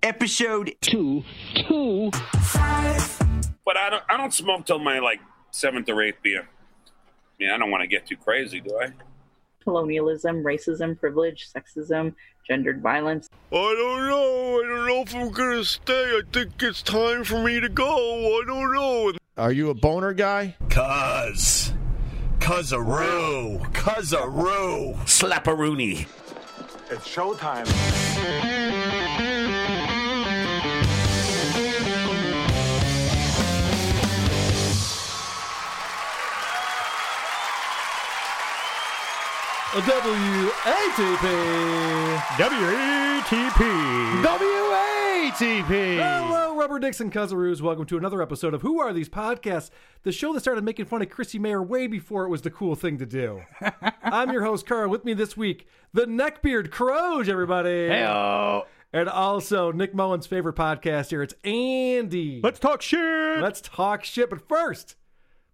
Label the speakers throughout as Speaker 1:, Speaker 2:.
Speaker 1: Episode
Speaker 2: two, two.
Speaker 3: But I don't. I don't smoke till my like seventh or eighth beer. I mean, I don't want to get too crazy, do I?
Speaker 4: colonialism, racism, privilege, sexism, gendered violence.
Speaker 5: I don't know. I don't know if I'm gonna stay. I think it's time for me to go. I don't know.
Speaker 6: Are you a boner guy?
Speaker 1: Cuz. Cuzaroo. Cuzaroo. Slapperoonie.
Speaker 7: It's showtime.
Speaker 8: WATP. E
Speaker 6: WATP. WATP.
Speaker 8: Hello, Rubber Dicks and Cuzaroos. Welcome to another episode of Who Are These Podcasts, the show that started making fun of Chrissy Mayer way before it was the cool thing to do. I'm your host, Carl. With me this week, the Neckbeard Croge, everybody.
Speaker 6: Hello.
Speaker 8: And also, Nick Mullen's favorite podcast here. It's Andy.
Speaker 6: Let's talk shit.
Speaker 8: Let's talk shit. But first,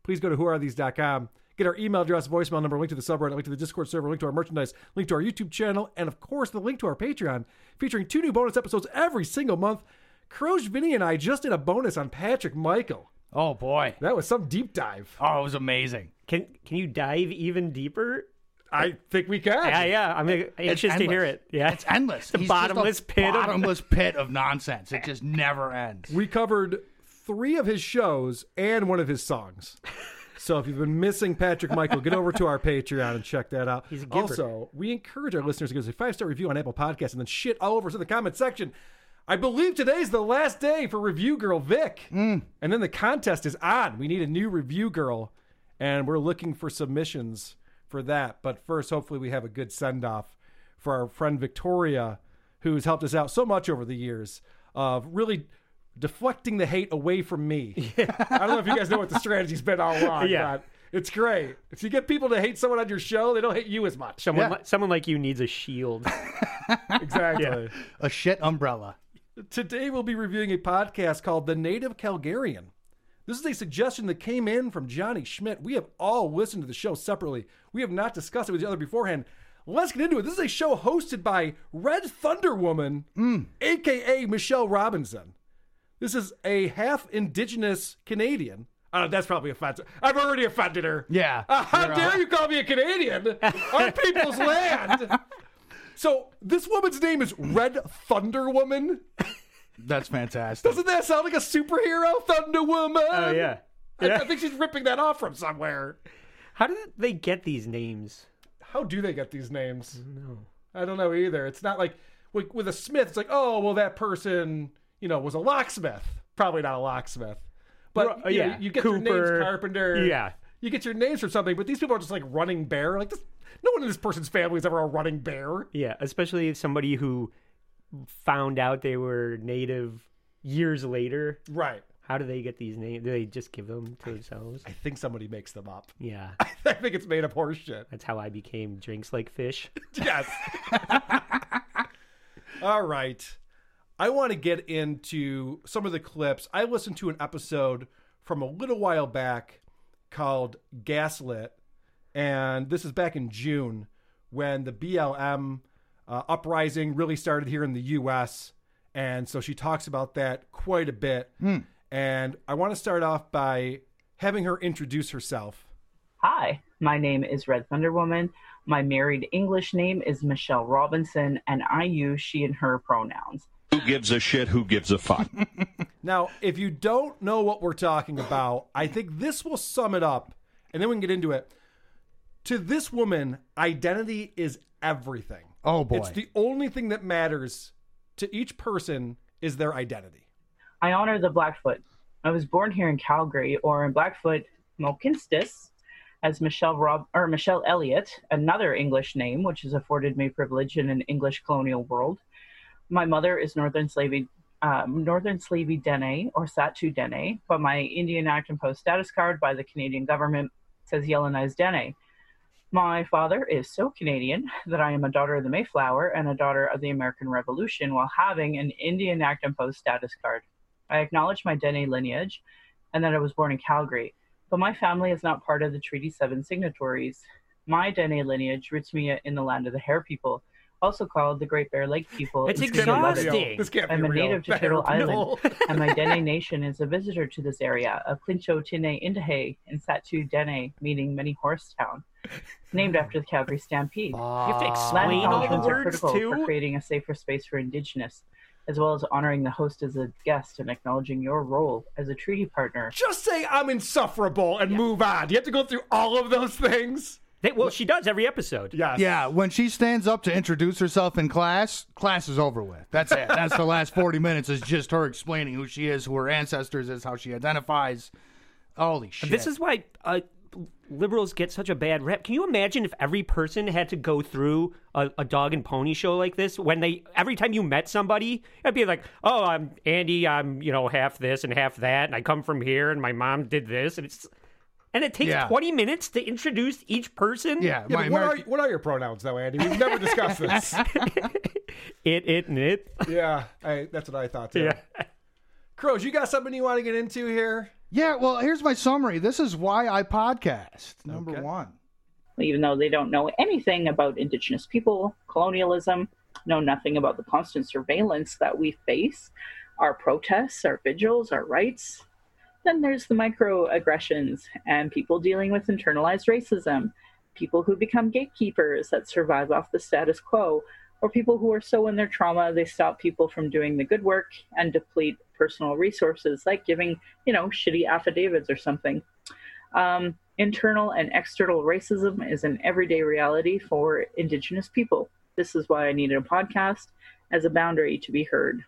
Speaker 8: please go to whoarethese.com. Get our email address, voicemail number, link to the subreddit, link to the Discord server, link to our merchandise, link to our YouTube channel, and of course the link to our Patreon, featuring two new bonus episodes every single month. Croge Vinny and I just did a bonus on Patrick Michael.
Speaker 9: Oh boy.
Speaker 8: That was some deep dive.
Speaker 9: Oh, it was amazing.
Speaker 10: Can can you dive even deeper?
Speaker 8: I think we can.
Speaker 10: Yeah, yeah. I'm anxious to hear
Speaker 9: endless.
Speaker 10: it. Yeah,
Speaker 9: It's endless.
Speaker 10: The
Speaker 9: He's just a
Speaker 10: bottomless pit. Of,
Speaker 9: Bottomless pit of nonsense. It just never ends.
Speaker 8: We covered three of his shows and one of his songs. So if you've been missing Patrick Michael, get over to our Patreon and check that out.
Speaker 10: He's a gibber.
Speaker 8: also, we encourage our listeners to give us a five star review on Apple Podcasts and then shit all over us in the comment section. I believe today's the last day for Review Girl Vic.
Speaker 10: Mm.
Speaker 8: And then the contest is on. We need a new Review Girl, and we're looking for submissions for that. But first, hopefully, we have a good send off for our friend Victoria, who's helped us out so much over the years of really deflecting the hate away from me. I don't know if you guys know what the strategy's been all along,
Speaker 10: Yeah.
Speaker 8: but it's great. If you get people to hate someone on your show, they don't hate you as much.
Speaker 10: someone li- someone like you needs a shield.
Speaker 8: exactly.
Speaker 9: A shit umbrella.
Speaker 8: Today we'll be reviewing a podcast called The Native Calgarian. This is a suggestion that came in from Johnny Schmidt. We have all listened to the show separately. We have not discussed it with the other beforehand. Let's get into it. This is a show hosted by Red Thunder Woman, aka Michelle Robinson. This is a half indigenous Canadian. Oh, that's probably offensive. I've already offended her.
Speaker 9: Yeah.
Speaker 8: Uh, how dare you call me a Canadian? Our people's land. So this woman's name is Red Thunder Woman.
Speaker 9: That's fantastic.
Speaker 8: Doesn't that sound like a superhero? Thunder Woman.
Speaker 10: Oh yeah.
Speaker 8: I, I think she's ripping that off from somewhere.
Speaker 10: How did they get these names?
Speaker 8: How do they get these names? No, I don't know either. It's not like like with a Smith. It's like, oh, well, that person, you know, was a locksmith. Probably not a locksmith, but
Speaker 10: Ru-
Speaker 8: you know,
Speaker 10: yeah,
Speaker 8: you get your
Speaker 10: Cooper.
Speaker 8: names Carpenter.
Speaker 10: Yeah.
Speaker 8: you get your names from something. But these people are just like running bear. Like this, no one in this person's family is ever a running bear.
Speaker 10: Yeah, especially if somebody who found out they were native years later.
Speaker 8: Right.
Speaker 10: How do they get these names? Do they just give them to themselves?
Speaker 8: I think somebody makes them up.
Speaker 10: Yeah,
Speaker 8: I think it's made up horseshit.
Speaker 10: that's how I became drinks like fish.
Speaker 8: Yes. All right. I want to get into some of the clips. I listened to an episode from a little while back called Gaslit, and this is back in June when the BLM uh, uprising really started here in the U.S. And so she talks about that quite a bit. And I want to start off by having her introduce herself.
Speaker 4: Hi, my name is Red Thunder Woman. My married English name is Michelle Robinson, and I use she and her pronouns.
Speaker 2: Who gives a shit? Who gives a fuck?
Speaker 8: Now, if you don't know what we're talking about, I think this will sum it up and then we can get into it. To this woman, identity is everything.
Speaker 9: Oh, boy.
Speaker 8: It's the only thing that matters to each person is their identity.
Speaker 4: I honor the Blackfoot. I was born here in Calgary, or in Blackfoot, Mokinstis, as Michelle Rob or Michelle Elliott, another English name, which has afforded me privilege in an English colonial world. My mother is Northern Slavey um, Northern Slavey Dene or Satu Dene, but my Indian Act Imposed status card by the Canadian government says Yellowknife Dene. My father is so Canadian that I am a daughter of the Mayflower and a daughter of the American Revolution while having an Indian Act Imposed status card. I acknowledge my Dene lineage and that I was born in Calgary, but my family is not part of the Treaty 7 signatories. My Dene lineage roots me in the land of the Hair People, also called the Great Bear Lake People.
Speaker 10: It's
Speaker 4: in Treaty 11.
Speaker 10: exhausting. This can't be
Speaker 4: I'm a
Speaker 10: real.
Speaker 4: native
Speaker 10: I
Speaker 4: to Turtle
Speaker 10: don't know.
Speaker 4: Island, and my Dene Nation is a visitor to this area of Clincho Tine Indahe and Satu Dene, meaning Many Horse Town, named after the Calgary Stampede.
Speaker 10: have to
Speaker 4: Land
Speaker 10: explain all the
Speaker 4: functions are
Speaker 10: words,
Speaker 4: critical
Speaker 10: too?
Speaker 4: for creating a safer space for Indigenous, as well as honoring the host as a guest and acknowledging your role as a treaty partner.
Speaker 8: Just say I'm insufferable and move on. Do you have to go through all of those things?
Speaker 10: well, she does every episode.
Speaker 8: Yes.
Speaker 9: Yeah, when she stands up to introduce herself in class, class is over with. That's it. That's the last 40 minutes is just her explaining who she is, who her ancestors is, how she identifies. Holy shit.
Speaker 10: This is why uh, liberals get such a bad rep. Can you imagine if every person had to go through a, a dog and pony show like this? When they every time you met somebody, it'd be like, "Oh, I'm Andy. I'm you know half this and half that, and I come from here, and my mom did this." And it's and it takes
Speaker 8: Yeah.
Speaker 10: twenty minutes to introduce each person.
Speaker 8: but what, are, what are your pronouns, though, Andy? We've never discussed this.
Speaker 10: it, it, and it.
Speaker 8: yeah, I, that's what I thought too.
Speaker 9: Yeah.
Speaker 8: Crows, you got something you want to get into here?
Speaker 9: Yeah, well, here's my summary. This is why I podcast. Number one.
Speaker 4: even though they don't know anything about Indigenous people, colonialism, know nothing about the constant surveillance that we face, our protests, our vigils, our rights. Then there's the microaggressions and people dealing with internalized racism, people who become gatekeepers that survive off the status quo, or people who are so in their trauma they stop people from doing the good work and deplete personal resources like giving, you know, shitty affidavits or something. Um, internal and external racism is an everyday reality for Indigenous people. This is why I needed a podcast as a boundary to be heard.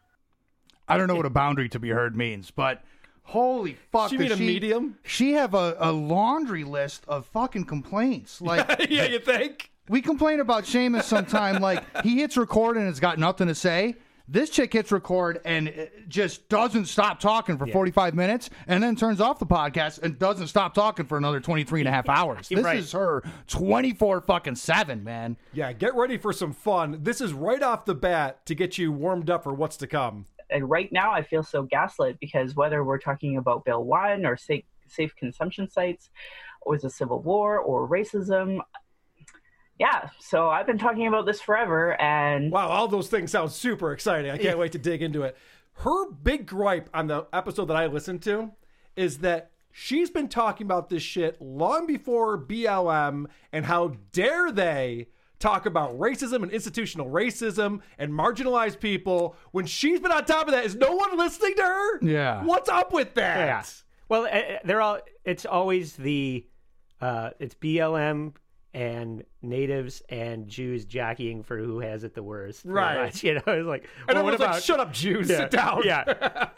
Speaker 9: I don't know what a boundary to be heard means, but holy fuck.
Speaker 4: She
Speaker 9: does
Speaker 4: mean a medium?
Speaker 9: She have a, a laundry list of fucking complaints. Like
Speaker 8: yeah, you think?
Speaker 9: We complain about Seamus sometime. like he hits record and has got nothing to say. This chick hits record and uh, just doesn't stop talking for 45 minutes and then turns off the podcast and doesn't stop talking for another 23 and a half hours. This
Speaker 8: Right.
Speaker 9: is her 24 fucking 7, man.
Speaker 8: Yeah, get ready for some fun. This is right off the bat to get you warmed up for what's to come.
Speaker 4: And right now, I feel so gaslit because whether we're talking about Bill 1 or safe, safe consumption sites, or the Civil War, or racism, yeah, so I've been talking about this forever. And
Speaker 8: wow, all those things sound super exciting. I can't wait to dig into it. Her big gripe on the episode that I listened to is that she's been talking about this shit long before BLM and how dare they talk about racism and institutional racism and marginalized people when she's been on top of that. Is no one listening to her?
Speaker 9: Yeah.
Speaker 8: What's up with that?
Speaker 10: Yeah. Well, uh, they're all. It's always the, uh, it's BLM and natives and Jews jockeying for who has it the worst. pretty
Speaker 8: Right.
Speaker 10: much, You know, it's like.
Speaker 8: And
Speaker 10: well, what
Speaker 8: everyone's
Speaker 10: about
Speaker 8: like, shut up, Jews.
Speaker 10: Yeah,
Speaker 8: Sit down.
Speaker 10: Yeah.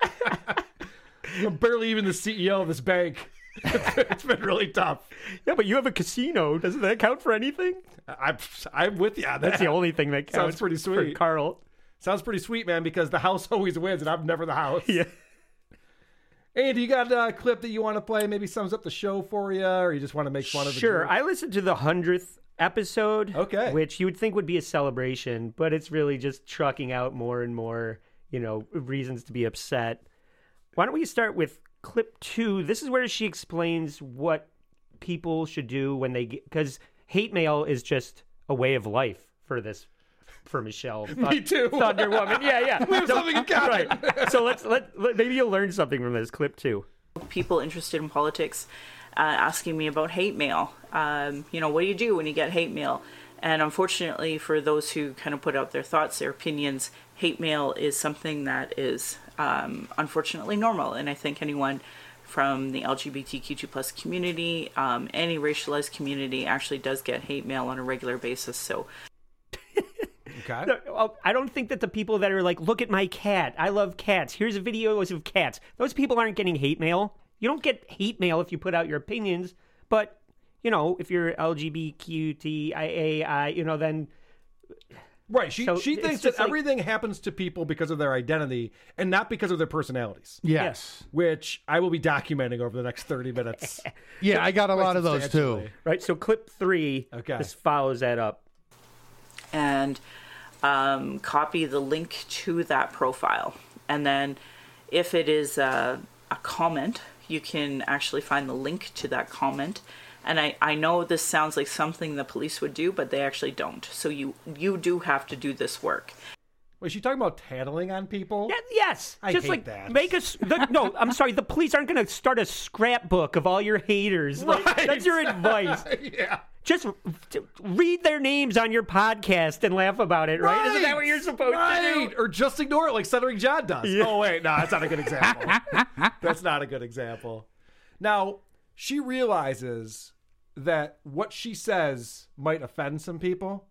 Speaker 8: I'm barely even the CEO of this bank. it's been really tough.
Speaker 10: Yeah, but you have a casino. Doesn't that count for anything?
Speaker 8: I'm I'm with you. on
Speaker 10: That's the
Speaker 8: that.
Speaker 10: only thing that
Speaker 8: Sounds
Speaker 10: counts
Speaker 8: pretty
Speaker 10: for
Speaker 8: sweet,
Speaker 10: Carl.
Speaker 8: Sounds pretty sweet, man. Because the house always wins, and I'm never the house. Yeah. Andy, you got uh, a clip that you want to play? Maybe sums up the show for you, or you just want to make fun of the
Speaker 10: Sure.
Speaker 8: Jews?
Speaker 10: I listened to the hundredth episode.
Speaker 8: Okay.
Speaker 10: Which you would think would be a celebration, but it's really just trucking out more and more, you know, reasons to be upset. Why don't we start with clip two? This is where she explains what people should do when they get because hate mail is just a way of life for this for Michelle.
Speaker 8: Me too.
Speaker 10: Thunder Woman. Yeah, yeah.
Speaker 8: We have something in common.
Speaker 10: Right. So let's let, let maybe you'll learn something from this clip too.
Speaker 11: people interested in politics uh, asking me about hate mail. Um, you know, what do you do when you get hate mail? And unfortunately, for those who kind of put out their thoughts, their opinions, hate mail is something that is um, unfortunately normal. And I think anyone from the LGBTQ2 plus community, um, any racialized community, actually does get hate mail on a regular basis. So
Speaker 8: Okay.
Speaker 10: No, I don't think that the people that are like, look at my cat. I love cats. Here's videos of cats. Those people aren't getting hate mail. You don't get hate mail if you put out your opinions. But you know, if you're LGBTQIAI, you know, then
Speaker 8: Right. She
Speaker 10: So
Speaker 8: she
Speaker 10: it's
Speaker 8: thinks
Speaker 10: just
Speaker 8: that
Speaker 10: like-
Speaker 8: everything happens to people because of their identity and not because of their personalities.
Speaker 9: Yes.
Speaker 8: Which I will be documenting over the next 30 minutes.
Speaker 9: Yeah, I got a
Speaker 8: Quite
Speaker 9: lot of those too.
Speaker 8: substantially.
Speaker 10: Right. So clip three.
Speaker 8: Okay.
Speaker 10: This follows that up.
Speaker 11: and um, copy the link to that profile. And then, if it is a, a comment, you can actually find the link to that comment. And I, I know this sounds like something the police would do, but they actually don't. So you you do have to do this work.
Speaker 8: Was she talking about tattling on people?
Speaker 10: yes.
Speaker 8: I
Speaker 10: just
Speaker 8: hate
Speaker 10: like
Speaker 8: that.
Speaker 10: make us. The, no, I'm sorry. The police aren't going to start a scrapbook of all your haters. Like, that's your advice.
Speaker 8: yeah.
Speaker 10: Just t- read their names on your podcast and laugh about it, right? Isn't that what you're supposed to
Speaker 8: Right. Or just ignore it like Cedric John does.
Speaker 10: Yeah.
Speaker 8: Oh, wait. No, that's not a good example. that's not a good example. Now, she realizes that what she says might offend some people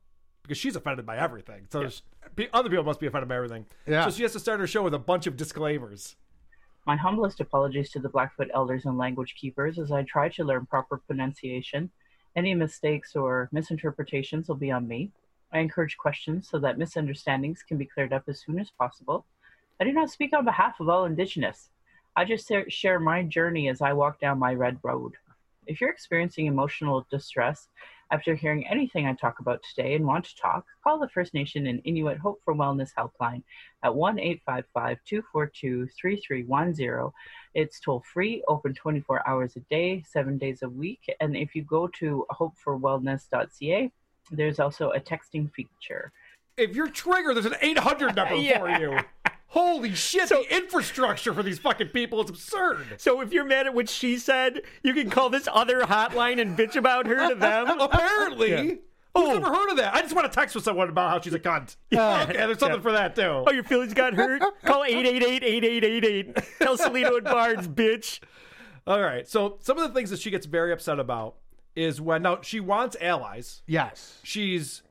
Speaker 8: because she's offended by everything. So there's pe other people must be offended by everything.
Speaker 4: Yeah.
Speaker 8: So she has to start her show with a bunch of disclaimers.
Speaker 4: My humblest apologies to the Blackfoot elders and language keepers as I try to learn proper pronunciation. Any mistakes or misinterpretations will be on me. I encourage questions so that misunderstandings can be cleared up as soon as possible. I do not speak on behalf of all Indigenous. I just sa- share my journey as I walk down my red road. If you're experiencing emotional distress after hearing anything I talk about today and want to talk, call the First Nation and Inuit Hope for Wellness helpline at 1 855 242 3310. It's toll free, open 24 hours a day, seven days a week. And if you go to hopeforwellness.ca, there's also a texting feature.
Speaker 8: If you're triggered, there's an 800 number for you. Holy shit, the infrastructure for these fucking people is absurd.
Speaker 10: do? So if you're mad at what she said, you can call this other hotline and bitch about her to them.
Speaker 8: Apparently.
Speaker 10: Yeah. Oh.
Speaker 8: Who's never heard of that? I just want to text with someone about how she's a cunt. okay, there's something
Speaker 10: Yeah.
Speaker 8: for that too.
Speaker 10: Oh, your feelings got hurt? Call 888-8888. Tell Salito and Barnes, bitch.
Speaker 8: All right. So some of the things that she gets very upset about is when now she wants allies.
Speaker 9: Yes.
Speaker 8: She's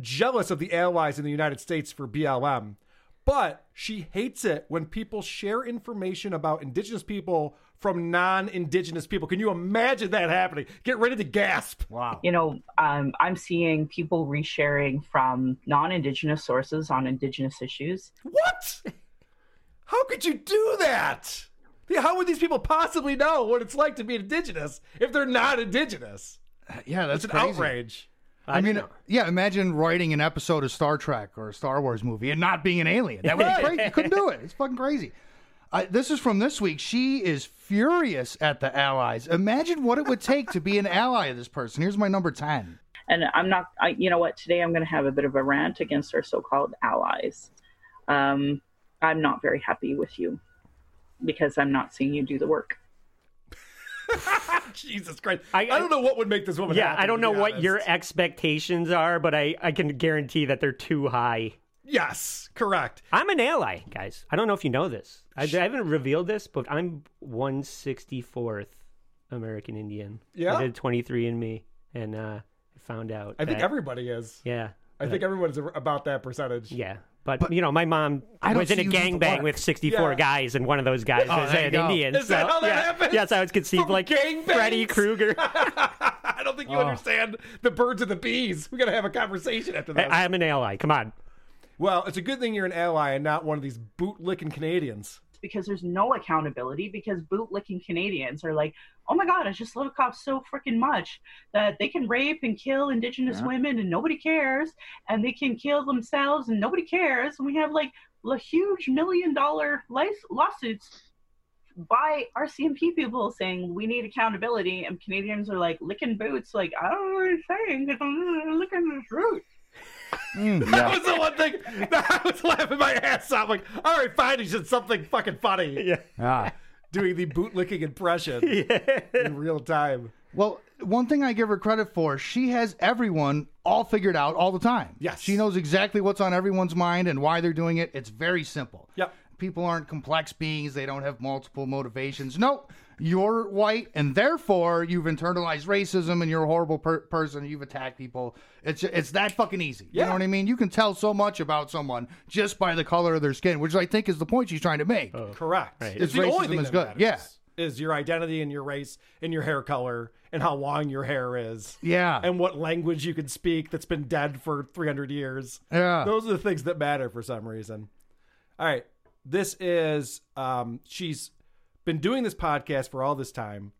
Speaker 8: jealous of the allies in the United States for BLM, but she hates it when people share information about indigenous people from non-indigenous people. Can you imagine that happening? Get ready to gasp.
Speaker 9: Wow.
Speaker 4: You know, um, I'm seeing people resharing from non Indigenous sources on Indigenous issues.
Speaker 8: What? How could you do that? Yeah, How would these people possibly know what it's like to be indigenous if they're not indigenous?
Speaker 9: Yeah, that's
Speaker 8: it's an
Speaker 9: crazy.
Speaker 8: outrage.
Speaker 9: I, mean, yeah, imagine writing an episode of Star Trek or a Star Wars movie and not being an alien. That would be
Speaker 8: Right.
Speaker 9: crazy. You couldn't do it. It's fucking crazy. I, this is from this week. She is furious at the allies. Imagine what it would take to be an ally of this person. Here's my number 10.
Speaker 4: and I'm not. I, you know what? Today I'm going to have a bit of a rant against our so-called allies. Um, I'm not very happy with you because I'm not seeing you do the work.
Speaker 8: Jesus Christ. I, don't know what would make this woman
Speaker 10: Yeah,
Speaker 8: happy,
Speaker 10: I don't
Speaker 8: to
Speaker 10: know
Speaker 8: be
Speaker 10: what
Speaker 8: honest.
Speaker 10: your expectations are, but I, I can guarantee that they're too high.
Speaker 8: Yes, correct.
Speaker 10: I'm an ally, guys. I don't know if you know this. I, I haven't revealed this, but I'm 164th American Indian.
Speaker 8: Yeah?
Speaker 10: I did 23 in me, and uh, I found out.
Speaker 8: I think
Speaker 10: that-
Speaker 8: everybody is.
Speaker 10: Yeah.
Speaker 8: I think everyone's a- about that percentage.
Speaker 10: Yeah. But, you know, my mom
Speaker 8: I don't
Speaker 10: was in a
Speaker 8: see you with the
Speaker 10: gangbang
Speaker 8: work.
Speaker 10: with 64
Speaker 8: Yeah.
Speaker 10: guys, and one of those guys
Speaker 8: Oh,
Speaker 10: was
Speaker 8: there you
Speaker 10: an
Speaker 8: go.
Speaker 10: Indian.
Speaker 8: Is that
Speaker 10: so,
Speaker 8: how that
Speaker 10: yeah.
Speaker 8: happens?
Speaker 10: Yes, I was conceived like Freddy Krueger.
Speaker 8: I don't think you
Speaker 10: Oh.
Speaker 8: understand the birds and the bees. We got to have a conversation after
Speaker 10: I-
Speaker 8: this.
Speaker 10: I'm an ally. Come on.
Speaker 8: well, it's a good thing you're an ally and not one of these bootlicking Canadians.
Speaker 4: Because there's no accountability. Because bootlicking Canadians are like, oh my god, I just love cops so freaking much that they can rape and kill Indigenous
Speaker 12: Yeah.
Speaker 4: women and nobody cares, and they can kill themselves and nobody cares. And we have like l- huge million dollar lice- lawsuits by RCMP people saying we need accountability, and Canadians are like licking boots, like I don't know what you're saying because I'm licking this root.
Speaker 10: Mm,
Speaker 8: That was the one thing that I was laughing my ass off. Like, all right, fine, he said something fucking funny. Ah.
Speaker 10: Yeah.
Speaker 8: Doing the bootlicking impression in real time.
Speaker 9: Well, one thing I give her credit for, she has everyone all figured out all the time. Yes. She knows exactly what's on everyone's mind and why they're doing it. It's very simple.
Speaker 8: Yep.
Speaker 9: People aren't complex beings, they don't have multiple motivations. Nope. You're white, and therefore you've internalized racism, and you're a horrible per- person. You've attacked people. It's it's that fucking easy. You know what I mean? You can tell so much about someone just by the color of their skin, which I think is the point she's trying to make.
Speaker 8: Correct.
Speaker 9: Right. Is
Speaker 8: It's the only
Speaker 9: racism
Speaker 8: thing
Speaker 9: is
Speaker 8: that
Speaker 9: good.
Speaker 8: matters,
Speaker 9: Yeah.
Speaker 8: Is your identity and your race and your hair color and how long your hair is.
Speaker 9: Yeah.
Speaker 8: And what language you can speak that's been dead for 300 years.
Speaker 9: Yeah.
Speaker 8: Those are the things that matter for some reason. All right. This is, um, she's been doing this podcast for all this time.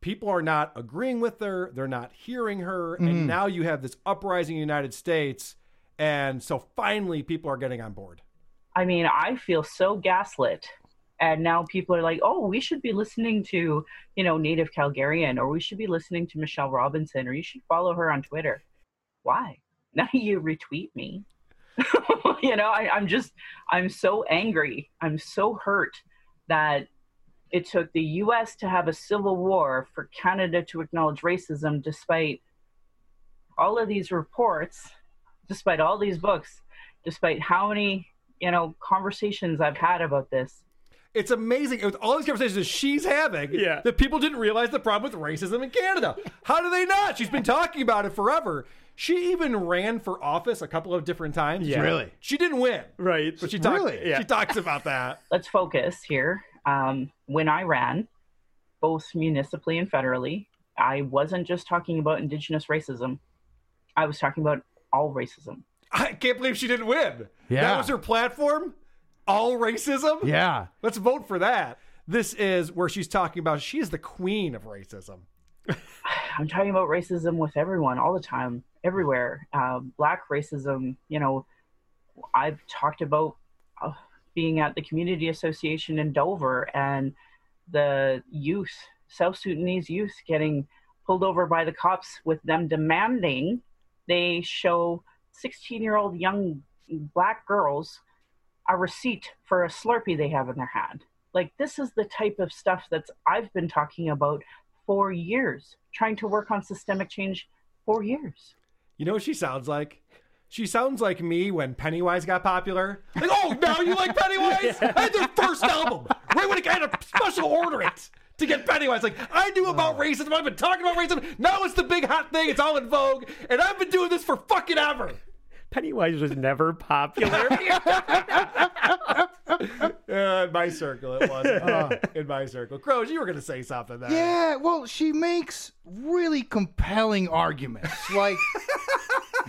Speaker 8: People are not agreeing with her. They're not hearing her.
Speaker 9: Mhm.
Speaker 8: And now you have this uprising in the United States. And so finally, people are getting on board.
Speaker 4: I mean, I feel so gaslit. And now people are like, oh, we should be listening to, you know, Native Calgarian, or we should be listening to Michelle Robinson, or you should follow her on Twitter. Why? Now you retweet me. you know, I, I'm just, I'm so angry. I'm so hurt that it took the US to have a civil war for Canada to acknowledge racism despite all of these reports, despite all these books, despite how many, you know, conversations I've had about this.
Speaker 8: It's amazing. With all these conversations that she's having, yeah. that people didn't realize the problem with racism in Canada. How do they not? She's been talking about it forever. She even ran for office a couple of different times.
Speaker 4: Yeah. Really?
Speaker 8: She didn't win.
Speaker 10: Right.
Speaker 8: But she talked she talks about that.
Speaker 4: Let's focus here. Um, when I ran, both municipally and federally, I wasn't just talking about Indigenous racism. I was talking about all racism.
Speaker 8: I can't believe she didn't win. That
Speaker 4: Yeah.
Speaker 8: was her platform? All racism?
Speaker 9: Yeah.
Speaker 8: Let's vote for that. This is where she's talking about she is the queen of racism.
Speaker 4: I'm talking about racism with everyone all the time, everywhere. Um, black racism, you know, I've talked about uh, being at the community association in Dover and the youth, South Sudanese youth, getting pulled over by the cops with them demanding they show 16 year old young black girls a receipt for a Slurpee they have in their hand. Like this is the type of stuff that's I've been talking about for years, trying to work on systemic change for years.
Speaker 8: You know what she sounds like? She sounds like me when Pennywise got popular. Like, oh, now you like Pennywise? I had their first album. Right when it got a special order it to get Pennywise. Like, I knew about racism. I've been talking about racism. Now it's the big hot thing. It's all in vogue. And I've been doing this for fucking ever.
Speaker 10: Pennywise was never popular.
Speaker 8: Uh, in my circle, it was. Uh, in my circle. Crows, you were going to say something there.
Speaker 9: Yeah, well, she makes really compelling arguments. Like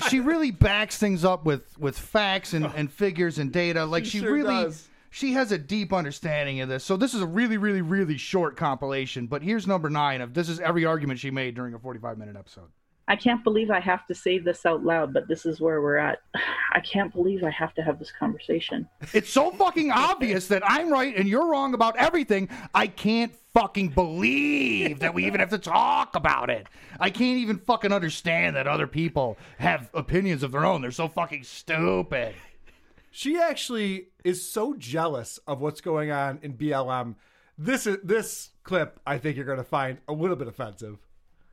Speaker 9: she really backs things up with with facts and, and figures and data. Like
Speaker 8: She
Speaker 9: she,
Speaker 8: sure
Speaker 9: really
Speaker 8: does.
Speaker 9: she has a deep understanding of this. So this is a really, really, really short compilation. But here's number nine of this is every argument she made during a 45 minute episode.
Speaker 4: I can't believe I have to say this out loud, but this is where we're at. I can't believe I have to have this conversation.
Speaker 9: It's so fucking obvious that I'm right and you're wrong about everything. I can't fucking believe that we even have to talk about it. I can't even fucking understand that other people have opinions of their own. They're so fucking stupid.
Speaker 8: She actually is so jealous of what's going on in BLM. This is this clip I think you're going to find a little bit offensive.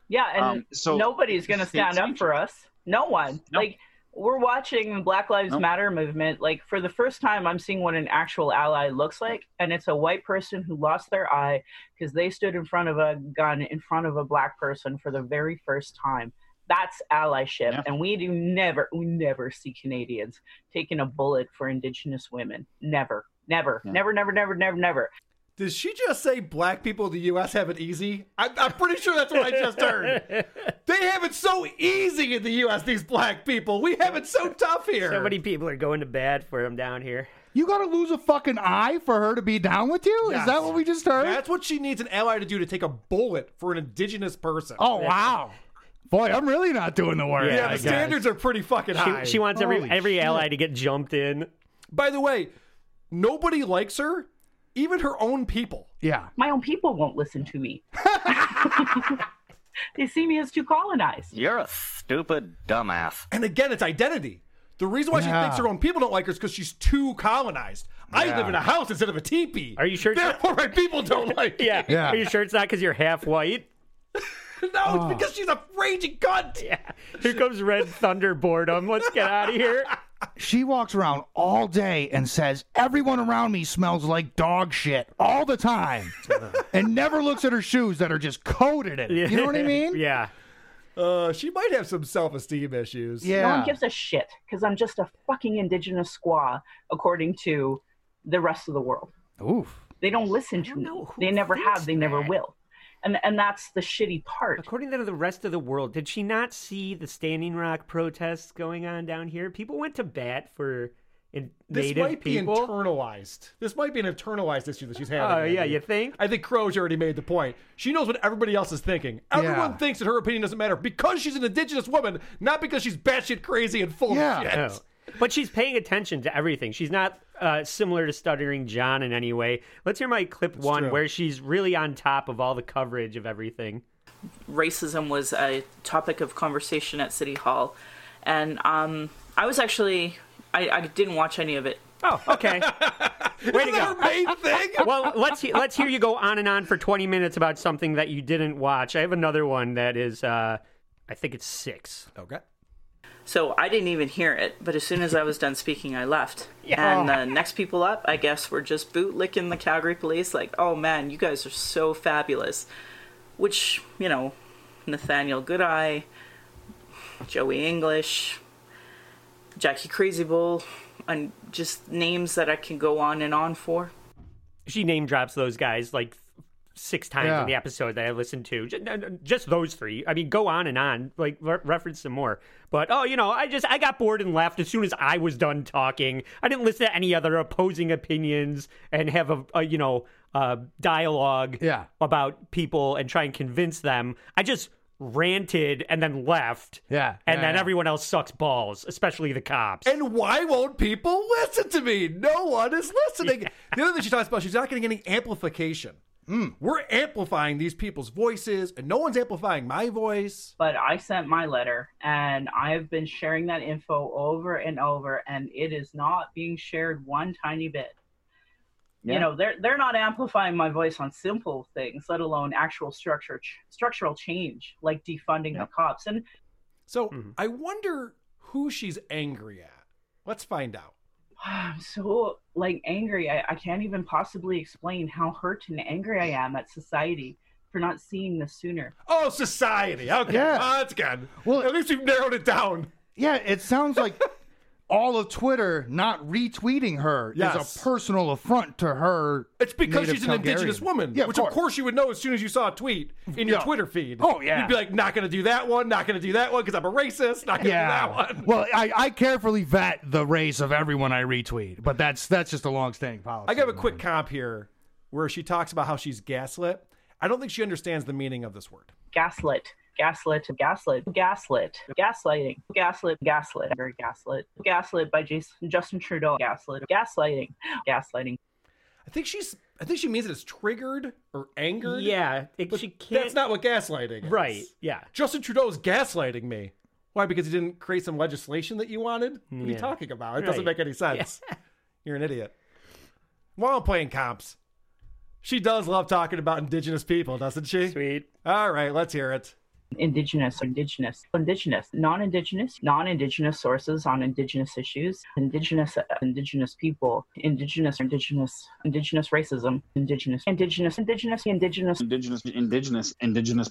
Speaker 4: Yeah, and
Speaker 8: Um, so-
Speaker 4: nobody's going to stand up for us. No one. Like we're watching the Black Lives
Speaker 8: No.
Speaker 4: Matter movement. Like for the first time, I'm seeing what an actual ally looks like, and it's a white person who lost their eye because they stood in front of a gun in front of a black person for the very first time. That's allyship, and we do never, we never see Canadians taking a bullet for Indigenous women. Never, never, never, never, never, never, never.
Speaker 8: Does she just say black people in the U.S. have it easy? I, I'm pretty sure that's what I just heard. they have it so easy in the U.S. These black people, we have it so tough here.
Speaker 10: so many people are going to bad for him down here.
Speaker 9: You gotta lose a fucking eye for her to be down with you? Is that what we just heard?
Speaker 8: That's what she needs an ally to do to take a bullet for an indigenous person.
Speaker 9: Oh wow. Boy, I'm really not doing the work.
Speaker 8: Yeah, the standards are pretty fucking high.
Speaker 10: She, she wants every
Speaker 8: Holy
Speaker 10: every
Speaker 8: shit.
Speaker 10: ally to get jumped in.
Speaker 8: By the way, nobody likes her, even her own people.
Speaker 9: Yeah.
Speaker 4: My own people won't listen to me. they see me as too colonized.
Speaker 12: You're a stupid dumbass.
Speaker 8: And again, it's identity. The reason why
Speaker 12: Yeah.
Speaker 8: she thinks her own people don't like her is because she's too colonized. I
Speaker 10: Yeah.
Speaker 8: live in a house instead of a teepee. Are
Speaker 10: you sure?
Speaker 8: Therefore, my people don't like. me.
Speaker 10: Yeah. Are you sure it's not because you're half white?
Speaker 8: no,
Speaker 9: Oh.
Speaker 8: it's because she's a raging cunt.
Speaker 10: Yeah. Here comes Red Thunder boredom. Let's get out of here.
Speaker 9: She walks around all day and says, Everyone around me smells like dog shit all the time. and never looks at her shoes that are just coated in. it. You know what I mean?
Speaker 10: Yeah.
Speaker 8: Uh, she might have some self-esteem issues.
Speaker 4: No one gives a shit because I'm just a fucking indigenous squaw, according to the rest of the world.
Speaker 9: Oof.
Speaker 4: They don't listen to me. They never have. They never will. and and that's the shitty part.
Speaker 10: According to the rest of the world, did she not see the Standing Rock protests going on down here? People went to bat for in-
Speaker 8: This
Speaker 10: native
Speaker 8: might be
Speaker 10: people.
Speaker 8: internalized. This might be an internalized issue that she's having.
Speaker 10: Oh, yeah,
Speaker 8: Andy.
Speaker 10: you think?
Speaker 8: I think Croge already made the point. She knows what everybody else is thinking. Everyone
Speaker 10: Yeah.
Speaker 8: thinks that her opinion doesn't matter because she's an indigenous woman, not because she's batshit crazy and full of shit.
Speaker 10: No. Oh. But she's paying attention to everything. She's not uh, similar to Stuttering John in any way. Let's hear my clip one
Speaker 11: true.
Speaker 10: where she's really on top of all the coverage of everything.
Speaker 11: racism was a topic of conversation at City Hall, and um, I was actually I, I didn't watch any of it.
Speaker 10: Oh, okay. Way to go. well, let's he- let's hear you go on and on for 20 minutes about something that you didn't watch. I have another one that is, uh, I think it's six.
Speaker 8: Okay.
Speaker 11: So I didn't even hear it, but as soon as I was done speaking, I left.
Speaker 10: Yeah.
Speaker 11: And the next people up, I guess, were just bootlicking the Calgary police, like, oh man, you guys are so fabulous. Which, you know, Nathaniel Goodeye, Joey English, Jackie Crazy Bull, and just names that I can go on and on for.
Speaker 10: She name drops those guys like six times
Speaker 11: Yeah.
Speaker 10: in the episode that I listened to. Ju- no, no, Just those three. I mean, go on and on, like re- reference some more. But oh, you know, I just I got bored and left as soon as I was done talking. I didn't listen to any other opposing opinions and have a, a you know uh, dialogue about people and try and convince them. I just ranted and then left.
Speaker 9: Yeah.
Speaker 10: And
Speaker 9: Yeah,
Speaker 10: then
Speaker 9: yeah.
Speaker 10: everyone else sucks balls, especially the cops.
Speaker 8: And why won't people listen to me? No one is listening. The other thing she talks about, she's not getting any amplification.
Speaker 9: Hmm.
Speaker 8: We're amplifying these people's voices, and no one's amplifying my voice.
Speaker 4: But I sent my letter and I've been sharing that info over and over and it is not being shared one tiny bit.
Speaker 13: Yeah.
Speaker 4: You know, they're they're not amplifying my voice on simple things, let alone actual structure ch- structural change like defunding the cops. And
Speaker 8: so I wonder who she's angry at. Let's find out.
Speaker 4: I'm so like angry. I, I can't even possibly explain how hurt and angry I am at society for not seeing this sooner.
Speaker 8: Oh, society. Okay,
Speaker 9: Yeah.
Speaker 8: oh, that's good. Well, at least we've narrowed it down.
Speaker 9: Yeah, it sounds like all of Twitter not retweeting her is
Speaker 8: Yes.
Speaker 9: a personal affront to her.
Speaker 8: It's because
Speaker 9: native
Speaker 8: she's an indigenous
Speaker 9: Calgarian.
Speaker 8: woman,
Speaker 9: Yeah,
Speaker 8: which of course you would know as soon as you saw a tweet in your
Speaker 9: Yeah.
Speaker 8: Twitter feed.
Speaker 9: Oh, yeah.
Speaker 8: you'd be like, not going to do that one, not going to do that one because I'm a racist, not going to do that one.
Speaker 9: Well, I, I carefully vet the race of everyone I retweet, but that's that's just a long-standing policy.
Speaker 8: I give a quick comp here where she talks about how she's gaslit. I don't think she understands the meaning of this word.
Speaker 4: Gaslit, gaslit, gaslit, gaslit, gaslighting, gaslit, gaslit, very gaslit, gaslit by Jason Justin Trudeau, gaslit, gaslighting, gaslighting.
Speaker 8: I think she's. I think she means that it's triggered or angered.
Speaker 10: Yeah, it,
Speaker 8: but That's not what gaslighting is.
Speaker 10: Right, yeah.
Speaker 8: Justin Trudeau is gaslighting me. Why? Because he didn't create some legislation that you wanted. What are
Speaker 10: Yeah.
Speaker 8: you talking about? It doesn't
Speaker 10: Right.
Speaker 8: make any sense. You're an idiot. While I'm playing comps, she does love talking about Indigenous people, doesn't she?
Speaker 10: Sweet.
Speaker 8: All right, let's hear it.
Speaker 4: Indigenous, indigenous, indigenous, non-indigenous, non-indigenous sources on indigenous issues, indigenous, uh, indigenous people, indigenous, indigenous, indigenous racism, indigenous, indigenous, indigenous,
Speaker 14: indigenous,
Speaker 4: indigenous,
Speaker 14: indigenous, indigenous,
Speaker 4: indigenous,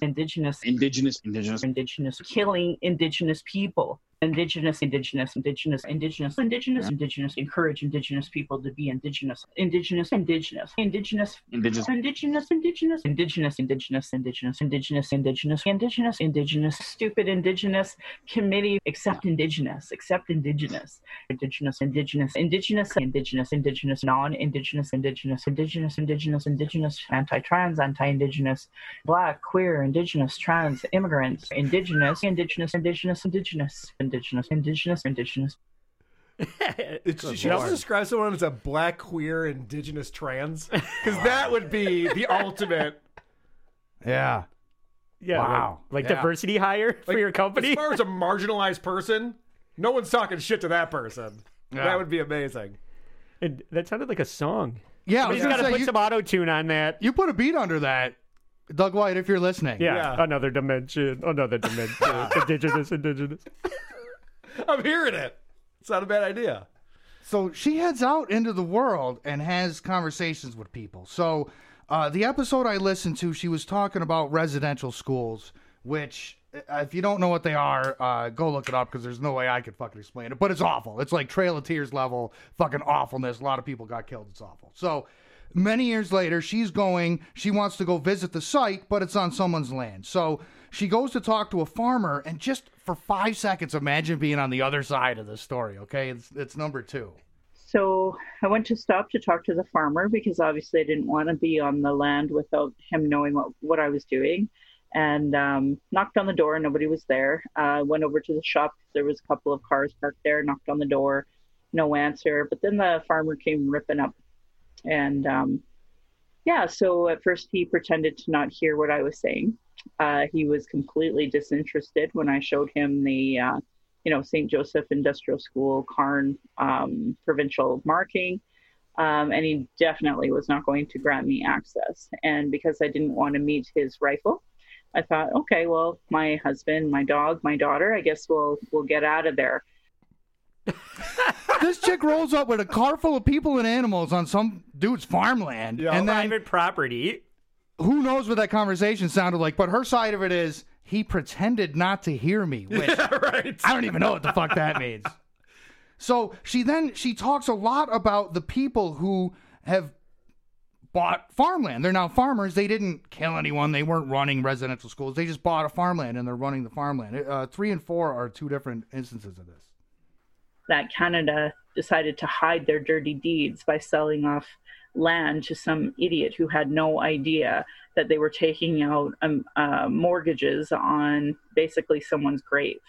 Speaker 14: indigenous, indigenous,
Speaker 4: indigenous, killing indigenous people, indigenous, indigenous, indigenous, indigenous, indigenous, indigenous, encourage indigenous people to be indigenous, indigenous, indigenous, indigenous,
Speaker 14: Indigenous.
Speaker 4: indigenous, indigenous, indigenous, indigenous, indigenous, indigenous, indigenous, indigenous, indigenous, stupid indigenous committee, except indigenous, except indigenous, indigenous, indigenous, indigenous, indigenous, indigenous, non-indigenous, indigenous, indigenous, indigenous, indigenous, anti-trans, anti-indigenous, black, queer, indigenous, trans, immigrants, indigenous, indigenous, indigenous, indigenous, indigenous, indigenous, indigenous.
Speaker 8: It's, she also describes someone as a black, queer, indigenous trans, because that would be the ultimate.
Speaker 9: Yeah.
Speaker 10: Yeah. like- Like,
Speaker 8: Yeah.
Speaker 10: diversity hire for
Speaker 8: Like,
Speaker 10: your company.
Speaker 8: As far as a marginalized person, no one's talking shit to that person.
Speaker 10: Yeah.
Speaker 8: That would be amazing.
Speaker 10: And that sounded like a song.
Speaker 9: Yeah, I
Speaker 10: we
Speaker 9: was
Speaker 10: just
Speaker 9: gonna
Speaker 10: gotta
Speaker 9: say,
Speaker 10: put
Speaker 9: you-
Speaker 10: some auto tune on that.
Speaker 9: You put a beat under that, Doug White, if you're listening.
Speaker 10: Yeah, another dimension, another dimension. indigenous, indigenous.
Speaker 8: I'm hearing it. It's not a bad idea.
Speaker 9: So she heads out into the world and has conversations with people. So uh, the episode I listened to, she was talking about residential schools, which uh, if you don't know what they are, uh, go look it up because there's no way I could fucking explain it. But it's awful. It's like Trail of Tears level fucking awfulness. A lot of people got killed. It's awful. So Many years later, she's going, she wants to go visit the site, but it's on someone's land. So she goes to talk to a farmer, and just for five seconds, imagine being on the other side of the story, okay? It's, it's number two.
Speaker 4: So I went to stop to talk to the farmer because obviously I didn't want to be on the land without him knowing what, what I was doing. And um, knocked on the door, nobody was there. Uh, went over to the shop. There was a couple of cars parked there. Knocked on the door, no answer. But then the farmer came ripping up, and um, yeah. So at first he pretended to not hear what I was saying. Uh, he was completely disinterested when I showed him the uh, you know, St. Joseph Industrial School, Carn um, provincial marking. Um, and he definitely was not going to grant me access. And because I didn't want to meet his rifle, I thought, okay, well, my husband, my dog, my daughter, I guess we'll we'll get out of there.
Speaker 9: this chick rolls up with a car full of people and animals on some dude's farmland, and then
Speaker 10: private property.
Speaker 9: who knows what that conversation sounded like? But her side of it is he pretended not to hear me, which I don't even know what the fuck that means. So she then she talks a lot about the people who have bought farmland. They're now farmers. They didn't kill anyone. They weren't running residential schools. They just bought a farmland and they're running the farmland. Uh, three and four are two different instances of this.
Speaker 4: that Canada decided to hide their dirty deeds by selling off land to some idiot who had no idea that they were taking out um, uh, mortgages on basically someone's grave.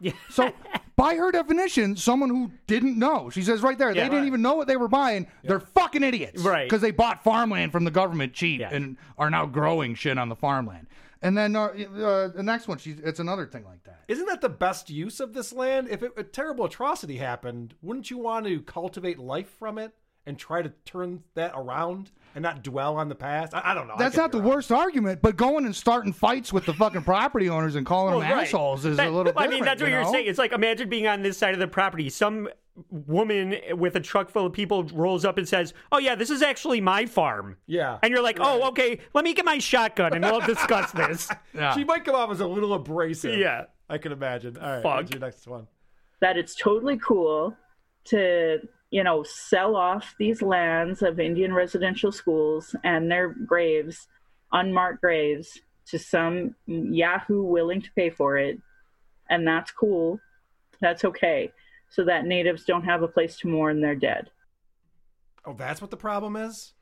Speaker 9: So, by her definition, someone who didn't know, she says right there, they
Speaker 4: Yeah.
Speaker 9: didn't even know what they were buying. They're fucking idiots,
Speaker 10: Right.
Speaker 9: Because they bought farmland from the government cheap and are now growing shit on the farmland. And then uh, uh, the next one, she's it's another thing like that.
Speaker 8: Isn't that the best use of this land? If it, a terrible atrocity happened, wouldn't you want to cultivate life from it and try to turn that around and not dwell on the past? I, I don't know. Oh, I
Speaker 9: That's
Speaker 8: could
Speaker 9: not the worst argument, but going and starting fights with the fucking property owners and calling
Speaker 10: Well,
Speaker 9: them
Speaker 10: right.
Speaker 9: assholes is
Speaker 10: That-
Speaker 9: a little.
Speaker 10: I mean,
Speaker 9: different,
Speaker 10: that's what
Speaker 9: you
Speaker 10: are
Speaker 9: know?
Speaker 10: saying. It's like imagine being on this side of the property. Some woman with a truck full of people rolls up and says, "Oh yeah, this is actually my farm."
Speaker 8: Yeah.
Speaker 10: And you're like, "Oh, okay, let me get my shotgun and we'll discuss this."
Speaker 8: She might come off as a little abrasive.
Speaker 10: Yeah.
Speaker 8: I can imagine. All right,
Speaker 10: Fuck.
Speaker 8: what's your next one?
Speaker 4: that it's totally cool to you know sell off these lands of indian residential schools and their graves unmarked graves to some yahoo willing to pay for it and that's cool that's okay so that natives don't have a place to mourn their dead
Speaker 8: Oh, that's what the problem is.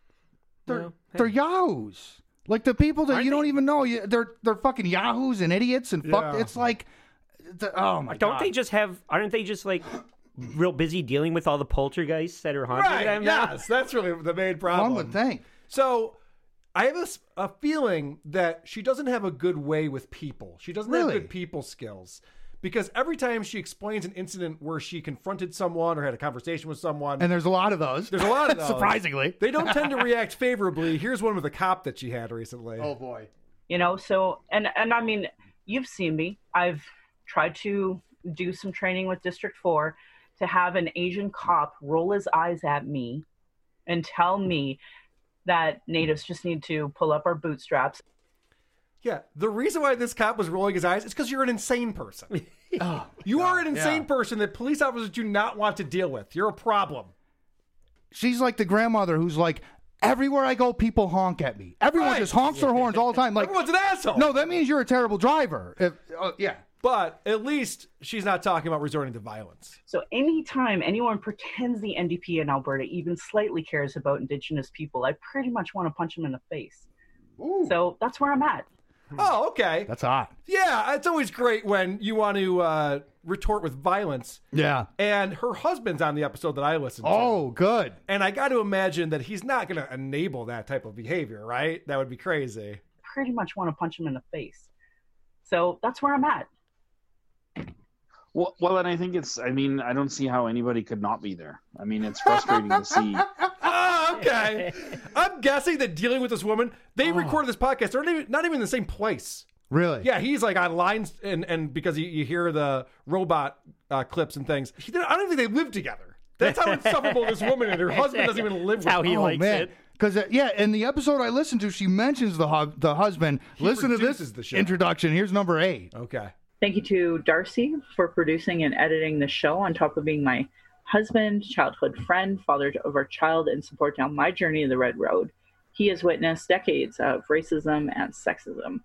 Speaker 9: They're, they're yahoos, like the people that you don't even know. You, they're they're fucking yahoos and idiots and fuck.
Speaker 10: Yeah.
Speaker 9: It's like, the- oh my
Speaker 10: Don't
Speaker 9: god.
Speaker 10: they just have? Aren't they just like real busy dealing with all the poltergeists that are haunting them? now?
Speaker 8: Yes, that's really the main problem.
Speaker 10: would
Speaker 9: think.
Speaker 8: So, I have a, s- a feeling that she doesn't have a good way with people. She doesn't
Speaker 9: Really?
Speaker 8: have good people skills because every time she explains an incident where she confronted someone or had a conversation with someone,
Speaker 9: And there's a lot of those.
Speaker 8: there's a lot of those.
Speaker 9: surprisingly.
Speaker 8: they don't tend to react favorably. Here's one with a cop that she had recently. Oh
Speaker 9: boy.
Speaker 4: you know so and and i mean you've seen me i've tried to do some training with district 4 to have an asian cop roll his eyes at me and tell me that natives just need to pull up our bootstraps
Speaker 8: Yeah, the reason why this cop was rolling his eyes is because you're an insane person.
Speaker 9: Oh,
Speaker 8: you are an insane person that police officers do not want to deal with. You're a problem.
Speaker 9: She's like the grandmother who's like, everywhere I go, people honk at me. Everyone just honks their horns all the time. Like
Speaker 8: Everyone's an asshole.
Speaker 9: No, that means you're a terrible driver. If, uh, yeah.
Speaker 8: But at least she's not talking about resorting to violence.
Speaker 4: So anytime anyone pretends the NDP in Alberta even slightly cares about Indigenous people, I pretty much want to punch them in the face. So that's where I'm at.
Speaker 8: Oh, okay.
Speaker 9: Hmm. That's hot.
Speaker 8: Yeah, it's always great when you want to uh, retort with violence.
Speaker 9: Yeah.
Speaker 8: And her husband's on the episode that I listened to.
Speaker 9: Oh, good.
Speaker 8: And I got to imagine that he's not going to enable that type of behavior, right? That would be crazy.
Speaker 4: Pretty much want to punch them in the face. So that's where I'm at.
Speaker 14: Well, well, and I think it's. I mean, I don't see how anybody could not be there. I mean, it's frustrating to see.
Speaker 8: Oh, okay. I'm guessing that dealing with this woman, they recorded this podcast. They're not even, not even in the same place.
Speaker 9: Really?
Speaker 8: Yeah, he's like on lines, and, and because you, you hear the robot uh, clips and things, he, didn't- I don't even think they live together. That's how insufferable this woman and her husband doesn't even live with her.
Speaker 9: oh, man. Because yeah, in the episode I listened to, she mentions the hub, the husband. Listen to this introduction. Here's number eight.
Speaker 8: Okay.
Speaker 4: Thank you to Darcy for producing and editing the show on top of being my husband, childhood friend, father of our child, and support down my journey of the red road. He has witnessed decades of racism and sexism.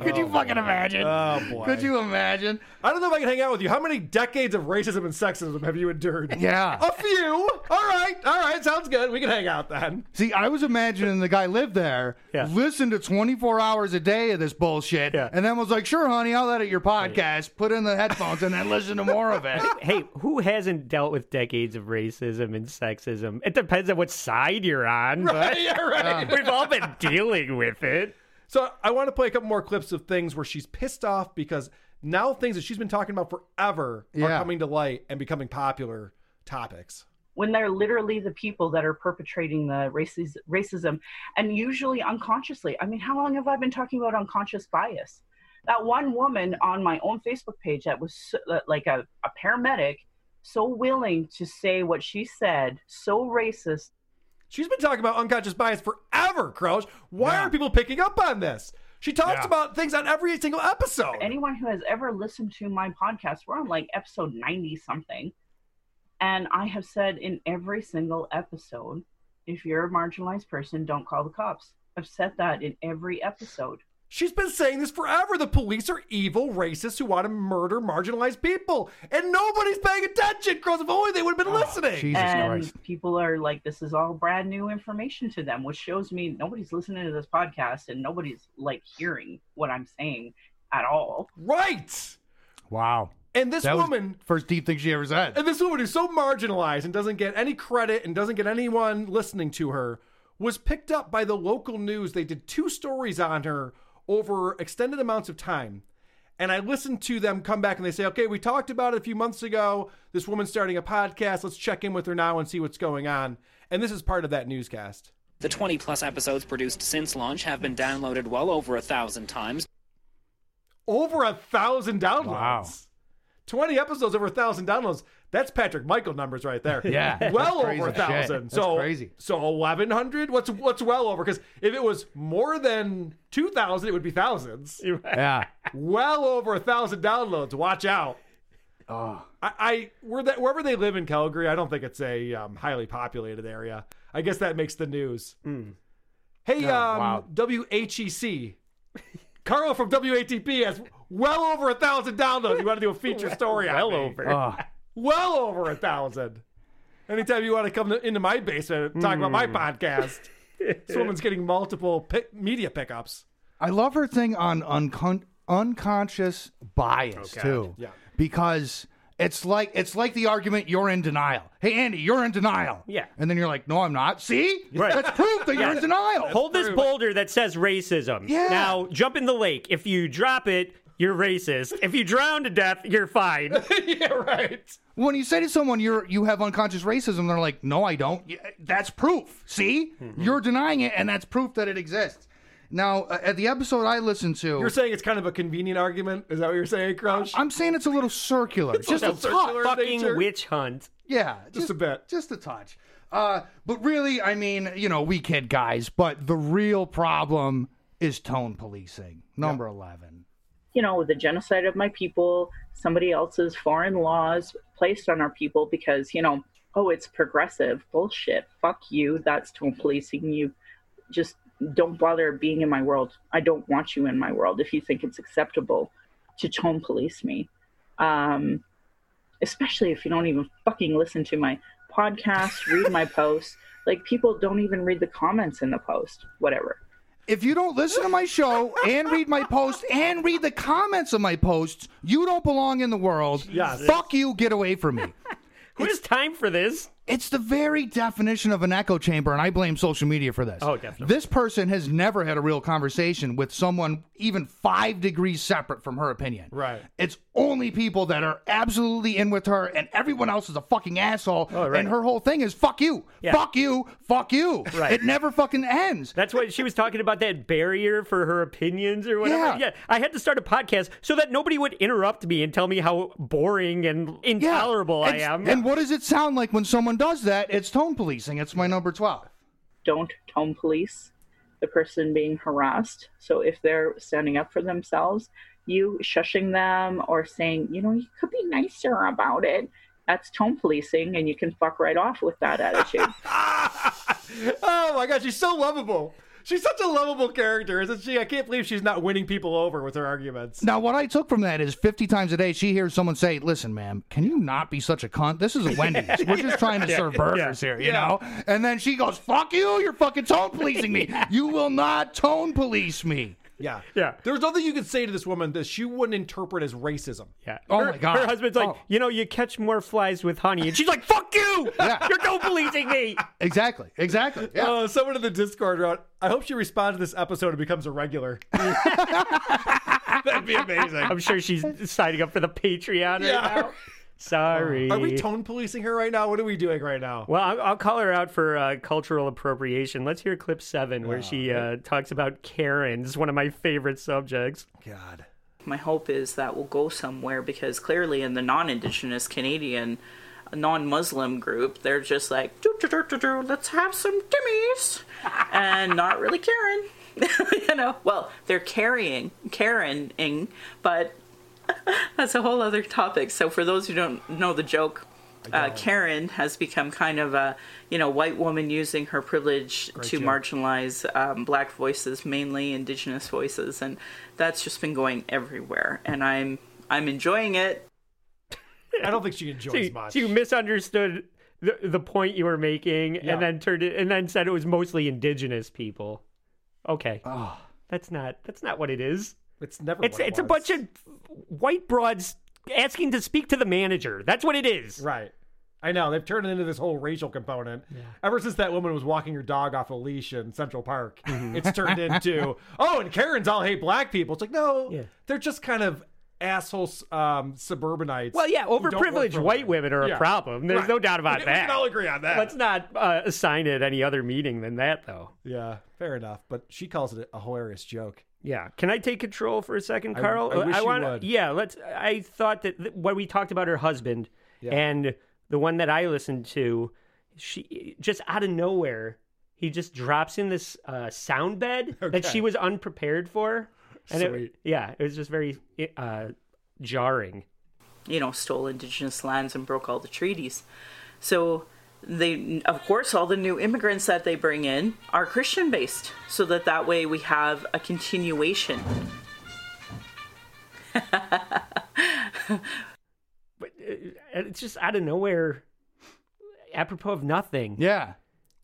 Speaker 9: Could you fucking imagine?
Speaker 8: Oh boy.
Speaker 9: Could you imagine?
Speaker 8: I don't know if I can hang out with you. How many decades of racism and sexism have you endured?
Speaker 9: Yeah.
Speaker 8: A few. All right. All right. Sounds good. We can hang out then.
Speaker 9: See, I was imagining the guy lived there, listened to 24 hours a day of this bullshit, and then was like, sure, honey, I'll edit your podcast, put in the headphones, and then listen to more of it.
Speaker 10: hey, who hasn't dealt with decades of racism and sexism? It depends on what side you're on, but
Speaker 8: Right, yeah, right.
Speaker 10: we've all been dealing with it.
Speaker 8: So I want to play a couple more clips of things where she's pissed off because now things that she's been talking about forever are
Speaker 13: Yeah.
Speaker 8: coming to light and becoming popular topics.
Speaker 13: when they're literally the people that are perpetrating the races, racism and usually unconsciously. I mean, how long have I been talking about unconscious bias? That one woman on my own Facebook page that was so, that, like a, a paramedic, so willing to say what she said, so racist.
Speaker 8: She's been talking about unconscious bias forever, Crouch. Why aren't people picking up on this? She talks about things on every single episode.
Speaker 13: Anyone who has ever listened to my podcast, we're on like episode 90 something. And I have said in every single episode, if you're a marginalized person, don't call the cops. I've said that in every episode.
Speaker 8: She's been saying this forever. The police are evil racists who want to murder marginalized people. And nobody's paying attention, Cross. If only they would have been listening.
Speaker 13: and people are like, this is all brand new information to them, which shows me nobody's listening to this podcast and nobody's like hearing what I'm saying at all.
Speaker 8: Right.
Speaker 9: Wow.
Speaker 8: And this
Speaker 9: That was
Speaker 8: woman-
Speaker 9: the first deep thing she ever said.
Speaker 8: And this woman who's so marginalized and doesn't get any credit and doesn't get anyone listening to her was picked up by the local news. They did two stories on her over extended amounts of time. And I listened to them come back and they say, okay, we talked about it a few months ago. This woman's starting a podcast. Let's check in with her now and see what's going on. And this is part of that newscast.
Speaker 15: The 20 plus episodes produced since launch have been downloaded well over a thousand times.
Speaker 8: Over a thousand downloads. 20 episodes over a thousand downloads. That's Patrick Michael numbers right there.
Speaker 9: Yeah, that's
Speaker 8: well
Speaker 9: crazy
Speaker 8: over a
Speaker 9: shit.
Speaker 8: thousand.
Speaker 9: That's
Speaker 8: So
Speaker 9: crazy.
Speaker 8: So eleven hundred. What's what's well over? Because if it was more than two thousand, it would be thousands.
Speaker 9: Yeah.
Speaker 8: well over a thousand downloads. Watch out. Oh. I, I where that wherever they live in Calgary, I don't think it's a um, highly populated area. I guess that makes the news.
Speaker 10: Hmm.
Speaker 8: Hey,
Speaker 9: Oh,
Speaker 8: um,
Speaker 9: wow.
Speaker 8: WHEC. Carl from WATP has well over a thousand downloads. You want to do a feature story on
Speaker 10: Well
Speaker 8: me. Uh.
Speaker 10: over.
Speaker 9: Ah.
Speaker 10: Oh.
Speaker 8: Well over a thousand. Anytime you want to come to, into my basement and talk about my
Speaker 10: Hmm.
Speaker 8: podcast, this woman's getting multiple pic, media pickups.
Speaker 9: I love her thing on uncon- unconscious bias
Speaker 8: Oh, God.
Speaker 9: too.
Speaker 8: Yeah.
Speaker 9: Because it's like it's like the argument you're in denial. Hey Andy, you're in denial.
Speaker 10: Yeah.
Speaker 9: And then you're like, no, I'm not. See? That's proof that you're in denial.
Speaker 10: Hold this boulder that says racism.
Speaker 9: Yeah.
Speaker 10: Now jump in the lake. If you drop it, you're racist. If you drown to death, you're fine.
Speaker 8: yeah, right.
Speaker 9: When you say to someone you're you have unconscious racism, they're like, "No, I don't." Y- That's proof. See, you're denying it, and that's proof that it exists. Now, uh, at the episode I listened to,
Speaker 8: You're saying it's kind of a convenient argument. Is that what you're saying, Crouch?
Speaker 9: I'm saying it's a little circular, just a,
Speaker 8: little circular
Speaker 9: touch.
Speaker 8: in Fucking nature.
Speaker 10: witch hunt.
Speaker 9: Yeah, just,
Speaker 8: a bit,
Speaker 9: just a touch. Uh, but really, I mean, you know, we kid guys, but the real problem is tone policing. Number eleven.
Speaker 4: you know, the genocide of my people, somebody else's foreign laws placed on our people because, you know, oh, it's progressive. Bullshit. Fuck you. That's tone policing. You just don't bother being in my world. I don't want you in my world if you think it's acceptable to tone police me. Um, especially if you don't even fucking listen to my podcast, read my posts. Like, people don't even read the comments in the post, whatever.
Speaker 9: If you don't listen to my show and read my posts and read the comments of my posts, you don't belong in the world.
Speaker 10: Jesus.
Speaker 9: Fuck you, get away from me.
Speaker 10: Who has time for this?
Speaker 9: It's the very definition of an echo chamber, and I blame social media for this.
Speaker 10: Oh, definitely.
Speaker 9: This person has never had a real conversation with someone even five degrees separate from her opinion.
Speaker 8: Right.
Speaker 9: It's only people that are absolutely in with her, and everyone else is a fucking asshole.
Speaker 10: Oh, right.
Speaker 9: And her whole thing is fuck you, fuck you, fuck you.
Speaker 10: Right.
Speaker 9: It never fucking ends.
Speaker 10: That's what she was talking about that barrier for her opinions or whatever. Yeah.
Speaker 9: Yeah.
Speaker 10: I had to start a podcast so that nobody would interrupt me and tell me how boring and intolerable I
Speaker 9: and,
Speaker 10: am.
Speaker 9: And what does it sound like when someone does that? It's tone policing. It's my number 12.
Speaker 4: don't tone police the person being harassed. So if they're standing up for themselves, you shushing them or saying, you know, you could be nicer about it
Speaker 16: That's tone policing, and you can fuck right off with that attitude.
Speaker 8: oh my god, she's so lovable. She's such a lovable character, isn't she? I can't believe she's not winning people over with her arguments.
Speaker 9: Now, what I took from that is 50 times a day she hears someone say, Listen, ma'am, can you not be such a cunt? This is a Wendy's. We're just trying to
Speaker 8: Yeah,
Speaker 9: serve
Speaker 8: yeah,
Speaker 9: burgers here, you
Speaker 8: yeah.
Speaker 9: know? And then she goes, Fuck you. You're fucking tone policing me. You will not tone police me.
Speaker 8: Yeah. Yeah. There's nothing you could say to this woman that she wouldn't interpret as racism.
Speaker 10: Yeah.
Speaker 9: Oh
Speaker 10: her,
Speaker 9: my God.
Speaker 10: Her husband's like,
Speaker 9: Oh.
Speaker 10: you know, you catch more flies with honey, and she's like, "Fuck you! You're no policing me."
Speaker 9: Exactly. Exactly. Yeah.
Speaker 8: Uh, someone in the Discord wrote, I hope she responds to this episode and becomes a regular. That'd be amazing.
Speaker 10: I'm sure she's signing up for the Patreon
Speaker 8: Yeah.
Speaker 10: right now. Sorry.
Speaker 8: Are we tone policing her right now? What are we doing right now?
Speaker 10: Well, I'll, I'll call her out for uh, cultural appropriation. Let's hear clip seven, where she uh, talks about Karens, one of my favorite subjects.
Speaker 8: God.
Speaker 4: My hope is that will go somewhere because clearly in the non-indigenous Canadian, non-Muslim group, they're just like, "Doo, doo, doo, doo, doo, let's have some dimmies, and not really caring. you know, well, they're carrying, Karening, but that's a whole other topic. So for those who don't know the joke. Uh, Karen has become kind of a, you know, white woman using her privilege
Speaker 16: Great
Speaker 4: to
Speaker 16: joke.
Speaker 4: marginalize marginalize um, black voices, mainly indigenous voices, and that's just been going everywhere. And I'm I'm enjoying it.
Speaker 8: I don't think she enjoys
Speaker 10: So you,
Speaker 8: much.
Speaker 10: so you misunderstood the, the point you were making,
Speaker 8: Yeah.
Speaker 10: and then turned it, and then said it was mostly indigenous people. Okay, that's not that's not what it is.
Speaker 8: Ah. It's never.
Speaker 10: It's
Speaker 8: what it
Speaker 10: it's a
Speaker 8: was.
Speaker 10: bunch of white broads asking to speak to the manager. That's what it is.
Speaker 8: Right. I know. They've turned it into this whole racial component. Ever since that woman was walking her dog off a leash in Central Park,
Speaker 10: Mm-hmm.
Speaker 8: it's turned into, oh, and Karens all hate black people. It's like, no, they're just kind of asshole um, suburbanites.
Speaker 10: Well, yeah,
Speaker 8: who don't work
Speaker 10: overprivileged
Speaker 8: for
Speaker 10: white
Speaker 8: them.
Speaker 10: women are
Speaker 8: Yeah.
Speaker 10: a problem. There's
Speaker 8: Right.
Speaker 10: no doubt about
Speaker 8: We-
Speaker 10: that.
Speaker 8: We can all agree on that.
Speaker 10: Let's not uh, assign it any other meaning than that, though.
Speaker 8: Yeah, fair enough. But she calls it a hilarious joke.
Speaker 10: Yeah. Can I take control for a second,
Speaker 8: I-
Speaker 10: Carl?
Speaker 8: I wish you
Speaker 10: wanna-
Speaker 8: would.
Speaker 10: Yeah. Let's. I thought that th- when we talked about her husband
Speaker 8: Yeah.
Speaker 10: and the one that I listened to, she just out of nowhere, he just drops in this uh, sound bed that
Speaker 8: Okay.
Speaker 10: she was unprepared for, and
Speaker 8: Sweet.
Speaker 10: it yeah, it was just very uh, jarring.
Speaker 4: You know, stole indigenous lands and broke all the treaties. So they, of course, all the new immigrants that they bring in are Christian based, so that that way we have a continuation.
Speaker 10: And it's just out of nowhere, apropos of nothing.
Speaker 9: Yeah.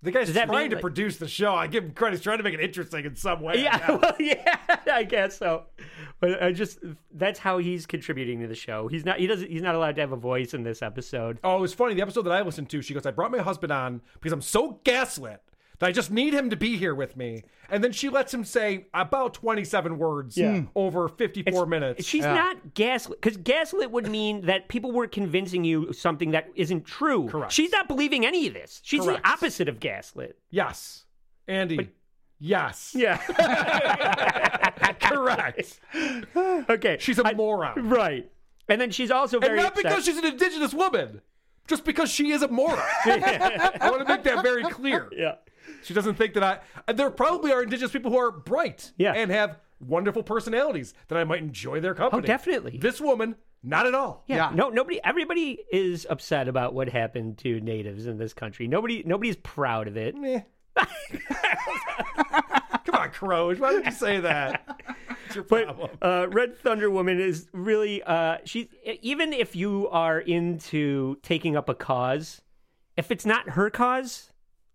Speaker 8: The guy's
Speaker 10: Does that
Speaker 8: trying
Speaker 10: mean,
Speaker 8: to
Speaker 10: like-
Speaker 8: produce the show. I give him credit. He's trying to make it interesting in some way.
Speaker 10: Yeah, well, yeah, I guess so. But I just that's how he's contributing to the show. He's not he doesn't he's not allowed to have a voice in this episode.
Speaker 8: Oh, it was funny. The episode that I listened to, she goes, I brought my husband on because I'm so gaslit that I just need him to be here with me. And then she lets him say about 27 words
Speaker 10: Yeah. Hmm.
Speaker 8: over 54 minutes.
Speaker 10: She's not gaslit because gaslit would mean that people were convincing you something that isn't true. Correct. She's not believing any of this. She's
Speaker 8: Correct.
Speaker 10: the opposite of gaslit.
Speaker 8: Yes. Andy. yes.
Speaker 10: Yeah.
Speaker 8: Correct.
Speaker 10: okay.
Speaker 8: She's a moron.
Speaker 10: Right. And then she's also
Speaker 8: And
Speaker 10: very
Speaker 8: not because
Speaker 10: upset-
Speaker 8: she's an indigenous woman, just because she is a moron. I want to make that very clear.
Speaker 10: Yeah.
Speaker 8: She doesn't think that I. and There probably are indigenous people who are bright
Speaker 10: Yeah.
Speaker 8: and have wonderful personalities that I might enjoy their company.
Speaker 10: definitely.
Speaker 8: This woman, not at all.
Speaker 10: Yeah. No, nobody. Everybody is upset about what happened to natives in this country. Nobody. Nobody's proud of it.
Speaker 8: Come on, Croge. Why would you say that? It's your problem.
Speaker 10: Uh, Red Thunder Woman is really. Uh, she. Even if you are into taking up a cause, if it's not her cause,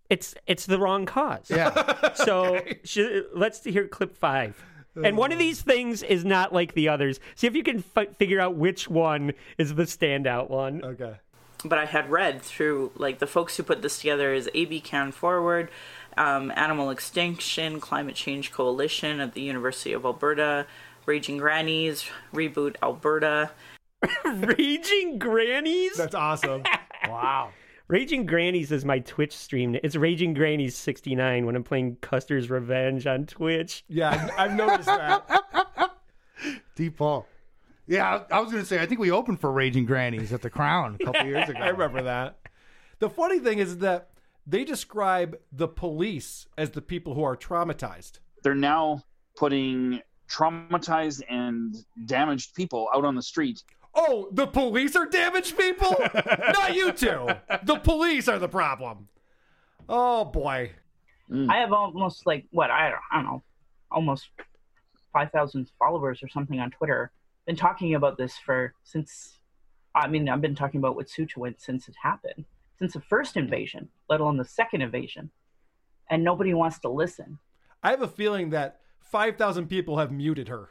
Speaker 10: it's it's the wrong cause.
Speaker 9: Yeah.
Speaker 10: so she, let's hear clip five. And one of these things is not like the others. See if you can fi- figure out which one is the standout one.
Speaker 8: Okay.
Speaker 4: but I had read through like the folks who put this together is AB Can Forward, um, Animal Extinction, Climate Change Coalition at the University of Alberta, Raging Grannies, Reboot Alberta.
Speaker 10: Raging Grannies? That's
Speaker 8: awesome. wow.
Speaker 10: Raging Grannies is my Twitch stream. It's Raging Grannies 69 when I'm playing Custer's Revenge on Twitch.
Speaker 8: Yeah, I've noticed that.
Speaker 9: Deep ball. Yeah, I I was going to say, I think we opened for Raging Grannies at the Crown a couple years ago.
Speaker 8: I remember that. The funny thing is that they describe the police as the people who are traumatized.
Speaker 2: They're now putting traumatized and damaged people out on the street
Speaker 8: Oh, the police are damaged people? Not you two. The police are the problem. Oh boy. Mm.
Speaker 13: I have almost like what I don't, I don't know, almost five thousand followers or something on Twitter. Been talking about this for since. I mean, I've been talking about Wet'suwet'en since it happened, since the first invasion, let alone the second invasion, and nobody wants to listen.
Speaker 8: I have a feeling that 5,000 people have muted her.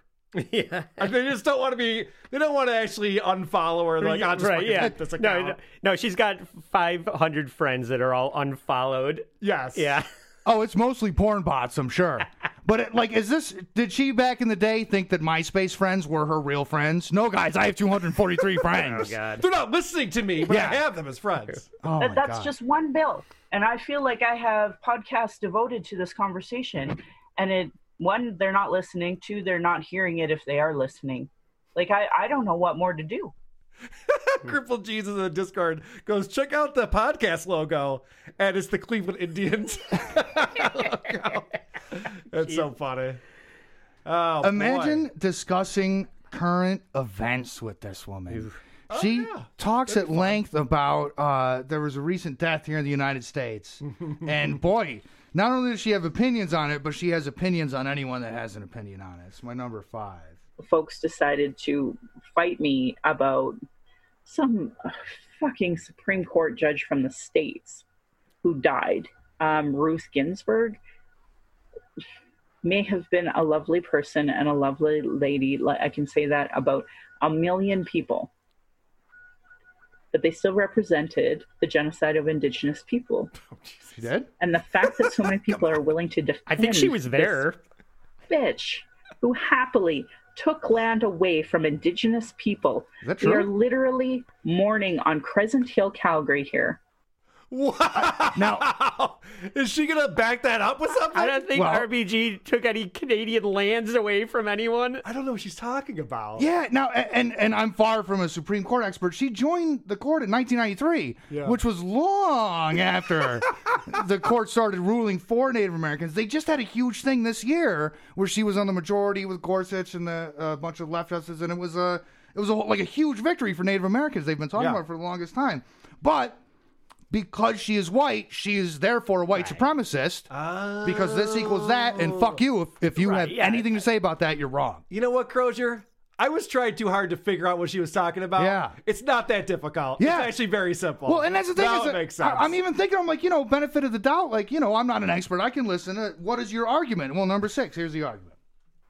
Speaker 8: Yeah. they just don't want to be, they don't want to actually unfollow her. Like, I'll just
Speaker 10: right,
Speaker 8: fucking
Speaker 10: yeah.
Speaker 8: hit this
Speaker 10: no,
Speaker 8: account.
Speaker 10: no, no, she's got 500 friends that are all unfollowed.
Speaker 8: Yes.
Speaker 10: Yeah.
Speaker 9: Oh, it's mostly porn bots, I'm sure. But it, like, is this? Did she back in the day think that MySpace friends were her real friends? No, guys, I have 243 friends.
Speaker 8: They're not listening to me, but
Speaker 9: Yeah.
Speaker 8: I have them as friends.
Speaker 9: Oh
Speaker 13: that, that's just one bill. And I feel like I have podcasts devoted to this conversation. And it one, they're not listening. Two, they're not hearing it if they are listening. Like I, I don't know what more to do.
Speaker 8: Crippled Jesus in the Discord goes, check out the podcast logo, and it's the Cleveland Indians. That's so funny. Oh, boy.
Speaker 9: Imagine discussing current events with this woman. She talks at length about uh, there was a recent death here in the United States, and boy, not only does she have opinions on it, but she has opinions on anyone that has an opinion on it. It's my number five.
Speaker 4: folks decided to fight me about some fucking Supreme Court judge from the States who died. Um, Ruth Ginsburg may have been a lovely person and a lovely lady. Like, I can say that about a million people. But they still represented the genocide of indigenous people.
Speaker 9: She did?
Speaker 4: And the fact that so many people are willing to defend
Speaker 10: I think she was
Speaker 4: this
Speaker 10: there.
Speaker 4: bitch who happily took land away from indigenous people.
Speaker 9: Is that
Speaker 4: We
Speaker 9: true?
Speaker 4: are literally mourning on Crescent Hill, Calgary here.
Speaker 8: Now, is she gonna back that up with something?
Speaker 10: I don't think
Speaker 9: Well-
Speaker 10: RBG took any Canadian lands away from anyone.
Speaker 8: I don't know what she's talking about.
Speaker 9: Yeah, now a- and and I'm far from a Supreme Court expert. She joined the court in 1993,
Speaker 8: Yeah.
Speaker 9: which was long after the court started ruling for Native Americans. They just had a huge thing this year where she was on the majority with Gorsuch and the uh, bunch of left justices, and it was a it was a, whole- like a huge victory for Native Americans. They've been talking
Speaker 8: Yeah.
Speaker 9: about it for the longest time, but because she is white, she is therefore a white supremacist. Because this equals that, and fuck you if, if you have anything to say about that, you're wrong.
Speaker 8: You know what, Crozier? I was trying too hard to figure out what she was talking about.
Speaker 9: Yeah.
Speaker 8: It's not that difficult.
Speaker 9: Yeah.
Speaker 8: It's actually very simple.
Speaker 9: Well, and that's the thing. is
Speaker 8: Now it
Speaker 9: that
Speaker 8: makes sense.
Speaker 9: I, am even thinking, I'm like, you know, benefit of the doubt. Like, you know, I'm not an expert. I can listen. Uh, what is your argument? Well, number six, here's the argument.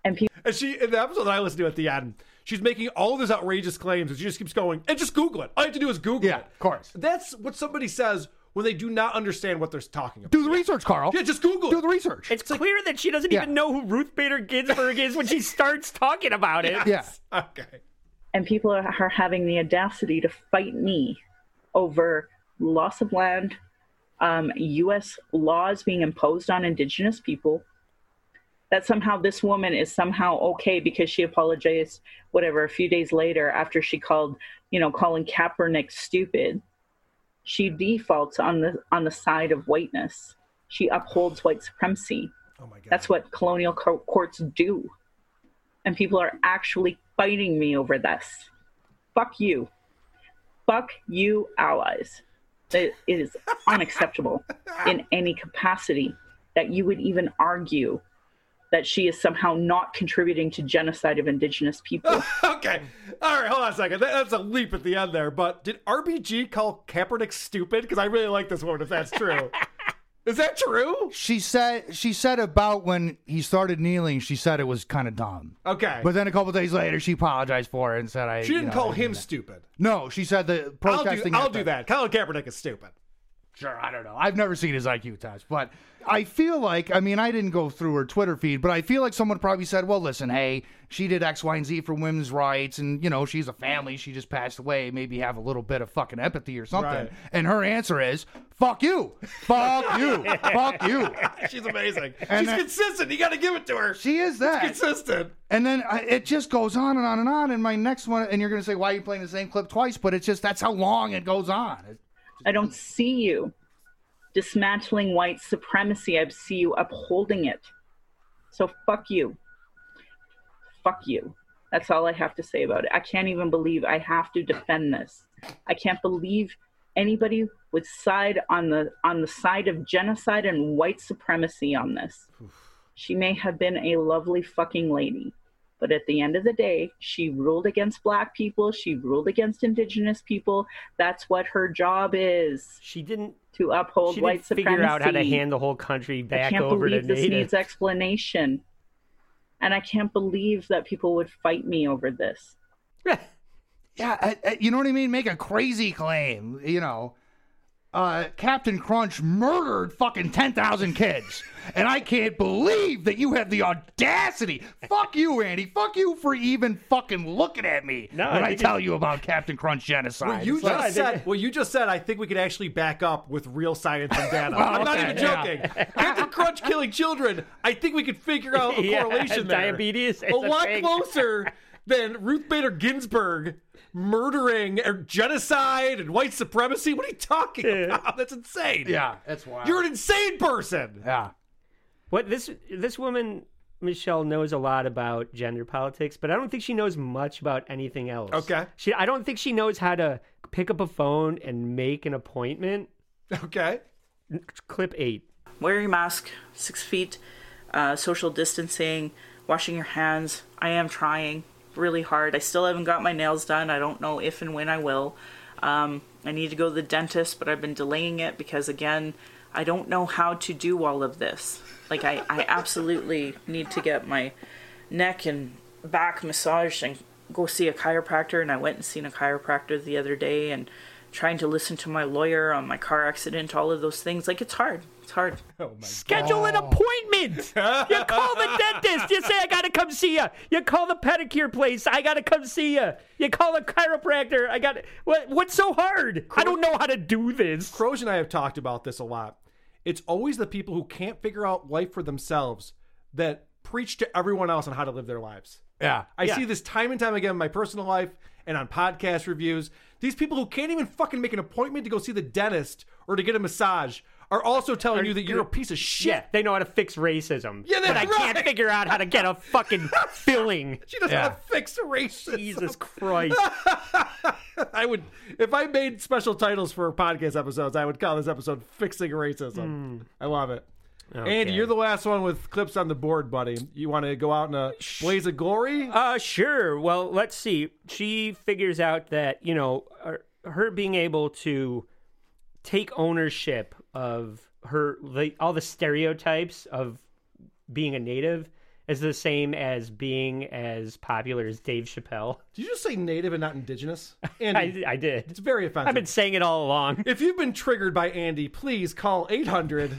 Speaker 4: And,
Speaker 8: she, in the episode that I listened to at the end, she's making all these outrageous claims and she just keeps going, and just Google it. All you have to do is Google it. Yeah, of
Speaker 9: course.
Speaker 8: That's what somebody says when they do not understand what they're talking about.
Speaker 9: Do the research, Carl.
Speaker 8: Yeah, just Google
Speaker 9: Do the research.
Speaker 10: It's, clear that she doesn't
Speaker 8: Yeah.
Speaker 10: even know who Ruth Bader Ginsburg is when she starts talking about it.
Speaker 8: Okay.
Speaker 4: And people are, are having the audacity to fight me over loss of land, um, U.S. laws being imposed on indigenous people. That somehow this woman is somehow okay because she apologized, whatever, a few days later after she called, you know, calling Kaepernick stupid. She defaults on the on the side of whiteness. She upholds white supremacy. Oh my God. That's what colonial co- courts do. And people are actually fighting me over this. Fuck you. Fuck you, allies. It it is unacceptable in any capacity that you would even argue that she is somehow not contributing to genocide of indigenous people.
Speaker 8: okay. All right, hold on a second. That, that's a leap at the end there, but did RBG call Kaepernick stupid? Because I really like this woman if that's true. Is that true?
Speaker 9: She said she said about when he started kneeling. She said it was kind of dumb.
Speaker 8: Okay.
Speaker 9: But then a couple days later, she apologized for it and said, "I."
Speaker 8: she
Speaker 9: you
Speaker 8: didn't
Speaker 9: know,
Speaker 8: call
Speaker 9: I-
Speaker 8: him stupid.
Speaker 9: No, she said the
Speaker 8: I'll do,
Speaker 9: protesting.
Speaker 8: I'll do that. Colin Kaepernick is stupid.
Speaker 9: Sure, I don't know. I've never seen his IQ test, but I feel like I mean I didn't go through her Twitter feed, but I feel like someone probably said, "Well, listen, hey, she did X, Y, and Z for women's rights, and you know she's a family. She just passed away. Maybe have a little bit of fucking empathy or something."
Speaker 8: Right.
Speaker 9: And her answer is, "Fuck you, fuck you, fuck you."
Speaker 8: She's amazing.
Speaker 9: And
Speaker 8: She's
Speaker 9: that-
Speaker 8: consistent. You got to give it to her.
Speaker 9: She is that
Speaker 8: She's consistent.
Speaker 9: And then I, it just goes on and on and on. And my next one, and you're gonna say, "Why are you playing the same clip twice?" But it's just that's how long it goes on.
Speaker 4: I don't see you dismantling white supremacy. I see you upholding it. So fuck you. Fuck you.
Speaker 17: That's all I have to say about it. I can't even believe I have to defend this. I can't believe anybody would side on the on the side of genocide and white supremacy on this. She may have been a lovely fucking lady, but at the end of the day, she ruled against black people, she ruled against indigenous people. That's what her job is.
Speaker 10: She didn't
Speaker 17: to uphold
Speaker 10: She
Speaker 17: white
Speaker 10: didn't figure
Speaker 17: supremacy.
Speaker 10: out how to hand the whole country
Speaker 17: I
Speaker 10: back
Speaker 17: can't
Speaker 10: over to
Speaker 17: believe this
Speaker 10: native.
Speaker 17: needs explanation. And I can't believe that people would fight me over this.
Speaker 9: Yeah, I, I- you know what I mean? Make a crazy claim, you know. Uh, Captain Crunch murdered fucking 10,000 kids. And I can't believe that you have the audacity. Fuck you, Andy. Fuck you for even fucking looking at me
Speaker 8: No, I
Speaker 9: when I,
Speaker 8: think
Speaker 9: tell
Speaker 8: it-
Speaker 9: you about Captain Crunch genocide.
Speaker 8: Well, you
Speaker 9: It's like-
Speaker 8: just said. Well, you just said. I think we could actually back up with real science and data.
Speaker 9: Well,
Speaker 8: I'm not
Speaker 9: okay,
Speaker 8: even
Speaker 9: yeah.
Speaker 8: joking. After crunch killing children, I think we could figure out a
Speaker 10: Yeah,
Speaker 8: correlation there.
Speaker 10: diabetes is
Speaker 8: a
Speaker 10: a
Speaker 8: lot
Speaker 10: thing.
Speaker 8: closer than Ruth Bader Ginsburg murdering or genocide and white supremacy. What are you talking about? That's insane.
Speaker 9: Yeah, that's wild.
Speaker 8: You're an insane person.
Speaker 9: Yeah.
Speaker 10: What this this woman Michelle knows a lot about gender politics, but I don't think she knows much about anything else.
Speaker 8: Okay.
Speaker 10: She I don't think she knows how to pick up a phone and make an appointment.
Speaker 8: Okay.
Speaker 10: Clip 8.
Speaker 4: Wear your mask, six feet, uh, social distancing, washing your hands. I am trying really hard. I still haven't got my nails done. I don't know if and when I will. Um, I need to go to the dentist, but I've been delaying it because, again, I don't know how to do all of this. Like, I, I absolutely need to get my neck and back massaged and go see a chiropractor. And I went and seen a chiropractor the other day and trying to listen to my lawyer on my car accident, all of those things. Like, it's hard. It's hard.
Speaker 10: Schedule an appointment. you call the dentist. You say I gotta come see you. You call the pedicure place. I gotta come see you. You call the chiropractor. I got what? What's so hard? I don't know how to do this.
Speaker 8: Croge and I have talked about this a lot. It's always the people who can't figure out life for themselves that preach to everyone else on how to live their lives.
Speaker 9: Yeah.
Speaker 8: I
Speaker 9: Yeah.
Speaker 8: see this time and time again in my personal life and on podcast reviews. These people who can't even fucking make an appointment to go see the dentist or to get a massage are also telling you that you're a piece of shit.
Speaker 10: Yeah, they know how to fix racism.
Speaker 8: Yeah, that's
Speaker 10: but I can't
Speaker 8: right.
Speaker 10: figure out how to get a fucking filling.
Speaker 8: She doesn't
Speaker 10: yeah.
Speaker 8: want to fix racism.
Speaker 10: Jesus Christ.
Speaker 8: I would, if I made special titles for podcast episodes, I would call this episode "Fixing Racism." I love it. Andy,
Speaker 10: Hmm. Okay.
Speaker 8: you're the last one with clips on the board, buddy. You want to go out in a blaze of glory?
Speaker 10: Uh, sure. Well, let's see. She figures out that you know her- her being able to take ownership of her the, all the stereotypes of being a native is the same as being as popular as Dave Chappelle.
Speaker 8: Did you just say native and not indigenous?
Speaker 10: I, I did.
Speaker 8: It's very offensive.
Speaker 10: I've been saying it all along.
Speaker 8: If you've been triggered by Andy, please call 800.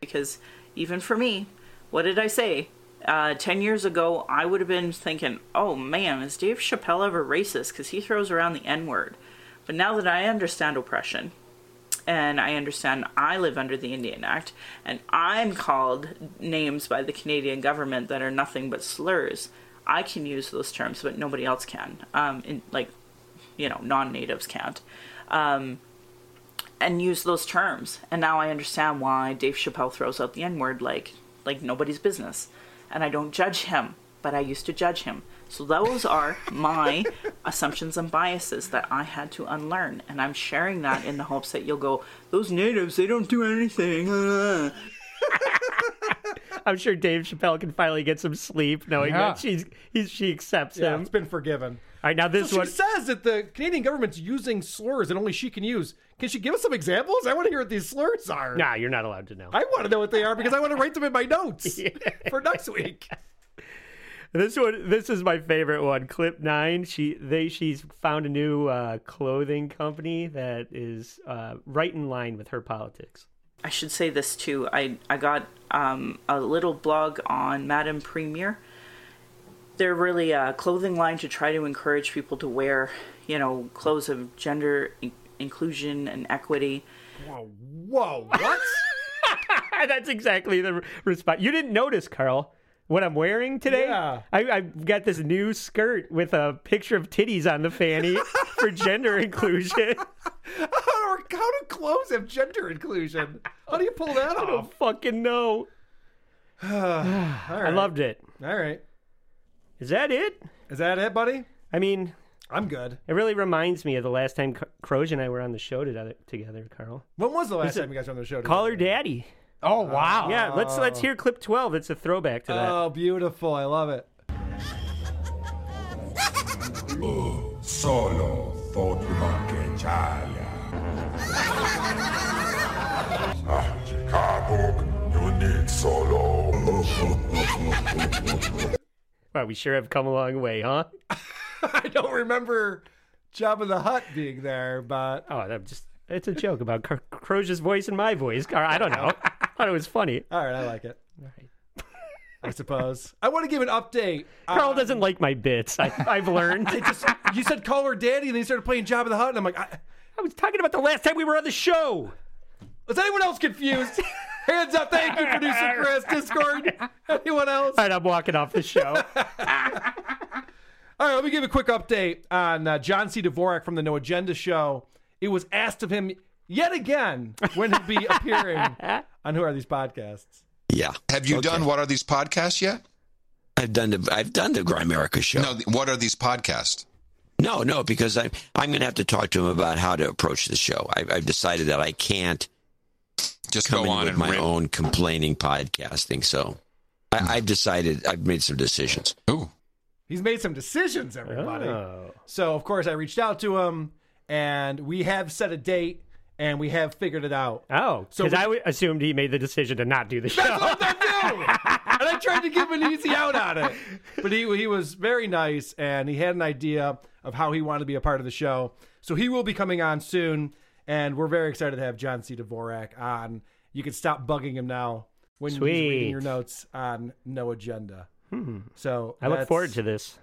Speaker 4: because even for me, what did I say? Uh, 10 years ago, I would have been thinking, oh man, is Dave Chappelle ever racist? Because he throws around the N word. But now that I understand oppression, and I understand I live under the Indian Act, and I'm called names by the Canadian government that are nothing but slurs, I can use those terms, but nobody else can. Um, in, like, you know, non natives can't. Um, and use those terms. And now I understand why Dave Chappelle throws out the N word like like nobody's business. And I don't judge him, but I used to judge him. So those are my assumptions and biases that I had to unlearn. And I'm sharing that in the hopes that you'll go, those natives, they don't do anything. uh."
Speaker 10: I'm sure Dave Chappelle can finally get some sleep knowing
Speaker 8: Yeah.
Speaker 10: that she's he's, she accepts
Speaker 8: Yeah,
Speaker 10: him.
Speaker 8: it's been forgiven.
Speaker 10: All right, now this
Speaker 8: so
Speaker 10: one.
Speaker 8: she says that the Canadian government's using slurs that only she can use. Can she give us some examples? I want to hear what these slurs are.
Speaker 10: Nah, you're not allowed to know.
Speaker 8: I want to know what they are because I want to write them in my notes for next week.
Speaker 10: This one, this is my favorite one. Clip nine. She they she's found a new uh, clothing company that is uh, right in line with her politics.
Speaker 4: I should say this too. I I got um, a little blog on Madame Premier. They're really a clothing line to try to encourage people to wear, you know, clothes of gender in- inclusion and equity.
Speaker 8: Whoa, whoa, what?
Speaker 10: That's exactly the re- response. You didn't notice, Carl, what I'm wearing today.
Speaker 8: Yeah.
Speaker 10: I, I've got this new skirt with a picture of titties on the fanny for gender inclusion.
Speaker 8: How do, how do clothes have gender inclusion? How do you pull that off? I don't
Speaker 10: fucking know.
Speaker 8: I
Speaker 10: loved it.
Speaker 8: All right.
Speaker 10: Is that it?
Speaker 8: Is that it, buddy?
Speaker 10: I mean,
Speaker 8: I'm good.
Speaker 10: It really reminds me of the last time Car- Croge and I were on the show together, together Carl.
Speaker 8: When was the last
Speaker 10: This is-
Speaker 8: time you guys were on the show?
Speaker 10: Call her daddy.
Speaker 9: Oh
Speaker 8: wow.
Speaker 10: Yeah, let's let's hear clip twelve. It's a throwback to that.
Speaker 8: Oh, beautiful. I love it.
Speaker 18: Solo thought che c'hai. Ah, Chicago, you need solo.
Speaker 10: Wow, we sure have come a long way, huh?
Speaker 8: I don't remember Job of the Hut being there, but
Speaker 10: oh, that just it's a joke about Car- Croge's voice and my voice. Car- I don't know. I thought it was funny.
Speaker 8: All right, I like it. I suppose. I want to give an update.
Speaker 10: Carl doesn't like my bits. I, I've learned.
Speaker 8: It just, you said call her daddy, and then you started playing Job of the Hut, and I'm like, I,
Speaker 10: I was talking about the last time we were on the show.
Speaker 8: Was anyone else confused? Hands up. Thank you, producer Chris. Discord. Anyone else?
Speaker 10: All right, I'm walking off the show.
Speaker 8: All right, let me give a quick update on uh, John C. Dvorak from the No Agenda show. It was asked of him yet again when he'll be appearing on Who Are These Podcasts.
Speaker 19: Yeah. Have you done what are these podcasts yet? I've done the I've done the Grime America show. No, what are these podcasts? No, no, because I'm I'm going to have to talk to him about how to approach the show. I, I've decided that I can't just come
Speaker 20: go
Speaker 19: in
Speaker 20: on
Speaker 19: with
Speaker 20: and
Speaker 19: my
Speaker 20: rip.
Speaker 19: own complaining podcasting. So I, I've decided I've made some decisions. Ooh,
Speaker 8: He's made some decisions, everybody.
Speaker 19: Oh.
Speaker 8: So, of course, I reached out to him, and we have set a date, and we have figured it out.
Speaker 10: Oh,
Speaker 8: So
Speaker 10: because
Speaker 8: we-
Speaker 10: I w- assumed he made the decision to not do the show.
Speaker 8: and I tried to give him an easy out on it. But he he was very nice, and he had an idea of how he wanted to be a part of the show. So he will be coming on soon, and we're very excited to have John C. Dvorak on. You can stop bugging him now when he's reading
Speaker 10: Sweet.
Speaker 8: your notes on No Agenda.
Speaker 10: Hmm.
Speaker 8: So
Speaker 10: I look
Speaker 8: that's-
Speaker 10: forward to this.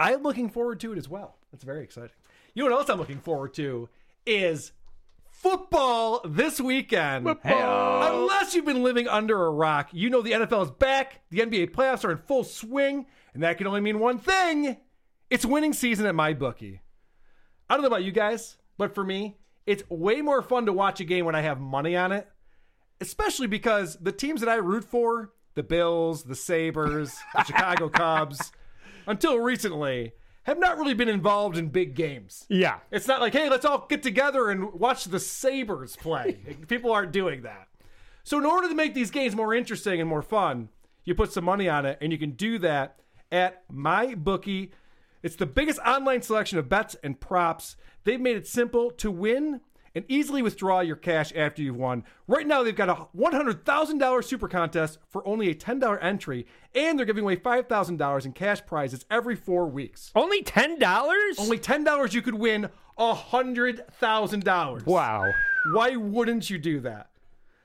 Speaker 8: I'm looking forward to it as well. That's very exciting. You know what else I'm looking forward to is football this weekend. Unless you've been living under a rock, you know the NFL is back. The NBA playoffs are in full swing, and that can only mean one thing: it's winning season at my bookie. I don't know about you guys, but for me, it's way more fun to watch a game when I have money on it especially because the teams that I root for, the Bills, the Sabres, the Chicago Cubs, until recently, have not really been involved in big games.
Speaker 10: Yeah.
Speaker 8: It's not like, hey, let's all get together and watch the Sabres play. People aren't doing that. So, in order to make these games more interesting and more fun, you put some money on it, and you can do that at MyBookie. It's the biggest online selection of bets and props. They've made it simple to win and easily withdraw your cash after you've won. Right now, they've got a $100,000 super contest for only a $10 entry, and they're giving away $5,000 in cash prizes every four weeks.
Speaker 10: Only $10?
Speaker 8: Only $10 you could win $100,000.
Speaker 10: Wow.
Speaker 8: Why wouldn't you do that?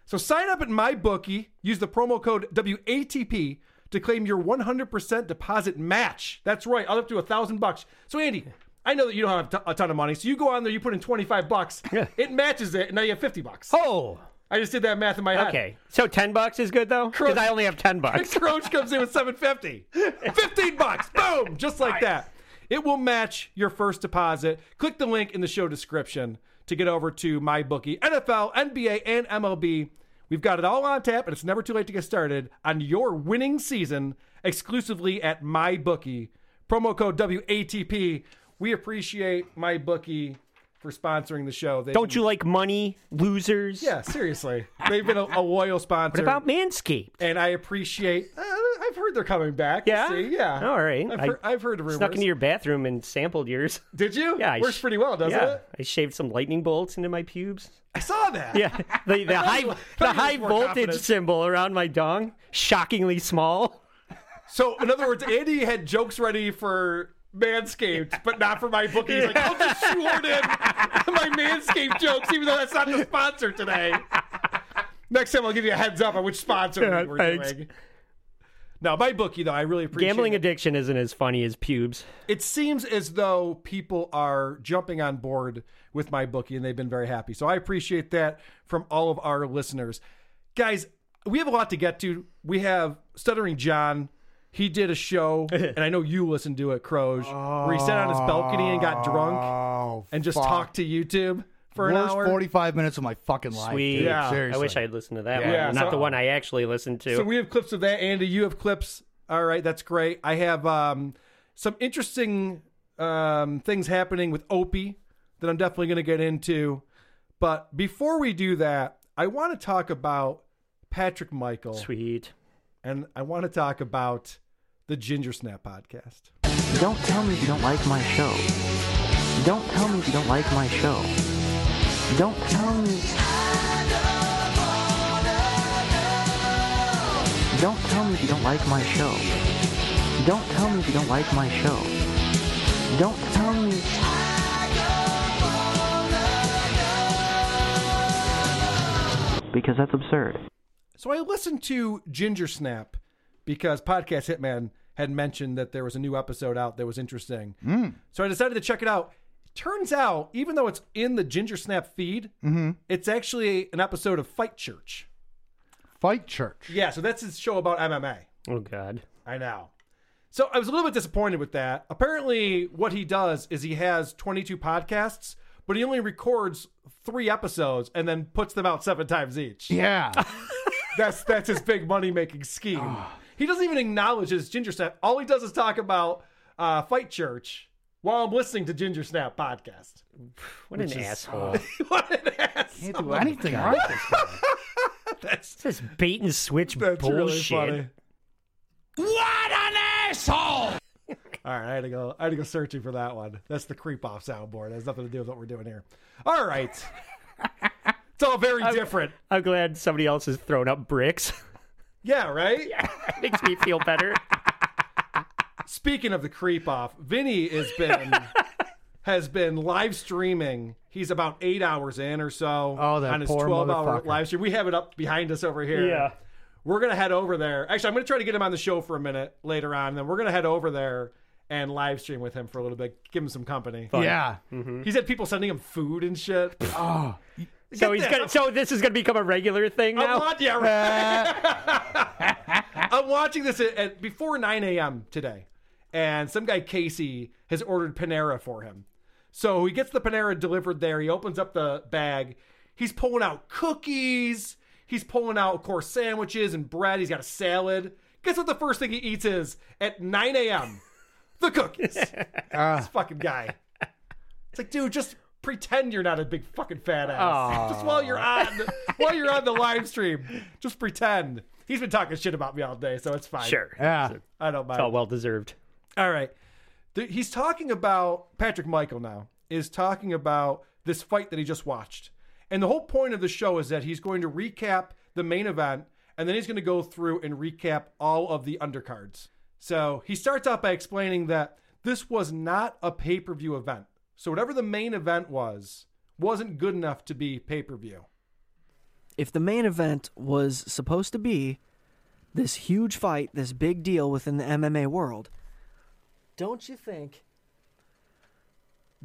Speaker 8: So sign up at MyBookie, use the promo code WATP to claim your 100% deposit match. That's right, up to a thousand bucks. So Andy, I know that you don't have t- a ton of money, so you go on there, you put in 25 bucks, it matches it, and now you have 50 bucks.
Speaker 10: Oh,
Speaker 8: I just did that math in my head.
Speaker 10: Okay. So 10 bucks is good, though? Because I only have 10 bucks.
Speaker 8: Croach comes in with 750. 15 bucks. Boom. Just like that. It will match your first deposit. Click the link in the show description to get over to MyBookie, NFL, NBA, and MLB. We've got it all on tap, and it's never too late to get started on your winning season exclusively at MyBookie. Promo code WATP. We appreciate MyBookie for sponsoring the show. They've
Speaker 10: Don't you like money, losers?
Speaker 8: Yeah, seriously. They've been a, a loyal
Speaker 10: What
Speaker 8: sponsor.
Speaker 10: about Manscaped?
Speaker 8: And I appreciate. Uh, I've heard they're coming back.
Speaker 10: Yeah?
Speaker 8: See, yeah.
Speaker 10: All right.
Speaker 8: I've,
Speaker 10: I
Speaker 8: heard, I've heard rumors.
Speaker 10: Snuck into your bathroom and sampled yours.
Speaker 8: Did you?
Speaker 10: Yeah. I
Speaker 8: Works pretty well, doesn't
Speaker 10: yeah,
Speaker 8: it?
Speaker 10: I shaved some lightning bolts into my pubes.
Speaker 8: I saw that.
Speaker 10: Yeah. The, the
Speaker 8: I thought
Speaker 10: high,
Speaker 8: you- I
Speaker 10: the
Speaker 8: thought you
Speaker 10: high
Speaker 8: was more
Speaker 10: voltage
Speaker 8: confident.
Speaker 10: symbol around my dong, shockingly small.
Speaker 8: So, in other words, Andy had jokes ready for Manscaped, but not for my bookie. He's like, I'll just shoehorn in my Manscaped jokes, even though that's not the sponsor today. Next time, I'll give you a heads up on which sponsor
Speaker 10: Yeah,
Speaker 8: we're
Speaker 10: thanks.
Speaker 8: doing. Now, my bookie, though, I really appreciate
Speaker 10: Gambling
Speaker 8: it.
Speaker 10: addiction isn't as funny as pubes.
Speaker 8: it seems as though people are jumping on board with my bookie and they've been very happy. So I appreciate that from all of our listeners. Guys, we have a lot to get to. We have Stuttering John. He did a show, and I know you listened to it, Croge, where he sat on his balcony and got drunk and just
Speaker 9: Oh, fuck.
Speaker 8: talked to YouTube for an
Speaker 9: Worst
Speaker 8: hour.
Speaker 9: 45 minutes of my fucking life.
Speaker 10: Sweet.
Speaker 9: dude.
Speaker 10: I
Speaker 9: Seriously.
Speaker 10: wish I had listened to that
Speaker 9: Yeah. Yeah,
Speaker 10: one. Not
Speaker 9: so-
Speaker 10: the one I actually listened to.
Speaker 8: So we have clips of that. Andy, you have clips. All right, that's great. I have um, some interesting um, things happening with Opie that I'm definitely going to get into. But before we do that, I want to talk about Patrick Michael.
Speaker 10: Sweet.
Speaker 8: And I want to talk about the Ginger Snap podcast.
Speaker 20: Don't tell me you don't like my show. Don't tell me you don't like my show. Don't tell me. Don't tell me you don't like my show. Don't tell me you don't like my show. Don't tell me. Because that's absurd.
Speaker 8: So I listened to Ginger Snap because Podcast Hitman had mentioned that there was a new episode out that was interesting.
Speaker 9: Mm.
Speaker 8: So I decided to check it out. Turns out, even though it's in the Ginger Snap feed,
Speaker 9: Mm-hmm.
Speaker 8: it's actually an episode of Fight Church.
Speaker 9: Fight Church.
Speaker 8: Yeah, so that's his show about MMA.
Speaker 10: Oh God.
Speaker 8: I know. So I was a little bit disappointed with that. Apparently, what he does is he has 22 podcasts, but he only records three episodes and then puts them out seven times each.
Speaker 9: Yeah.
Speaker 8: that's that's his big money making scheme. he doesn't even acknowledge his Ginger Snap. All he does is talk about uh, Fight Church while I'm listening to Ginger Snap podcast.
Speaker 10: What an
Speaker 8: Which is- uh,
Speaker 10: asshole.
Speaker 9: Can't do anything right. This
Speaker 8: Oh That's
Speaker 10: this bait and switch
Speaker 8: really
Speaker 10: bullshit.
Speaker 8: funny.
Speaker 10: What an asshole!
Speaker 8: All right, I had to go. I had to go searching for that one. That's the creep off soundboard. It has nothing to do with what we're doing here. All right, it's all very different.
Speaker 10: I'm glad somebody else has thrown up bricks.
Speaker 8: Yeah, right.
Speaker 10: makes me feel better.
Speaker 8: Speaking of the creep off, Vinny has been has been live streaming. He's about eight hours in or so.
Speaker 9: Oh, that
Speaker 8: on his
Speaker 9: poor
Speaker 8: hour
Speaker 9: motherfucker.
Speaker 8: live stream. We have it up behind us over here.
Speaker 9: Yeah.
Speaker 8: We're gonna head over there. Actually, I'm gonna try to get him on the show for a minute later on. Then we're gonna head over there and live stream with him for a little bit, give him some company.
Speaker 10: Fun. Yeah. Mhm.
Speaker 8: He's had people sending him food and shit.
Speaker 9: oh.
Speaker 10: So he's gonna. So this is gonna become a regular thing now.
Speaker 8: I'm watching, yeah, right. I'm watching this at, at before 9 a.m. today, and some guy Casey has ordered Panera for him. So he gets the Panera delivered there. He opens up the bag. He's pulling out cookies. He's pulling out, of course, sandwiches and bread. He's got a salad. Guess what? The first thing he eats is at 9 a.m. The cookies. this fucking guy. It's like, dude, just pretend you're not a big fucking fat ass.
Speaker 10: Aw.
Speaker 8: Just while you're on while you're on the live stream, just pretend. He's been talking shit about me all day, so it's fine.
Speaker 10: Sure.
Speaker 9: Yeah.
Speaker 8: I don't
Speaker 10: It's
Speaker 8: mind.
Speaker 10: all well deserved.
Speaker 8: All right. Th- He's talking about Patrick Michael now is talking about this fight that he just watched. And the whole point of the show is that he's going to recap the main event and then he's going to go through and recap all of the undercards. So he starts out by explaining that this was not a pay per view event. So whatever the main event was, wasn't good enough to be pay per view.
Speaker 21: if the main event was supposed to be this huge fight, this big deal within the MMA world, don't you think?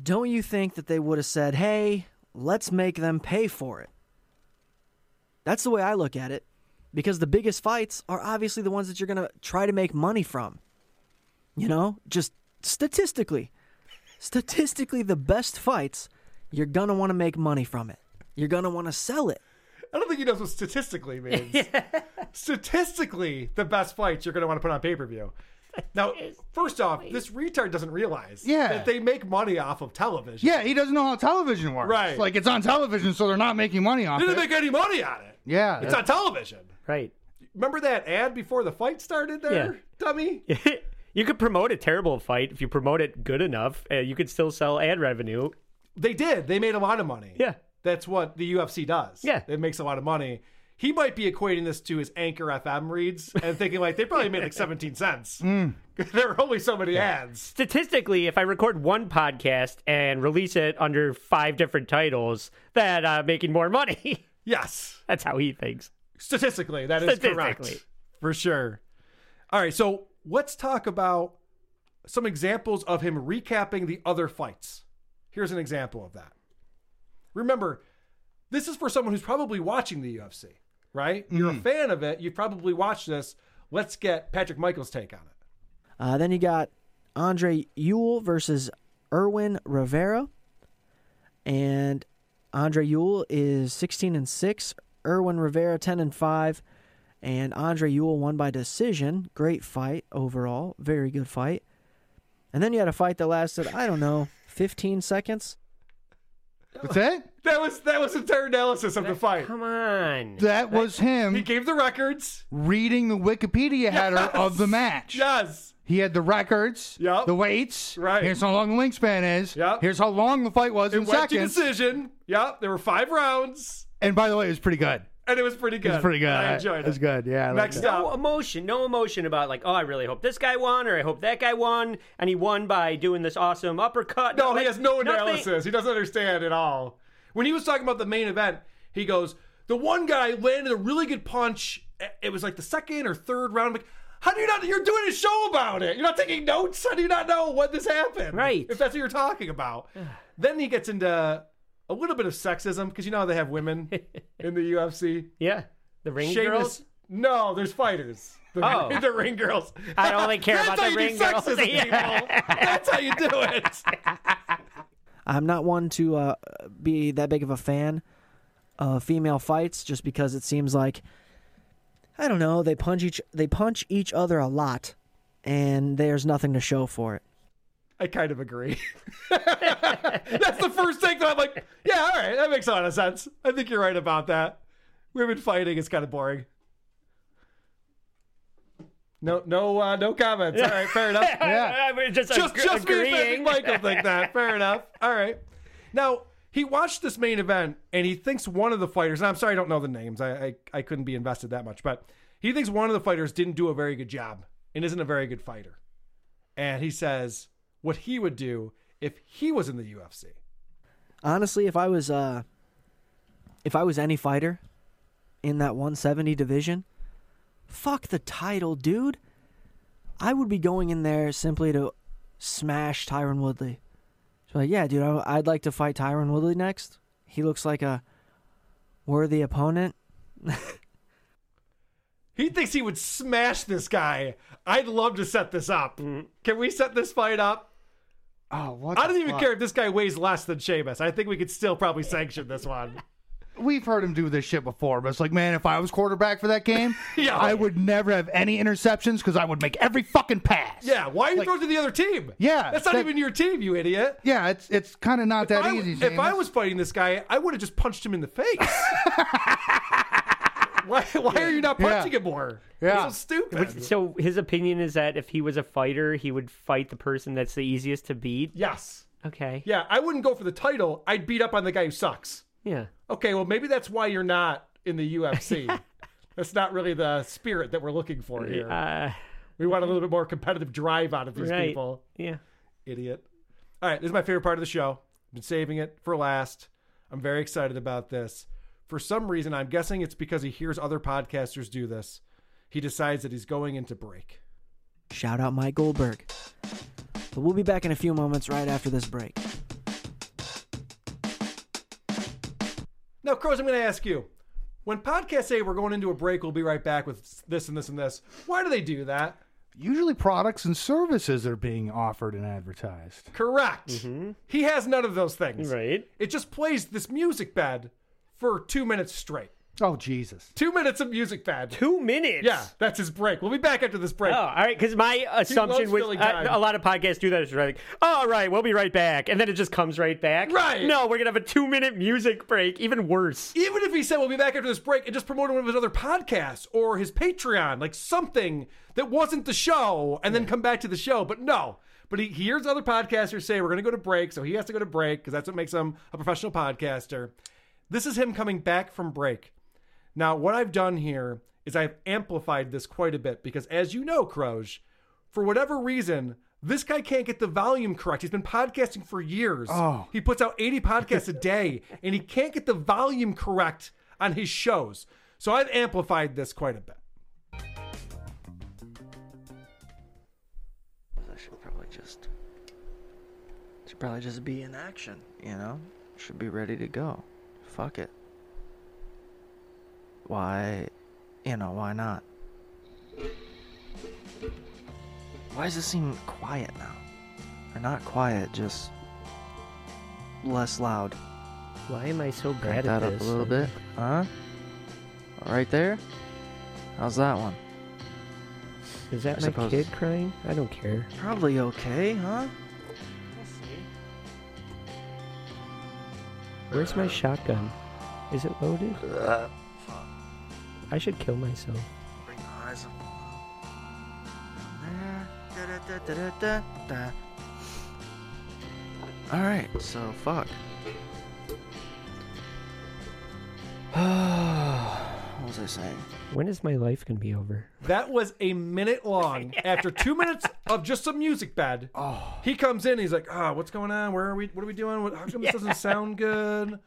Speaker 21: Don't you think that they would have said, hey, let's make them pay for it? That's the way I look at it. Because the biggest fights are obviously the ones that you're going to try to make money from. You know, just statistically. Statistically, the best fights, you're going to want to make money from it. You're going to want to sell it.
Speaker 8: I don't think he knows what statistically means. statistically, the best fights you're going to want to put on pay per view. Now, first off, this retard doesn't realize
Speaker 9: Yeah.
Speaker 8: that they make money off of television.
Speaker 9: Yeah, he doesn't know how television works.
Speaker 8: Right.
Speaker 9: Like it's on television, so they're not making money
Speaker 8: They
Speaker 9: off
Speaker 8: didn't
Speaker 9: it.
Speaker 8: make any money on it.
Speaker 9: yeah.
Speaker 8: It's on television.
Speaker 10: Right.
Speaker 8: Remember that ad before the fight started there,
Speaker 10: Yeah.
Speaker 8: dummy?
Speaker 10: You could promote a terrible fight if you promote it good enough. Uh, you could still sell ad revenue.
Speaker 8: They did. They made a lot of money.
Speaker 10: Yeah.
Speaker 8: That's what the UFC does. Yeah. It makes a lot of money. He might be equating this to his Anchor FM reads and thinking, like, they probably made like 17 cents. there are only so many ads.
Speaker 10: Statistically, if I record one podcast and release it under five different titles, that I'm making more money.
Speaker 8: Yes.
Speaker 10: That's how he thinks.
Speaker 8: Statistically, that is
Speaker 10: Statistically.
Speaker 8: correct. For sure. All right, so let's talk about some examples of him recapping the other fights. Here's an example of that. Remember, this is for someone who's probably watching the UFC, right? You're a fan of it, you've probably watched this. Let's get Patrick Michaels' take on it.
Speaker 21: Uh, then you got Andre Yule versus Erwin Rivera, and Andre Yule is 16 and six. Erwin Rivera 10 and five, and Andre Yule won by decision. Great fight overall, very good fight. And then you had a fight that lasted, I don't know, 15 seconds.
Speaker 9: That's it?
Speaker 8: That was that was entire analysis of the fight. Come
Speaker 10: on.
Speaker 9: That was him. He
Speaker 8: gave the records.
Speaker 9: Reading the Wikipedia header of the match.
Speaker 8: Yes.
Speaker 9: He had the records,
Speaker 8: Yep.
Speaker 9: the weights.
Speaker 8: Right.
Speaker 9: Here's how long the wingspan is.
Speaker 8: Yep.
Speaker 9: Here's how long the fight was
Speaker 8: It
Speaker 9: in
Speaker 8: went to
Speaker 9: seconds.
Speaker 8: decision. Yep, there were five rounds,
Speaker 9: And by the way, it was pretty good.
Speaker 8: and it was pretty
Speaker 9: It
Speaker 8: good.
Speaker 9: was pretty good.
Speaker 8: I enjoyed
Speaker 9: It
Speaker 8: it.
Speaker 9: was good. Yeah. I liked it.
Speaker 10: No emotion, no emotion about like, oh, I really hope this guy won, or I hope that guy won, and he won by doing this awesome uppercut.
Speaker 8: No,
Speaker 10: like,
Speaker 8: he has no
Speaker 10: nothing-
Speaker 8: analysis. He doesn't understand at all. When he was talking about the main event, he goes, "The one guy landed a really good punch. It was like the second or third round. I'm like, how do you not? You're doing a show about it. You're not taking notes. How do you not know when this happened? Right? If that's what you're talking about. then he gets into a little bit of sexism because you know how they have women in the UFC.
Speaker 10: Yeah, the ring girls?
Speaker 8: No, there's fighters. The,
Speaker 10: Oh.
Speaker 8: the ring girls.
Speaker 10: I only care
Speaker 8: That's
Speaker 10: about
Speaker 8: how
Speaker 10: the
Speaker 8: you
Speaker 10: ring
Speaker 8: do
Speaker 10: girls.
Speaker 8: sexism,
Speaker 10: Yeah.
Speaker 8: people. That's how you do it.
Speaker 21: I'm not one to uh, be that big of a fan of female fights just because it seems like I don't know, they punch each they punch each other a lot and there's nothing to show for it.
Speaker 8: I kind of agree. That's the first thing that I'm like, yeah, all right, that makes a lot of sense. I think you're right about that. Women fighting is kind of boring. No, no, uh, no comments. All right, fair enough.
Speaker 10: Yeah. I was just
Speaker 8: just,
Speaker 10: ag-
Speaker 8: just me and Magic
Speaker 10: agreeing.
Speaker 8: Michael think that. Fair enough. All right. Now he watched this main event and he thinks one of the fighters. And I'm sorry, I don't know the names. I, I I couldn't be invested that much, but he thinks one of the fighters didn't do a very good job and isn't a very good fighter. And he says what he would do if he was in the UFC.
Speaker 21: Honestly, if I was uh if I was any fighter in that 170 division, fuck the title, dude. I would be going in there simply to smash Tyron Woodley. So like, yeah, dude, I, I'd like to fight Tyron Woodley next. He looks like a worthy opponent.
Speaker 8: He thinks he would smash this guy. I'd love to set this up. Can we set this fight
Speaker 9: Mm.
Speaker 8: up?
Speaker 9: Oh, what?
Speaker 8: I
Speaker 9: the
Speaker 8: don't even
Speaker 9: fuck?
Speaker 8: care if this guy weighs less than Sheamus. I think we could still probably sanction this one.
Speaker 9: We've heard him do this shit before, but it's like, man, if I was quarterback for that game,
Speaker 8: Yeah.
Speaker 9: I would never have any interceptions because I would make every fucking pass.
Speaker 8: Yeah, why are you throwing to the other team?
Speaker 9: Yeah,
Speaker 8: that's not
Speaker 9: that-
Speaker 8: even your team, you idiot.
Speaker 9: Yeah, it's it's kind of not that
Speaker 8: I-
Speaker 9: easy.
Speaker 8: if I
Speaker 9: Seamus.
Speaker 8: was fighting this guy, I would have just punched him in the face. why? Why are you not
Speaker 10: Yeah.
Speaker 8: punching him more?
Speaker 10: Yeah.
Speaker 8: It's so stupid.
Speaker 10: Which- so his opinion is that if he was a fighter, he would fight the person that's the easiest to beat.
Speaker 8: Yes.
Speaker 10: Okay.
Speaker 8: yeah, I wouldn't go for the title. I'd beat up on the guy who sucks.
Speaker 10: Yeah.
Speaker 8: Okay, well maybe that's why you're not in the UFC. that's not really the spirit that we're looking for here.
Speaker 10: Uh,
Speaker 8: we want a little bit more competitive drive out of these
Speaker 10: Right.
Speaker 8: people.
Speaker 10: Yeah.
Speaker 8: Idiot. All right, this is my favorite part of the show. I've been saving it for last. I'm very excited about this. For some reason, I'm guessing it's because he hears other podcasters do this. He decides that he's going into break.
Speaker 21: Shout out Mike Goldberg. But we'll be back in a few moments right after this break.
Speaker 8: Now, Crows, I'm going to ask you. When podcasts say we're going into a break, we'll be right back with this and this and this, why do they do that?
Speaker 9: Usually, products and services are being offered and advertised.
Speaker 8: Correct.
Speaker 10: Mm-hmm.
Speaker 8: He has none of those things. Right. It just plays this music bed for two minutes straight.
Speaker 9: Oh Jesus!
Speaker 8: Two minutes of music bed.
Speaker 10: Two minutes.
Speaker 8: Yeah, that's his break. We'll be back after this
Speaker 10: Oh,
Speaker 8: break.
Speaker 10: all right. Because my assumption
Speaker 8: loves
Speaker 10: was
Speaker 8: filling
Speaker 10: uh,
Speaker 8: time.
Speaker 10: a lot of podcasts do that. It's like, all right, we'll be right back, and then it just comes right back.
Speaker 8: Right.
Speaker 10: No, we're gonna have a two-minute music break. Even worse.
Speaker 8: Even if he said we'll be back after this break and just promoted one of his other podcasts or his Patreon, like something that wasn't the show, and then come back to the show. But no. But he hears other podcasters say we're going to go to break, so he has to go to break because that's what makes him a professional podcaster. This is him coming back from break. Now, what I've done here is I've amplified this quite a bit because, as you know, Croge, for whatever reason, this guy can't get the volume correct. He's been podcasting for years.
Speaker 9: Oh.
Speaker 8: He puts out 80 podcasts a day and he can't get the volume correct on his shows. So I've amplified this quite a bit.
Speaker 21: I should probably just should probably just be in action, you know? Should be ready to go. Fuck it. Why you know, why not? Why does this seem quiet now? Or not quiet, just less loud.
Speaker 10: Why am I so bad
Speaker 21: Crank that
Speaker 10: at
Speaker 21: up
Speaker 10: this?
Speaker 21: a little bit. Huh? Right there? How's that one?
Speaker 10: Is that my
Speaker 21: I suppose-
Speaker 10: kid crying? I don't care.
Speaker 21: Probably okay, huh?
Speaker 10: Where's my shotgun? Is it loaded?
Speaker 21: Uh,
Speaker 10: I should kill myself.
Speaker 21: Eyes up. Da-da-da-da-da-da. All right, so fuck. what was I saying?
Speaker 10: When is my life gonna be over?
Speaker 8: That was a minute long. After two minutes of just some music bed,
Speaker 9: Oh.
Speaker 8: he comes in. He's like, "Ah, what's going on? Where are we? What are we doing? What, how come this
Speaker 5: Yeah.
Speaker 8: doesn't sound good?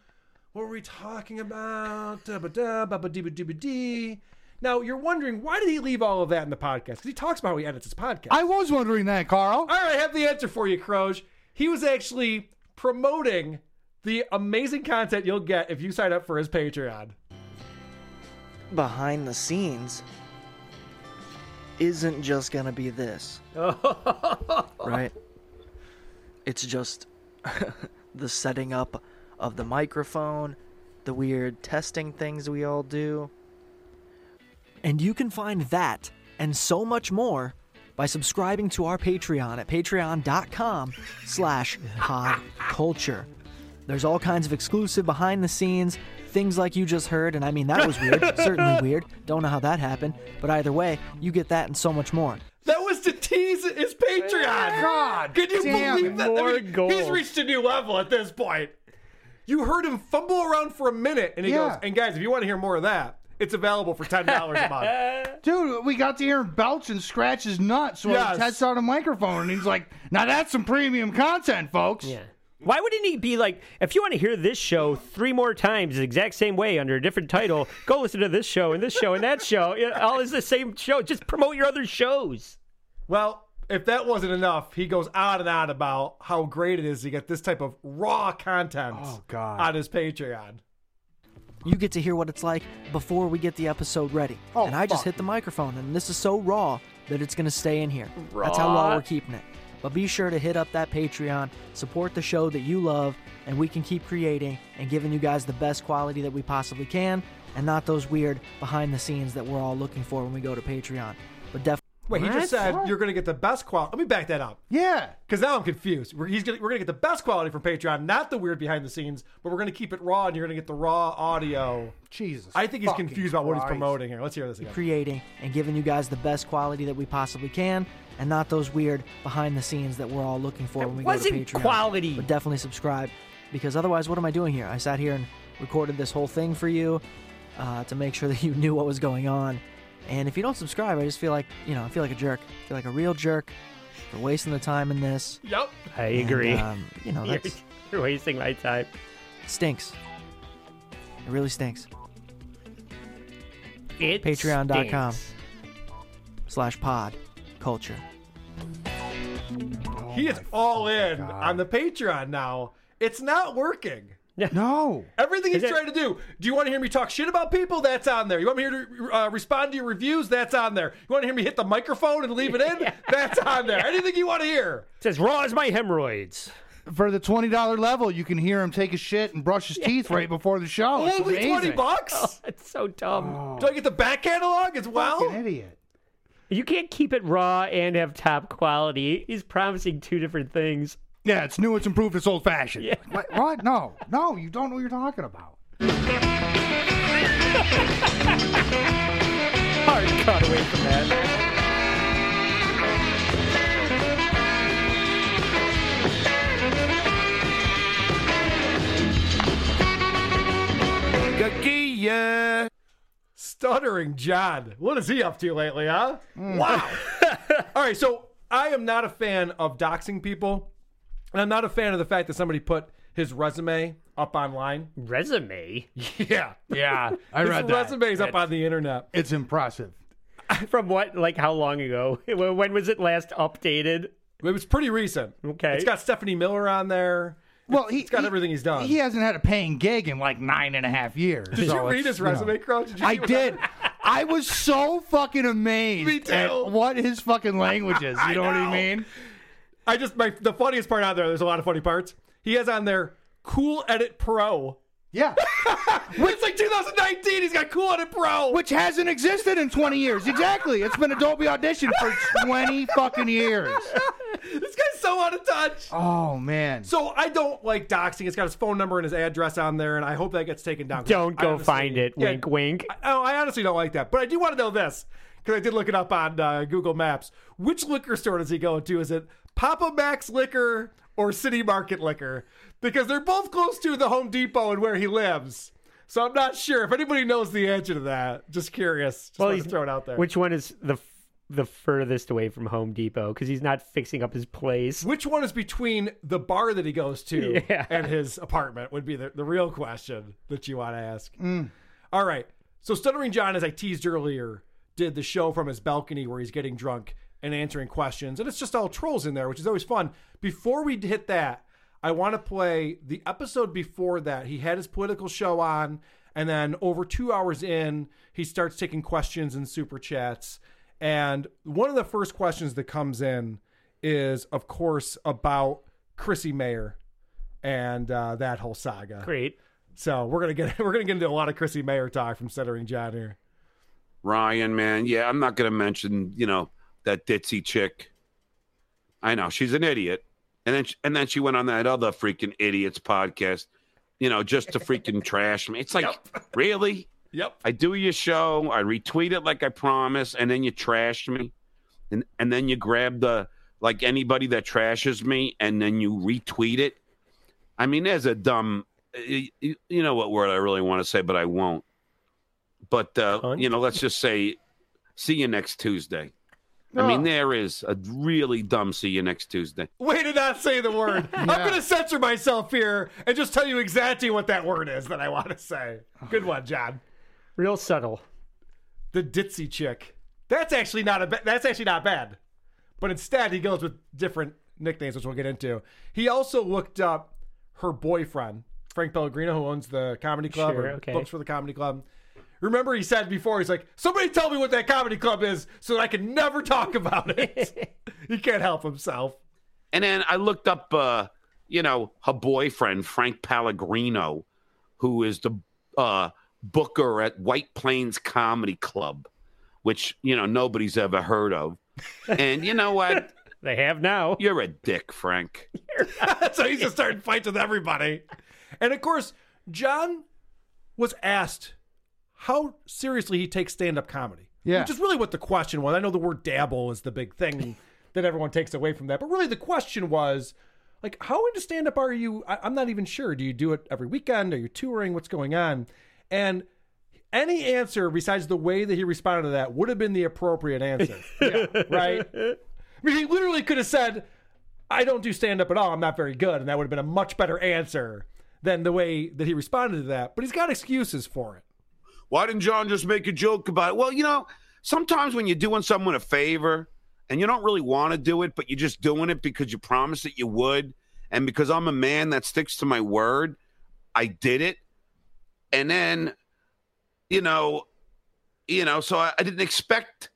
Speaker 8: What were we talking about? Da ba da ba ba dee ba dee ba dee." Now you're wondering why did he leave all of that in the podcast? Because he talks about how he edits his podcast.
Speaker 9: I was wondering that, Carl.
Speaker 8: All right, I have the answer for you, Croge. He was actually promoting the amazing content you'll get if you sign up for his Patreon.
Speaker 21: Behind the scenes isn't just gonna be this, right? It's just the setting up of the microphone, the weird testing things we all do. And you can find that and so much more by subscribing to our Patreon at patreon.com slash pod culture. There's all kinds of exclusive behind the scenes things like you just heard, and I mean that was weird, certainly weird. Don't know how that happened, but either way, you get that and so much more.
Speaker 8: That was to tease his Patreon.
Speaker 9: God,
Speaker 8: could you
Speaker 21: damn
Speaker 8: believe
Speaker 21: it.
Speaker 8: that?
Speaker 21: More
Speaker 8: He's
Speaker 21: gold.
Speaker 8: reached a new level at this point. You heard him fumble around for a minute, and he
Speaker 9: Yeah.
Speaker 8: goes, "And guys, if you want to hear more of that, it's available for ten dollars a month."
Speaker 9: Dude, we got to hear him belch and scratch his nuts while
Speaker 8: Yes.
Speaker 9: he tests out a microphone, and he's like, "Now that's some premium content, folks."
Speaker 10: Yeah. Why wouldn't he be like, if you want to hear this show three more times the exact same way under a different title, go listen to this show and this show and that show. It all is the same show. Just promote your other shows.
Speaker 8: Well, if that wasn't enough, he goes on and on about how great it is to get this type of raw content on his Patreon.
Speaker 21: You get to hear what it's like before we get the episode ready. Oh, and I just hit the microphone, and this is so raw that it's going to stay in here. That's how
Speaker 10: Raw.
Speaker 21: raw we're keeping it. But be sure to hit up that Patreon, support the show that you love, and we can keep creating and giving you guys the best quality that we possibly can, and not those weird behind the scenes that we're all looking for when we go to Patreon. But definitely.
Speaker 8: Wait, he just said you're going to get the best quality. Let me back that up.
Speaker 9: Yeah,
Speaker 8: because now I'm confused. We're, he's gonna, we're going to get the best quality from Patreon, not the weird behind the scenes, but we're going to keep it raw, and you're going to get the raw audio.
Speaker 9: Jesus,
Speaker 8: I think he's
Speaker 21: fucking
Speaker 8: confused about what he's
Speaker 21: Christ.
Speaker 8: promoting here. Let's hear this again.
Speaker 21: creating and giving you guys the best quality that we possibly can and not those weird behind the scenes that we're all looking for when we go
Speaker 10: wasn't
Speaker 21: to Patreon.
Speaker 10: quality.
Speaker 21: But definitely subscribe because otherwise what am I doing here? I sat here and recorded this whole thing for you uh, to make sure that you knew what was going on. And if you don't subscribe, I just feel like, you know, I feel like a jerk. I feel like a real jerk for wasting the time in this.
Speaker 8: Yep.
Speaker 10: I
Speaker 21: And,
Speaker 10: agree.
Speaker 21: um, you know,
Speaker 10: You're-
Speaker 21: that's-
Speaker 10: you're wasting my time.
Speaker 21: Stinks. It really stinks.
Speaker 10: It
Speaker 21: Patreon.com
Speaker 10: stinks.
Speaker 21: slash pod culture.
Speaker 8: he is all in on the Patreon now. It's not working.
Speaker 9: No.
Speaker 8: Everything he's
Speaker 9: Is it-
Speaker 8: trying to do. Do you want to hear me talk shit about people? That's on there. You want me here to uh, respond to your reviews? That's on there. You want to hear me hit the microphone and leave it in? That's on there. Anything you want to hear.
Speaker 10: It's as raw as my hemorrhoids.
Speaker 9: For the twenty dollar level, you can hear him take a shit and brush his teeth right before the show. It's
Speaker 8: Only twenty
Speaker 9: amazing.
Speaker 8: bucks.
Speaker 10: that's Oh, so dumb.
Speaker 8: Do I get the back catalog as well?
Speaker 9: Oh. idiot.
Speaker 10: You can't keep it raw and have top quality. He's promising two different things.
Speaker 9: Yeah, it's new. It's improved. It's old fashioned. What, what? No, no, you don't know what you're talking about.
Speaker 10: Hard cut away from that.
Speaker 8: Gagia. Stuttering John. What is he up to lately, huh?
Speaker 9: Hmm.
Speaker 8: Wow. All right, so I am not a fan of doxing people, and I'm not a fan of the fact that somebody put his resume up online.
Speaker 10: Resume?
Speaker 8: Yeah, yeah.
Speaker 9: I
Speaker 8: his
Speaker 9: read that.
Speaker 8: resume's up on the internet.
Speaker 9: It's impressive.
Speaker 10: From what? Like how long ago? When was it last updated?
Speaker 8: It was pretty recent.
Speaker 10: Okay.
Speaker 8: It's got Stephanie Miller on there.
Speaker 9: Well, he,
Speaker 8: it's got everything he's done.
Speaker 9: He hasn't had a paying gig in like nine and a half years.
Speaker 8: Did
Speaker 9: so
Speaker 8: you read
Speaker 9: it's,
Speaker 8: his
Speaker 9: you know.
Speaker 8: resume, Crow? Did you
Speaker 9: I
Speaker 8: see what
Speaker 9: did. I was so fucking amazed
Speaker 8: Me too.
Speaker 9: at what his fucking language is. You know, what I mean?
Speaker 8: I just my the funniest part out there. There's a lot of funny parts. He has on there Cool Edit Pro.
Speaker 9: Yeah.
Speaker 8: it's like 2019. He's got Cool Headed Pro.
Speaker 9: Which hasn't existed in 20 years. Exactly. It's been Adobe Audition for 20 fucking years.
Speaker 8: This guy's so out of touch.
Speaker 9: Oh, man.
Speaker 8: So I don't like doxing. It's got his phone number and his address on there, and I hope that gets taken down.
Speaker 10: Don't
Speaker 8: I
Speaker 10: go
Speaker 8: honestly-
Speaker 10: find it.
Speaker 8: Yeah.
Speaker 10: Wink, wink.
Speaker 8: I, oh, I honestly don't like that, but I do want to know this because I did look it up on uh, Google Maps. Which liquor store does he go to? Is it Papa Max Liquor or City Market Liquor? Because they're both close to the Home Depot and where he lives. So I'm not sure if anybody knows the answer to that. Just curious. Just well,
Speaker 10: he's-
Speaker 8: to throw it out there.
Speaker 10: Which one is the f- the furthest away from Home Depot? Because he's not fixing up his place.
Speaker 8: Which one is between the bar that he goes to
Speaker 10: Yeah.
Speaker 8: and his apartment would be the, the real question that you want to ask.
Speaker 9: Mm.
Speaker 8: All right. So Stuttering John, as I teased earlier, did the show from his balcony where he's getting drunk and answering questions. And it's just all trolls in there, which is always fun. Before we hit that, I want to play the episode before that. He had his political show on, and then over two hours in, he starts taking questions and super chats. And one of the first questions that comes in is, of course, about Chrissy Mayer and uh, that whole saga.
Speaker 10: Great.
Speaker 8: So we're gonna get we're gonna get into a lot of Chrissy Mayer talk from Centering John here.
Speaker 3: Ryan, man. Yeah, I'm not going to mention, you know, that ditzy chick. I know she's an idiot. And then, she, and then she went on that other freaking idiots podcast, you know, just to freaking trash me. It's like, really?
Speaker 8: Yep.
Speaker 3: I do your show, I retweet it like I promised, and then you trash me, and and then you grab the like anybody that trashes me, and then you retweet it. I mean, there's a dumb, you, you know what word I really want to say, but I won't. But uh, you know, let's just say, see you next Tuesday. I mean, there is a really dumb see you next Tuesday.
Speaker 8: Way to not say the word. I'm gonna censor myself here and just tell you exactly what that word is that I want to say. Good one, John.
Speaker 10: Real subtle.
Speaker 8: The ditzy chick. That's actually not a ba- that's actually not bad. But instead, he goes with different nicknames, which we'll get into. He also looked up her boyfriend, Frank Pellegrino, who owns the comedy club
Speaker 10: Sure,
Speaker 8: or
Speaker 10: okay.
Speaker 8: books for the comedy club. Remember, he said before, he's like, "Somebody tell me what that comedy club is, so that I can never talk about it." he can't help himself.
Speaker 3: And then I looked up, uh, you know, her boyfriend Frank Pellegrino, who is the uh, booker at White Plains Comedy Club, which you know nobody's ever heard of. And you know what?
Speaker 10: they have now.
Speaker 3: You're a dick, Frank.
Speaker 8: so he's just starting fights with everybody. And of course, John was asked how seriously he takes stand up comedy.
Speaker 9: Yeah.
Speaker 8: Which is really what the question was. I know the word dabble is the big thing that everyone takes away from that. But really, the question was like, how into stand up are you? I- I'm not even sure. Do you do it every weekend? Are you touring? What's going on? And any answer besides the way that he responded to that would have been the appropriate answer. right? I mean, he literally could have said, I don't do stand up at all. I'm not very good. And that would have been a much better answer than the way that he responded to that. But he's got excuses for it.
Speaker 3: Why didn't John just make a joke about it? Well, you know, sometimes when you're doing someone a favor and you don't really want to do it, but you're just doing it because you promised that you would, and because I'm a man that sticks to my word, I did it. And then, you know, you know, so I, I didn't expect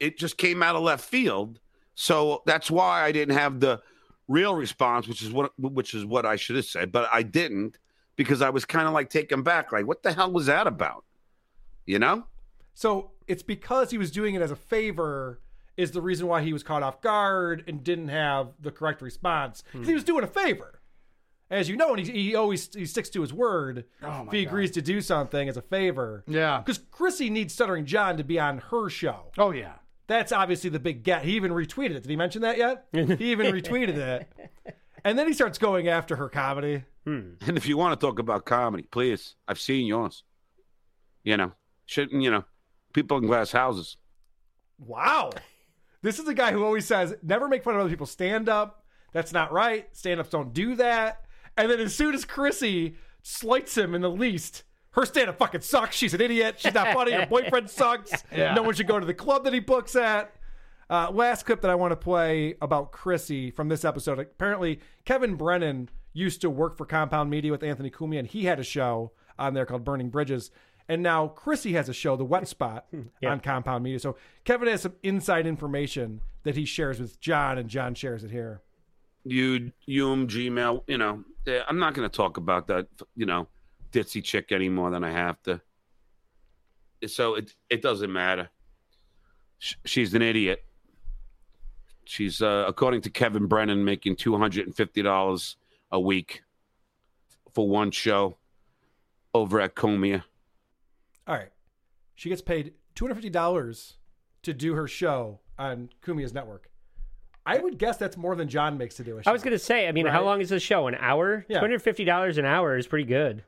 Speaker 3: it just came out of left field. So that's why I didn't have the real response, which is what which is what I should have said, but I didn't because I was kind of like taken back, like what the hell was that about? You know?
Speaker 8: So it's because he was doing it as a favor is the reason why he was caught off guard and didn't have the correct response.
Speaker 9: Hmm.
Speaker 8: 'Cause He was doing a favor. As you know, and he, he always he sticks to his word. if he agrees to do something as a favor.
Speaker 9: Oh Yeah.
Speaker 8: Because Chrissy needs Stuttering John to be on her show.
Speaker 9: Oh, yeah.
Speaker 8: That's obviously the big get. He even retweeted it. Did he mention that yet? he even retweeted it. And then he starts going after her comedy.
Speaker 3: And if you want to talk about comedy, please, I've seen yours. You know, shouldn't you know, people in glass houses.
Speaker 8: Wow. This is a guy who always says, never make fun of other people's stand up. That's not right. Stand ups don't do that. And then as soon as Chrissy slights him in the least, her stand up fucking sucks. She's an idiot. She's not funny. Her boyfriend sucks.
Speaker 3: Yeah.
Speaker 8: No one should go to the club that he books at. Uh, last clip that I want to play about Chrissy from this episode. Apparently, Kevin Brennan used to work for Compound Media with Anthony Cumia, and he had a show on there called Burning Bridges. And now Chrissy has a show, The Wet Spot, on Compound Media. So Kevin has some inside information that he shares with John, and John shares it here.
Speaker 1: um,
Speaker 3: you Hume, Gmail, you know, eh, I'm not going to talk about that, you know,
Speaker 1: ditzy chick any more than I have to. So it it doesn't matter. Sh- She's an idiot. She's uh, according to Kevin Brennan making two hundred and fifty dollars a week for one show over at Comia.
Speaker 8: All right. She gets paid $250 to do her show on Kumia's network. I would guess that's more than John makes to do a show.
Speaker 10: I was going to say, I mean, how
Speaker 8: Right.
Speaker 10: long is the show? An hour?
Speaker 8: Yeah.
Speaker 10: $250 an hour is pretty good.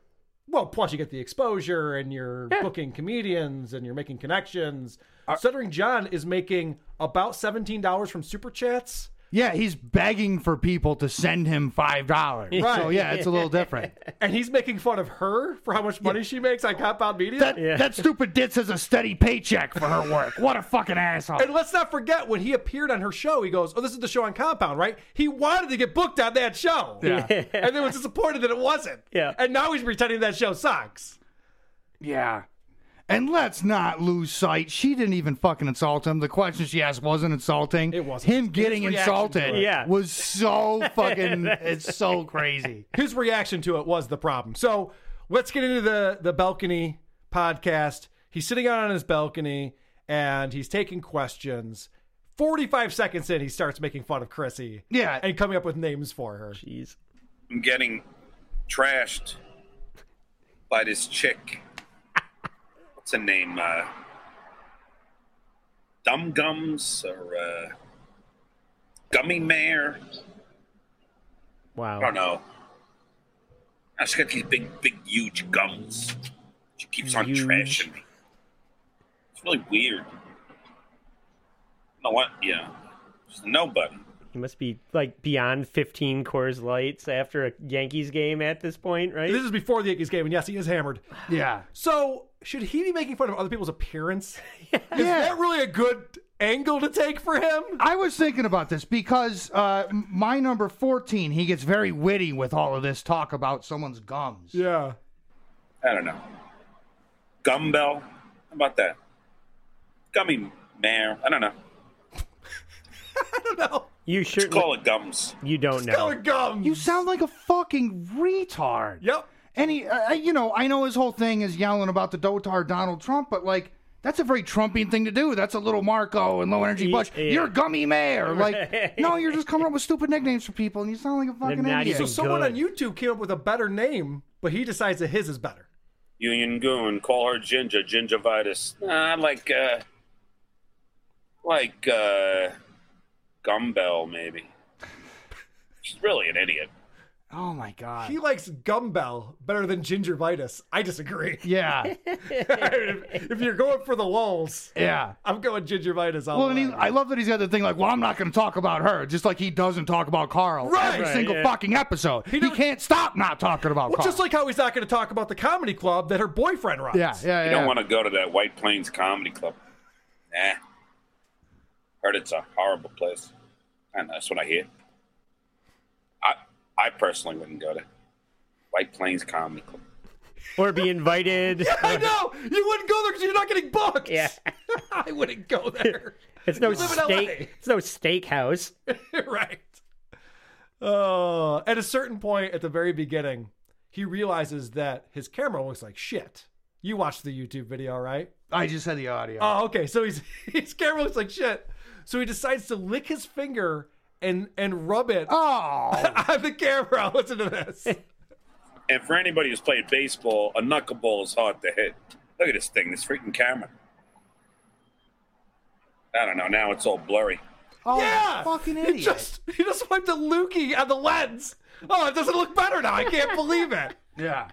Speaker 8: Well, plus you get the exposure and you're booking comedians and you're making connections. Stuttering John is making about $17 from Super Chats.
Speaker 9: Yeah, he's begging for people to send him five dollars.
Speaker 8: Right.
Speaker 9: So yeah, it's a little different.
Speaker 8: And he's making fun of her for how much money she makes on Compound Media.
Speaker 9: That, that stupid ditz has a steady paycheck for her work. What a fucking asshole.
Speaker 8: And let's not forget when he appeared on her show, he goes, "Oh, this is the show on Compound, right?" He wanted to get booked on that show,
Speaker 10: Yeah.
Speaker 8: and then was disappointed that it wasn't. Yeah, and now he's pretending that show sucks.
Speaker 9: Yeah. And let's not lose sight. She didn't even fucking insult him. The question she asked wasn't insulting. It wasn't. Him getting
Speaker 8: His reaction to
Speaker 9: insulted
Speaker 8: it. Yeah.
Speaker 9: was so fucking. it's so crazy.
Speaker 8: His reaction to it was the problem. So let's get into the the balcony podcast. He's sitting out on his balcony and he's taking questions. Forty five seconds in, he starts making fun of Chrissy.
Speaker 9: Yeah,
Speaker 8: and coming up with names for her.
Speaker 10: Jeez.
Speaker 3: I'm getting trashed by this chick. What's her name? Uh, Dum Gums or uh, Gummy Mare?
Speaker 10: Wow.
Speaker 3: I don't know. Ah, She's got these big, big, huge gums. She keeps on trashing me. It's really weird. You know what? Yeah. She's nobody.
Speaker 10: He must be like beyond 15 Coors Lights after a Yankees game at this point, right?
Speaker 8: This is before the Yankees game, and yes, he is hammered.
Speaker 9: Yeah.
Speaker 8: So should he be making fun of other people's appearance? Is that really a good angle to take for him?
Speaker 9: I was thinking about this because uh, m- my number 14, he gets very witty with all of this talk about someone's gums.
Speaker 8: Yeah.
Speaker 3: I don't know. Gumbell? How about that? Gummy mare? I don't know.
Speaker 10: You should
Speaker 3: call it gums.
Speaker 10: You don't know.
Speaker 8: gums.
Speaker 9: You sound like a fucking retard.
Speaker 8: Yep.
Speaker 9: And he, uh, you know, I know his whole thing is yelling about the dotard Donald Trump, but like, that's a very Trumpian thing to do. That's a little Marco and low energy Bush.
Speaker 8: Yeah.
Speaker 9: You're gummy mayor. Like,
Speaker 8: Right.
Speaker 9: no, Oh, you're just coming up with stupid nicknames for people, and you sound like a fucking idiot.
Speaker 8: So someone on YouTube came up with a better name, but he decides that his is better.
Speaker 3: Union Goon. Call her Ginger. Gingivitis. Nah, I like, uh, like, uh, Gumbell, maybe. She's really an idiot.
Speaker 9: Oh my god.
Speaker 8: He likes Gumbell better than Gingervitis. I disagree.
Speaker 9: Yeah.
Speaker 8: if, if you're going for the lulls,
Speaker 9: Yeah.
Speaker 8: I'm going Gingervitis all
Speaker 9: Well, and
Speaker 8: the
Speaker 9: he,
Speaker 8: way.
Speaker 9: I love that he's got the thing like, well, I'm not going to talk about her, just like he doesn't talk about Carl
Speaker 8: Right.
Speaker 9: every
Speaker 8: Right,
Speaker 9: single
Speaker 8: yeah.
Speaker 9: fucking episode. He, can't stop not talking about
Speaker 8: Well,
Speaker 9: Carl.
Speaker 8: just like how he's not going to talk about the comedy club that her boyfriend runs.
Speaker 9: Yeah, yeah,
Speaker 3: You don't want to go to that White Plains Comedy Club. Nah. Heard it's a horrible place. And that's what I hear. I I personally wouldn't go to White Plains Comedy Club.
Speaker 10: Or be invited.
Speaker 8: I know you wouldn't go there because you're not getting booked. Yeah, I wouldn't go there.
Speaker 10: It's no
Speaker 8: You live in
Speaker 10: steak. It's no steakhouse.
Speaker 8: right. Oh, at a certain point at the very beginning, he realizes that his camera looks like shit. You watched the YouTube video, right?
Speaker 9: I just had the audio.
Speaker 8: Oh, okay. So he's his camera looks like shit. So he decides to lick his finger and and rub it.
Speaker 9: Oh,
Speaker 8: on the camera. Listen to this.
Speaker 3: And for anybody who's played baseball, a knuckleball is hard to hit. Look at this thing, this freaking camera. I don't know, now it's all blurry.
Speaker 9: Oh,
Speaker 8: yeah,
Speaker 9: fucking
Speaker 8: idiot! He just he just wiped a lookie on the lens. Oh, it doesn't look better now. I can't believe it.
Speaker 9: Yeah.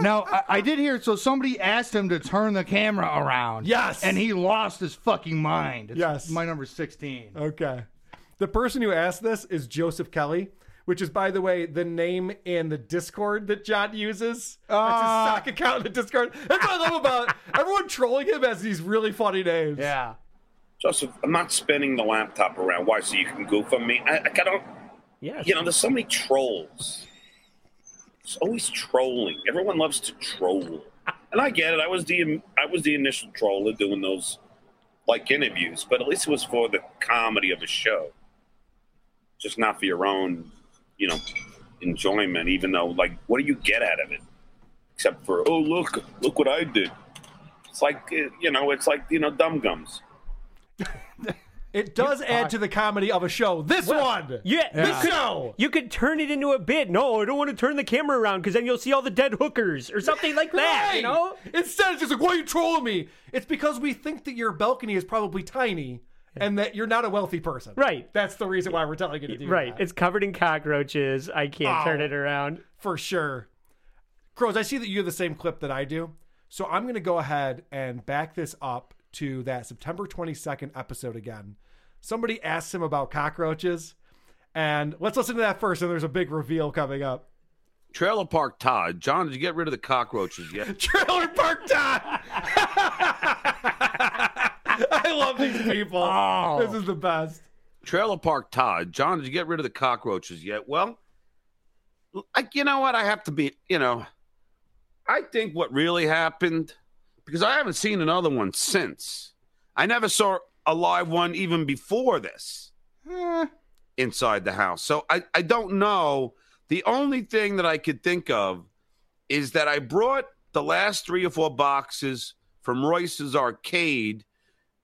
Speaker 9: Now I, I did hear so somebody asked him to turn the camera around.
Speaker 8: Yes.
Speaker 9: and he lost his fucking mind. It's
Speaker 8: Yes.
Speaker 9: my number sixteen.
Speaker 8: Okay. The person who asked this is Joseph Kelly, which is, by the way, the name in the Discord that John uses. That's his
Speaker 9: Ah.
Speaker 8: sock account in the Discord. That's what I love about everyone trolling him as these really funny names.
Speaker 9: Yeah.
Speaker 3: Joseph, I'm not spinning the laptop around. Why? So you can goof on me? I, I gotta.
Speaker 10: Yeah.
Speaker 3: You know, there's so many trolls. It's always trolling. Everyone loves to troll, and I get it. I was the I was the initial troller doing those like interviews, but at least it was for the comedy of a show, just not for your own, you know, enjoyment. Even though, like, what do you get out of it? except for oh look, look what I did. It's like eh, you know, it's like you know, dumb gums.
Speaker 8: It does add to the comedy of a show. This one.
Speaker 10: Yeah,
Speaker 8: This
Speaker 10: You,
Speaker 8: show.
Speaker 10: could, you could turn it into a bit. No, I don't want to turn the camera around because then you'll see all the dead hookers or something like that. You know,
Speaker 8: Instead, it's just like, why are you trolling me? It's because we think that your balcony is probably tiny and that you're not a wealthy person. Right. That's the reason why we're telling you to do
Speaker 10: right?
Speaker 8: that.
Speaker 10: It's covered in cockroaches. I can't
Speaker 8: Oh.
Speaker 10: turn it around.
Speaker 8: For sure. Crows, I see that you have the same clip that I do. So I'm going to go ahead and back this up to that September 22nd episode again. Somebody asks him about cockroaches. And let's listen to that first, and there's a big reveal coming up.
Speaker 1: Trailer Park Todd. John, did you get rid of the cockroaches yet?
Speaker 8: Trailer Park Todd. I love these people.
Speaker 10: Oh.
Speaker 8: This is the best.
Speaker 1: Oh. Trailer Park Todd. John, did you get rid of the cockroaches yet? Well, I, you know what? I have to be, you know, I think what really happened, because I haven't seen another one since. I never saw a live one even before this inside the house. So I, I don't know. The only thing that I could think of is that I brought the last three or four boxes from Royce's arcade,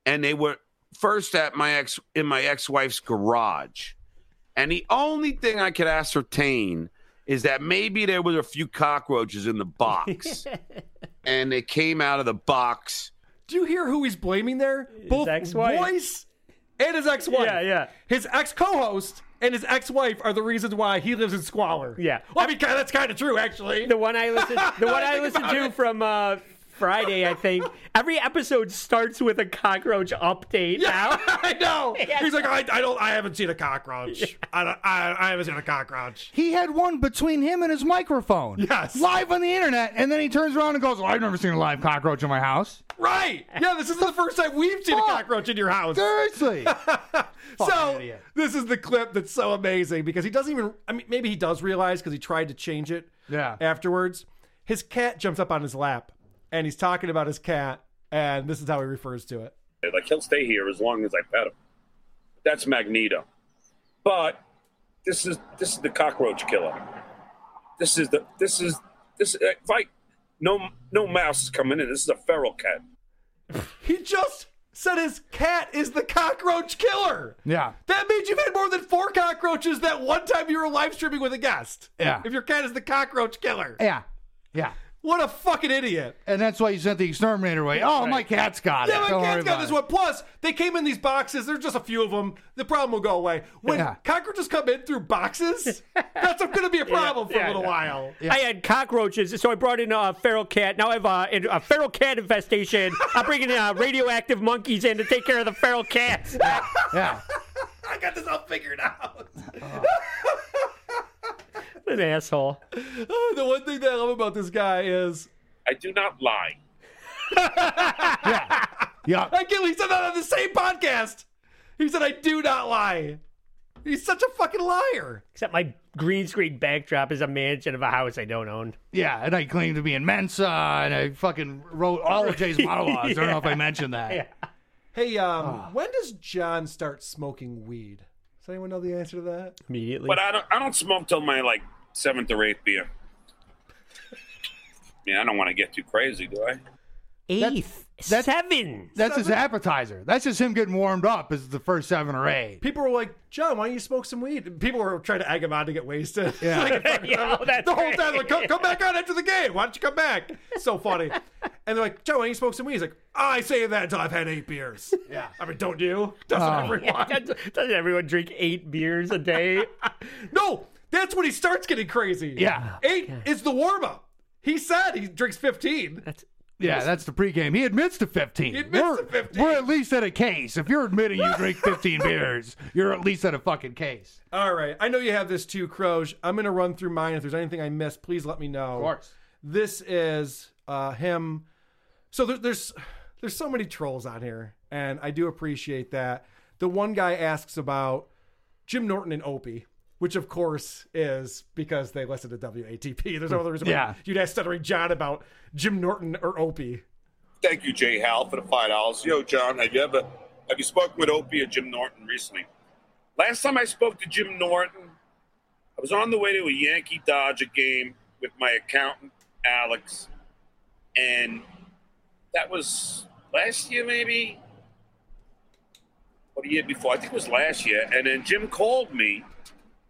Speaker 1: and they were first at my ex in my ex-wife's garage. And the only thing I could ascertain is that maybe there were a few cockroaches in the box, and they came out of the box.
Speaker 8: Do you hear who he's blaming there? Both
Speaker 1: ex-wife.
Speaker 8: Royce and his ex-wife.
Speaker 1: Yeah, yeah.
Speaker 8: His ex-co-host and his ex-wife are the reasons why he lives in squalor. Yeah. I mean, ki- that's kind of true, actually.
Speaker 10: The one I listened, the one I
Speaker 8: Think
Speaker 10: listened
Speaker 8: about
Speaker 10: to from uh, Friday, I think. Every episode starts with a cockroach update.
Speaker 8: Yeah,
Speaker 10: now
Speaker 8: I know. He's like, I, I don't, I haven't seen a cockroach. I, don't, I, I haven't seen a cockroach.
Speaker 9: He had one between him and his microphone.
Speaker 8: Yes.
Speaker 9: Live on the internet, and then he turns around and goes, well, I've never seen a live cockroach in my house.
Speaker 8: Right. Yeah, this is the first time we've seen a cockroach in your house.
Speaker 9: Seriously.
Speaker 8: so this is the clip that's so amazing because he doesn't even I mean maybe he does realize because he tried to change it
Speaker 9: Yeah.
Speaker 8: afterwards. His cat jumps up on his lap and he's talking about his cat and this is how he refers to it.
Speaker 3: Like he'll stay here as long as I pet him. That's Magneto. But this is this is the cockroach killer. This is the this is this. uh, If I no no mouse is coming in. This is a feral cat.
Speaker 8: He just said his cat is the cockroach killer.
Speaker 9: Yeah.
Speaker 8: That means you've had more than four cockroaches that one time you were live streaming with a guest.
Speaker 9: Yeah.
Speaker 8: If your cat is the cockroach killer.
Speaker 9: Yeah. Yeah.
Speaker 8: What a fucking idiot.
Speaker 9: And that's why you sent the exterminator away. Oh, my cat's got
Speaker 8: yeah,
Speaker 9: it.
Speaker 8: my
Speaker 9: Don't worry
Speaker 8: cat's got
Speaker 9: about
Speaker 8: this
Speaker 9: it.
Speaker 8: one. Plus, they came in these boxes. There's just a few of them. The problem will go away. When
Speaker 9: Yeah.
Speaker 8: cockroaches come in through boxes, that's going to be a problem for a little while.
Speaker 10: I had cockroaches, so I brought in a feral cat. Now I have a, a feral cat infestation. I'm bringing uh, radioactive monkeys in to take care of the feral cats.
Speaker 9: Yeah.
Speaker 8: I got this all figured out.
Speaker 10: An asshole.
Speaker 8: Oh, the one thing that I love about this guy is
Speaker 3: I do not lie.
Speaker 9: yeah.
Speaker 8: I can't believe he said that on the same podcast. He said, I do not lie. He's such a fucking liar.
Speaker 10: Except my green screen backdrop is a mansion of a house I don't own.
Speaker 9: Yeah, and I claim to be in Mensa, and I fucking wrote all of Jay's monologues. I don't know if I mentioned that.
Speaker 8: Hey, um, when does John start smoking weed? Does anyone know the answer to that?
Speaker 10: Immediately.
Speaker 3: But I don't I don't smoke till my like seventh or eighth beer. Yeah, I don't want to get too crazy, do I?
Speaker 9: Eighth,
Speaker 10: seven.
Speaker 9: That's his appetizer. That's just him getting warmed up. Is the first seven or eight.
Speaker 8: People were like, John, why don't you smoke some weed? And People were trying to egg him on to get wasted.
Speaker 9: Yeah.
Speaker 8: Like,
Speaker 10: Yeah, that's
Speaker 8: the whole time,
Speaker 10: right.
Speaker 8: like, come, come back on after the game. Why don't you come back? So funny. And they're like, John, why don't you smoke some weed? He's like, I say that until I've had eight beers. Yeah. I mean, don't you? Doesn't
Speaker 10: Oh.
Speaker 8: everyone?
Speaker 10: Yeah, doesn't- doesn't everyone drink eight beers a day?
Speaker 8: no, that's when he starts getting crazy.
Speaker 9: Yeah.
Speaker 8: Eight is the warm up. He said he drinks 15.
Speaker 10: That's
Speaker 9: Yeah, that's the pregame. He admits to fifteen.
Speaker 8: He admits
Speaker 9: we're,
Speaker 8: to 15.
Speaker 9: We're at least at a case. If you're admitting you drink fifteen beers, you're at least at a fucking case.
Speaker 8: All right. I know you have this too, Croge. I'm going to run through mine. If there's anything I missed, please let me know. Of
Speaker 9: course.
Speaker 8: This is uh, him. So there, there's there's so many trolls on here, and I do appreciate that. The one guy asks about Jim Norton and Opie, which of course is because they listen to WATP. There's no other reason why
Speaker 3: Yeah.
Speaker 8: you'd ask Stuttering John about Jim Norton or Opie.
Speaker 3: Thank you, Jay Hal, for the five dollars. Yo, John, have you ever have you spoken with Opie or Jim Norton recently? Last time I spoke to Jim Norton, I was on the way to a Yankee Dodger game with my accountant Alex, and that was last year, maybe, or the year before. I think it was last year. And then Jim called me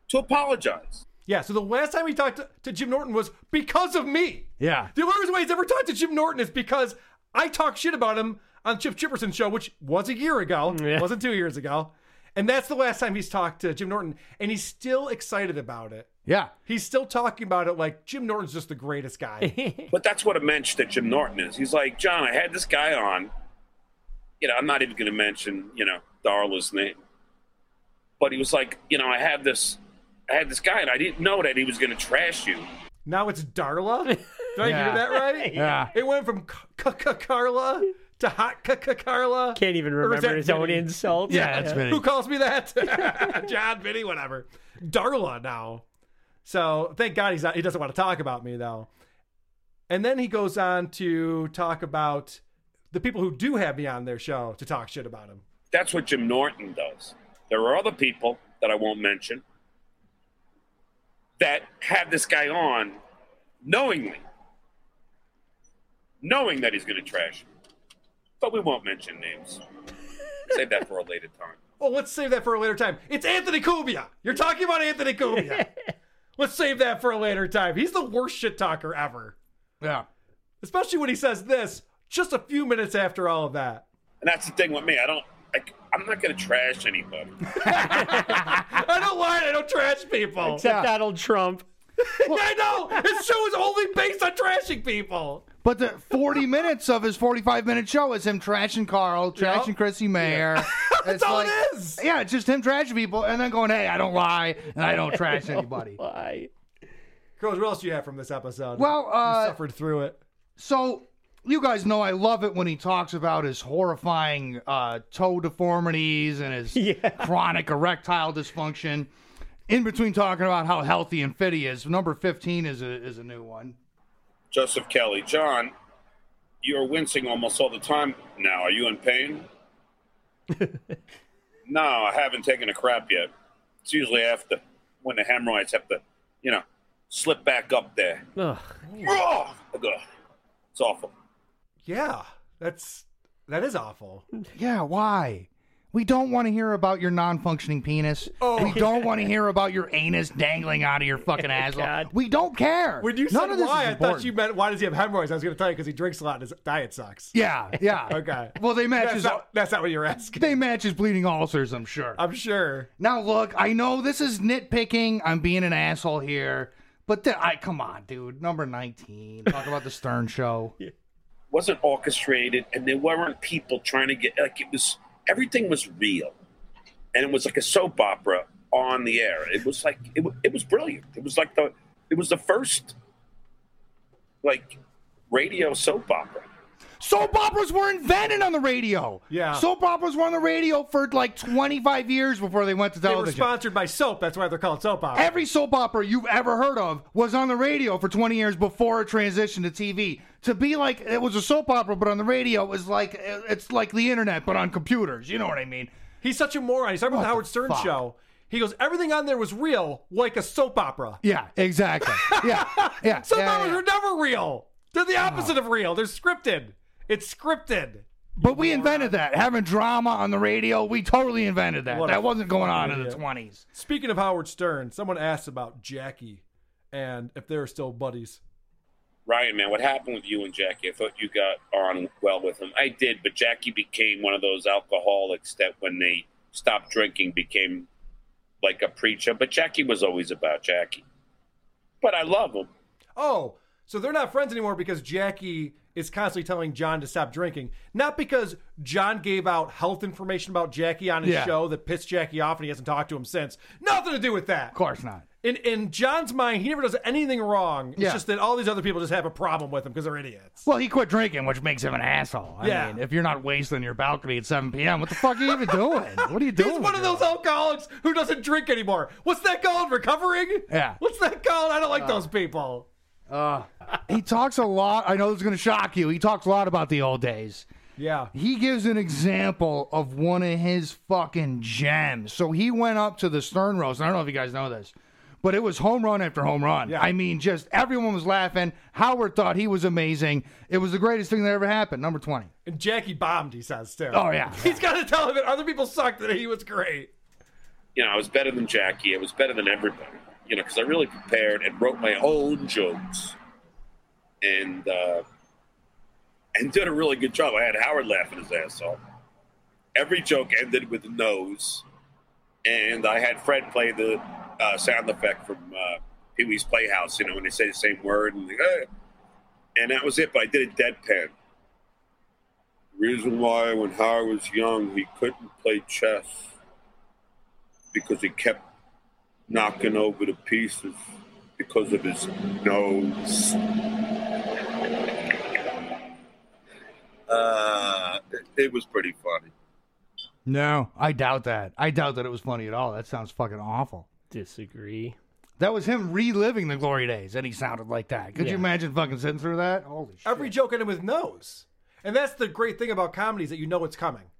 Speaker 3: to apologize.
Speaker 8: Yeah, so the last time he talked to, to Jim Norton was because of me.
Speaker 6: Yeah.
Speaker 8: The only reason why he's ever talked to Jim Norton is because I talked shit about him on Chip Chipperson's show, which was a year ago, wasn't two years ago. And that's the last time he's talked to Jim Norton, and he's still excited about it.
Speaker 9: Yeah.
Speaker 8: He's still talking about it like Jim Norton's just the greatest guy.
Speaker 3: But that's what a mensch that Jim Norton is. He's like, John, I had this guy on. You know, I'm not even going to mention, you know, Darla's name. But he was like, you know, I have this, I had this guy, and I didn't know that he was going to trash you.
Speaker 8: now it's Darla. Did I
Speaker 3: Yeah.
Speaker 8: hear that right?
Speaker 3: Yeah.
Speaker 8: It went from c- c- Carla to hot c- c- Carla.
Speaker 10: Can't even
Speaker 8: Or is
Speaker 10: remember
Speaker 8: that
Speaker 10: his own
Speaker 8: Vinny?
Speaker 10: insults.
Speaker 8: Yeah, Who calls me that? John, Vinny, whatever. Darla now. So thank God he's not, he doesn't want to talk about me though. And then he goes on to talk about the people who do have me on their show to talk shit about him.
Speaker 3: That's what Jim Norton does. There are other people that I won't mention that have this guy on knowingly, knowing that he's going to trash him. But we won't mention names. Save that for a later time.
Speaker 8: Oh, let's save that for a later time. It's Anthony Cubia. You're talking about Anthony Cubia. let's save that for a later time. He's the worst shit talker ever.
Speaker 9: Yeah.
Speaker 8: Especially when he says this just a few minutes after all of that.
Speaker 3: And that's the thing with me. I don't. I, I'm not going to trash anybody.
Speaker 8: I don't lie. I don't trash people.
Speaker 10: Except Donald Trump.
Speaker 8: I know his show is only based on trashing people.
Speaker 9: But the 40 minutes of his 45 minute show is him trashing Carl, trashing Chrissy Mayer. That's all it is. Yeah, it's just him trashing people and then going, hey, I don't lie and I don't trash anybody.
Speaker 10: Why?
Speaker 8: Girls, what else do you have from this episode?
Speaker 9: Well, uh,
Speaker 8: you suffered through it.
Speaker 9: So you guys know I love it when he talks about his horrifying uh, toe deformities and his chronic erectile dysfunction. In between talking about how healthy and fit he is, number 15 is a, is a new one.
Speaker 3: Joseph Kelly, John, you're wincing almost all the time now. Are you in pain? no, I haven't taken a crap yet. It's usually after when the hemorrhoids have to, you know, slip back up there.
Speaker 10: Ugh.
Speaker 3: Ugh, it's awful.
Speaker 8: Yeah, that's that is awful.
Speaker 9: Yeah, why? We don't want to hear about your non-functioning penis.
Speaker 8: Oh.
Speaker 9: We don't want to hear about your anus dangling out of your fucking asshole.
Speaker 8: God.
Speaker 9: We don't care.
Speaker 8: When you
Speaker 9: None
Speaker 8: said
Speaker 9: of this
Speaker 8: why,
Speaker 9: is
Speaker 8: I
Speaker 9: important.
Speaker 8: thought you meant why does he have hemorrhoids? I was going to tell you because he drinks a lot and his diet sucks.
Speaker 9: Yeah, yeah.
Speaker 8: okay.
Speaker 9: Well, they match
Speaker 8: That's
Speaker 9: his-
Speaker 8: not- that's not what you're asking. Uh,
Speaker 9: They match his bleeding ulcers, I'm sure.
Speaker 8: I'm sure.
Speaker 9: Now look, I know this is nitpicking. I'm being an asshole here, but th- I come on, dude. Number 19. Talk about the Stern Show.
Speaker 3: wasn't orchestrated and there weren't people trying to get like it was everything was real and it was like a soap opera on the air it was like it, wa- it was brilliant it was like the it was the first like radio soap opera
Speaker 9: Soap operas were invented on the radio.
Speaker 8: Yeah.
Speaker 9: Soap operas were on the radio for like 25 years before they went to
Speaker 8: They were
Speaker 9: television.
Speaker 8: sponsored by soap. That's why they're called soap operas.
Speaker 9: Every soap opera you've ever heard of was on the radio for 20 years before it transitioned to TV. To be like it was a soap opera, but on the radio it was like it's like the internet, but on computers. You know what I mean?
Speaker 8: He's such a moron. He's talking about the Howard Stern
Speaker 9: fuck?
Speaker 8: show. He goes, everything on there was real, like a soap opera.
Speaker 9: Yeah, exactly. Yeah, yeah.
Speaker 8: Soap
Speaker 9: yeah,
Speaker 8: operas
Speaker 9: yeah. Oh.
Speaker 8: are never real. They're the opposite of real. They're scripted. It's scripted.
Speaker 9: But we invented that. Having drama on the radio, we totally invented that.
Speaker 8: What a
Speaker 9: that wasn't going on in the
Speaker 8: idiot.
Speaker 9: 20s.
Speaker 8: Speaking of Howard Stern, someone asked about Jackie and if they're still buddies.
Speaker 3: ryan man what happened with you and jackie i thought you got on well with him i did but jackie became one of those alcoholics that when they stopped drinking became like a preacher but jackie was always about jackie but i love him
Speaker 8: Oh, so they're not friends anymore because Jackie is constantly telling John to stop drinking. Not because John gave out health information about Jackie on his
Speaker 9: Yeah.
Speaker 8: show that pissed Jackie off and he hasn't talked to him since. Nothing to do with that. Of
Speaker 9: course not.
Speaker 8: In in John's mind, he never does anything wrong. It's
Speaker 9: Yeah.
Speaker 8: just that all these other people just have a problem with him because they're idiots.
Speaker 9: Well, he quit drinking, which makes him an asshole. I
Speaker 8: Yeah.
Speaker 9: mean, if you're not wasting your balcony at 7 p.m., what the fuck are you even doing? What are you doing?
Speaker 8: He's one of those alcoholics who doesn't drink anymore. What's that called? Recovering?
Speaker 9: Yeah.
Speaker 8: What's that called? I don't like
Speaker 9: Uh.
Speaker 8: those people.
Speaker 9: Uh, he talks a lot. I know this is going to shock you. He talks a lot about the old days.
Speaker 8: Yeah.
Speaker 9: He gives an example of one of his fucking gems. So he went up to the Stern roast. and I don't know if you guys know this. but it was home run after home run. I mean, just everyone was laughing. Howard thought he was amazing. It was the greatest thing that ever happened. Number 20.
Speaker 8: And Jackie bombed, he says, too.
Speaker 9: Oh, yeah.
Speaker 8: He's got to tell him that other people sucked, that he was great.
Speaker 3: you know, I was better than Jackie. I was better than everybody, you know, because I really prepared and wrote my own jokes, and uh, and did a really good job. I had Howard laughing his ass off. Every joke ended with a nose, and I had Fred play the uh, sound effect from uh, Pee Wee's Playhouse, you know, when they say the same word, and like, eh. and that was it. But I did it deadpan. Reason why, when Howard was young, he couldn't play chess because he kept knocking over the pieces because of his nose. Uh, it, it was pretty funny.
Speaker 9: No, I doubt that. I doubt that it was funny at all. That sounds fucking awful.
Speaker 10: Disagree.
Speaker 9: That was him reliving the glory days, and he sounded like that. Could you
Speaker 8: Yeah.
Speaker 9: imagine fucking sitting through that? Holy shit.
Speaker 8: Every joke ended with nose. And that's the great thing about comedy is that you know it's coming.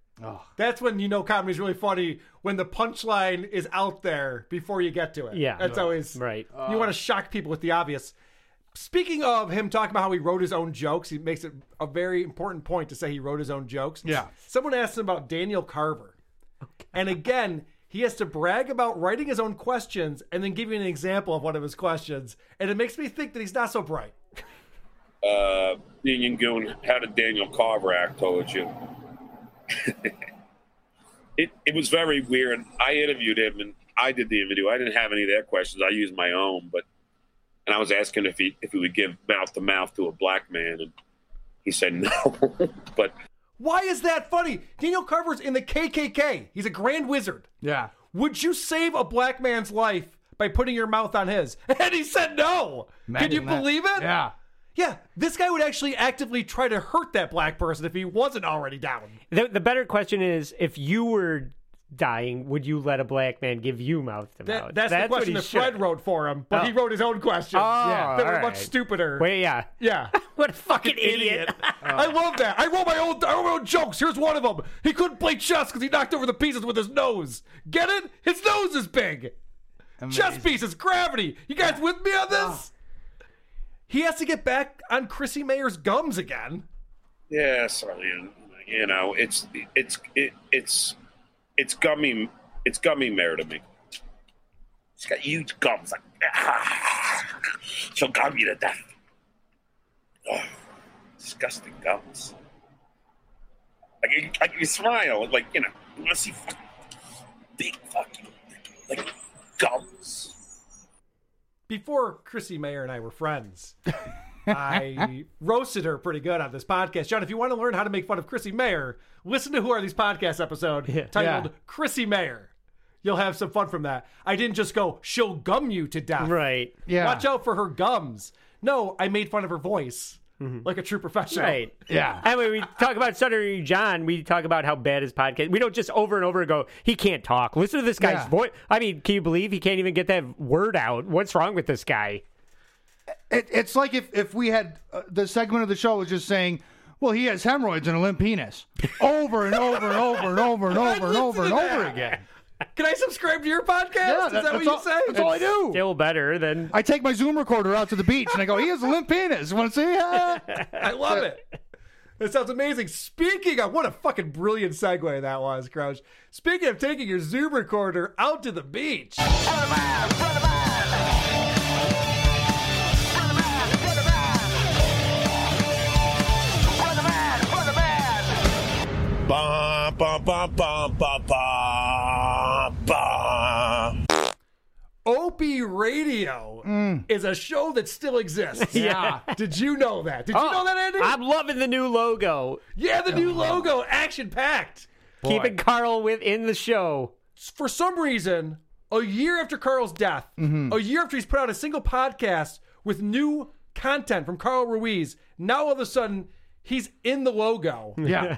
Speaker 8: That's when you know comedy's really funny when the punchline is out there before you get to it.
Speaker 10: Yeah.
Speaker 8: That's uh,
Speaker 10: Right.
Speaker 8: always
Speaker 10: Right.
Speaker 8: You want to shock people with the obvious. Speaking of him talking about how he wrote his own jokes, he makes it a very important point to say he wrote his own jokes.
Speaker 9: Yeah.
Speaker 8: Someone asked him about Daniel Carver. And again, he has to brag about writing his own questions and then give you an example of one of his questions. And it makes me think that he's not so bright.
Speaker 3: Uh, Union Goon, how did Daniel Carver act towards you? it it was very weird. I interviewed him and I did the interview. I didn't have any of their questions. I used my own, but and I was asking if he if he would give mouth to mouth to a black man, and he said no. but
Speaker 8: Why is that funny? Daniel Carver's in the KKK. He's a grand wizard.
Speaker 9: Yeah.
Speaker 8: Would you save a black man's life by putting your mouth on his? And he said no.
Speaker 9: Imagine
Speaker 8: Can you
Speaker 9: that.
Speaker 8: believe it?
Speaker 9: Yeah.
Speaker 8: Yeah. This guy would actually actively try to hurt that black person if he wasn't already down.
Speaker 10: The, the better question is if you were dying, would you let a black man give you mouth to mouth?
Speaker 8: That, that's, the
Speaker 10: what he
Speaker 8: question that
Speaker 10: should.
Speaker 8: Fred wrote for him, but
Speaker 10: Oh.
Speaker 8: he wrote his own questions
Speaker 10: Oh,
Speaker 8: that were
Speaker 10: all right.
Speaker 8: much stupider.
Speaker 10: Wait, yeah.
Speaker 8: Yeah.
Speaker 10: what a fucking
Speaker 8: idiot. I love that. I wrote my own I wrote my own jokes. Here's one of them. He couldn't play chess because he knocked over the pieces with his nose. Get it? His nose is big. Chess pieces, gravity. You guys with me on this? He has to get back on Chrissy Mayer's gums again.
Speaker 3: yeah, sorry, you- you know it's it's it, it's it's gummy it's gummy mare to me. She's got huge gums. Like, she'll gum you to death. Ugh, disgusting gums. Like, you- like you smile, like you know, you want to see fuck, big fucking like gums.
Speaker 8: before Chrissy Mayer and I were friends, I roasted her pretty good on this podcast. John, if you want to learn how to make fun of Chrissy Mayer, listen to Who Are These Podcast episode titled
Speaker 10: Yeah.
Speaker 8: Chrissy Mayer. You'll have some fun from that. I didn't just go, she'll gum you to death. Right.
Speaker 10: Yeah.
Speaker 8: Watch out for her gums. No, I made fun of her voice like a true professional.
Speaker 10: Mm-hmm. Right. And when we talk about Sutter John, we talk about how bad his podcast. We don't just over and over go, he can't talk. Listen to this guy's
Speaker 9: Yeah.
Speaker 10: voice. I mean, can you believe he can't even get that word out? What's wrong with this guy?
Speaker 9: It, it's like if, if we had uh, the segment of the show was just saying, well, he has hemorrhoids and a limp penis over and over and over and over and over and over and over again.
Speaker 8: Can I subscribe to your podcast?
Speaker 9: Yeah,
Speaker 8: Is
Speaker 9: that-
Speaker 8: that what
Speaker 9: that's
Speaker 8: you
Speaker 9: all-
Speaker 8: say?
Speaker 9: that's all I do.
Speaker 10: Still better than.
Speaker 9: I take my Zoom recorder out to the beach and I go, he has a limp penis. Want to see? Ah.
Speaker 8: I love it. That sounds amazing. Speaking of, what a fucking brilliant segue that was, Crouch. Speaking of taking your Zoom recorder out to the beach.
Speaker 7: Ba ba ba ba ba ba ba.
Speaker 8: Opie Radio is a show that still exists.
Speaker 10: Yeah.
Speaker 8: Did you know that? Did you
Speaker 10: Oh,
Speaker 8: know that, Andy?
Speaker 10: I'm loving the new logo.
Speaker 8: yeah, the new logo, action packed.
Speaker 10: Oh, Keeping Carl within the show.
Speaker 8: For some reason, a year after Carl's death,
Speaker 10: Mhm.
Speaker 8: a year after he's put out a single podcast with new content from Carl Ruiz, now all of a sudden he's in the logo.
Speaker 9: Yeah.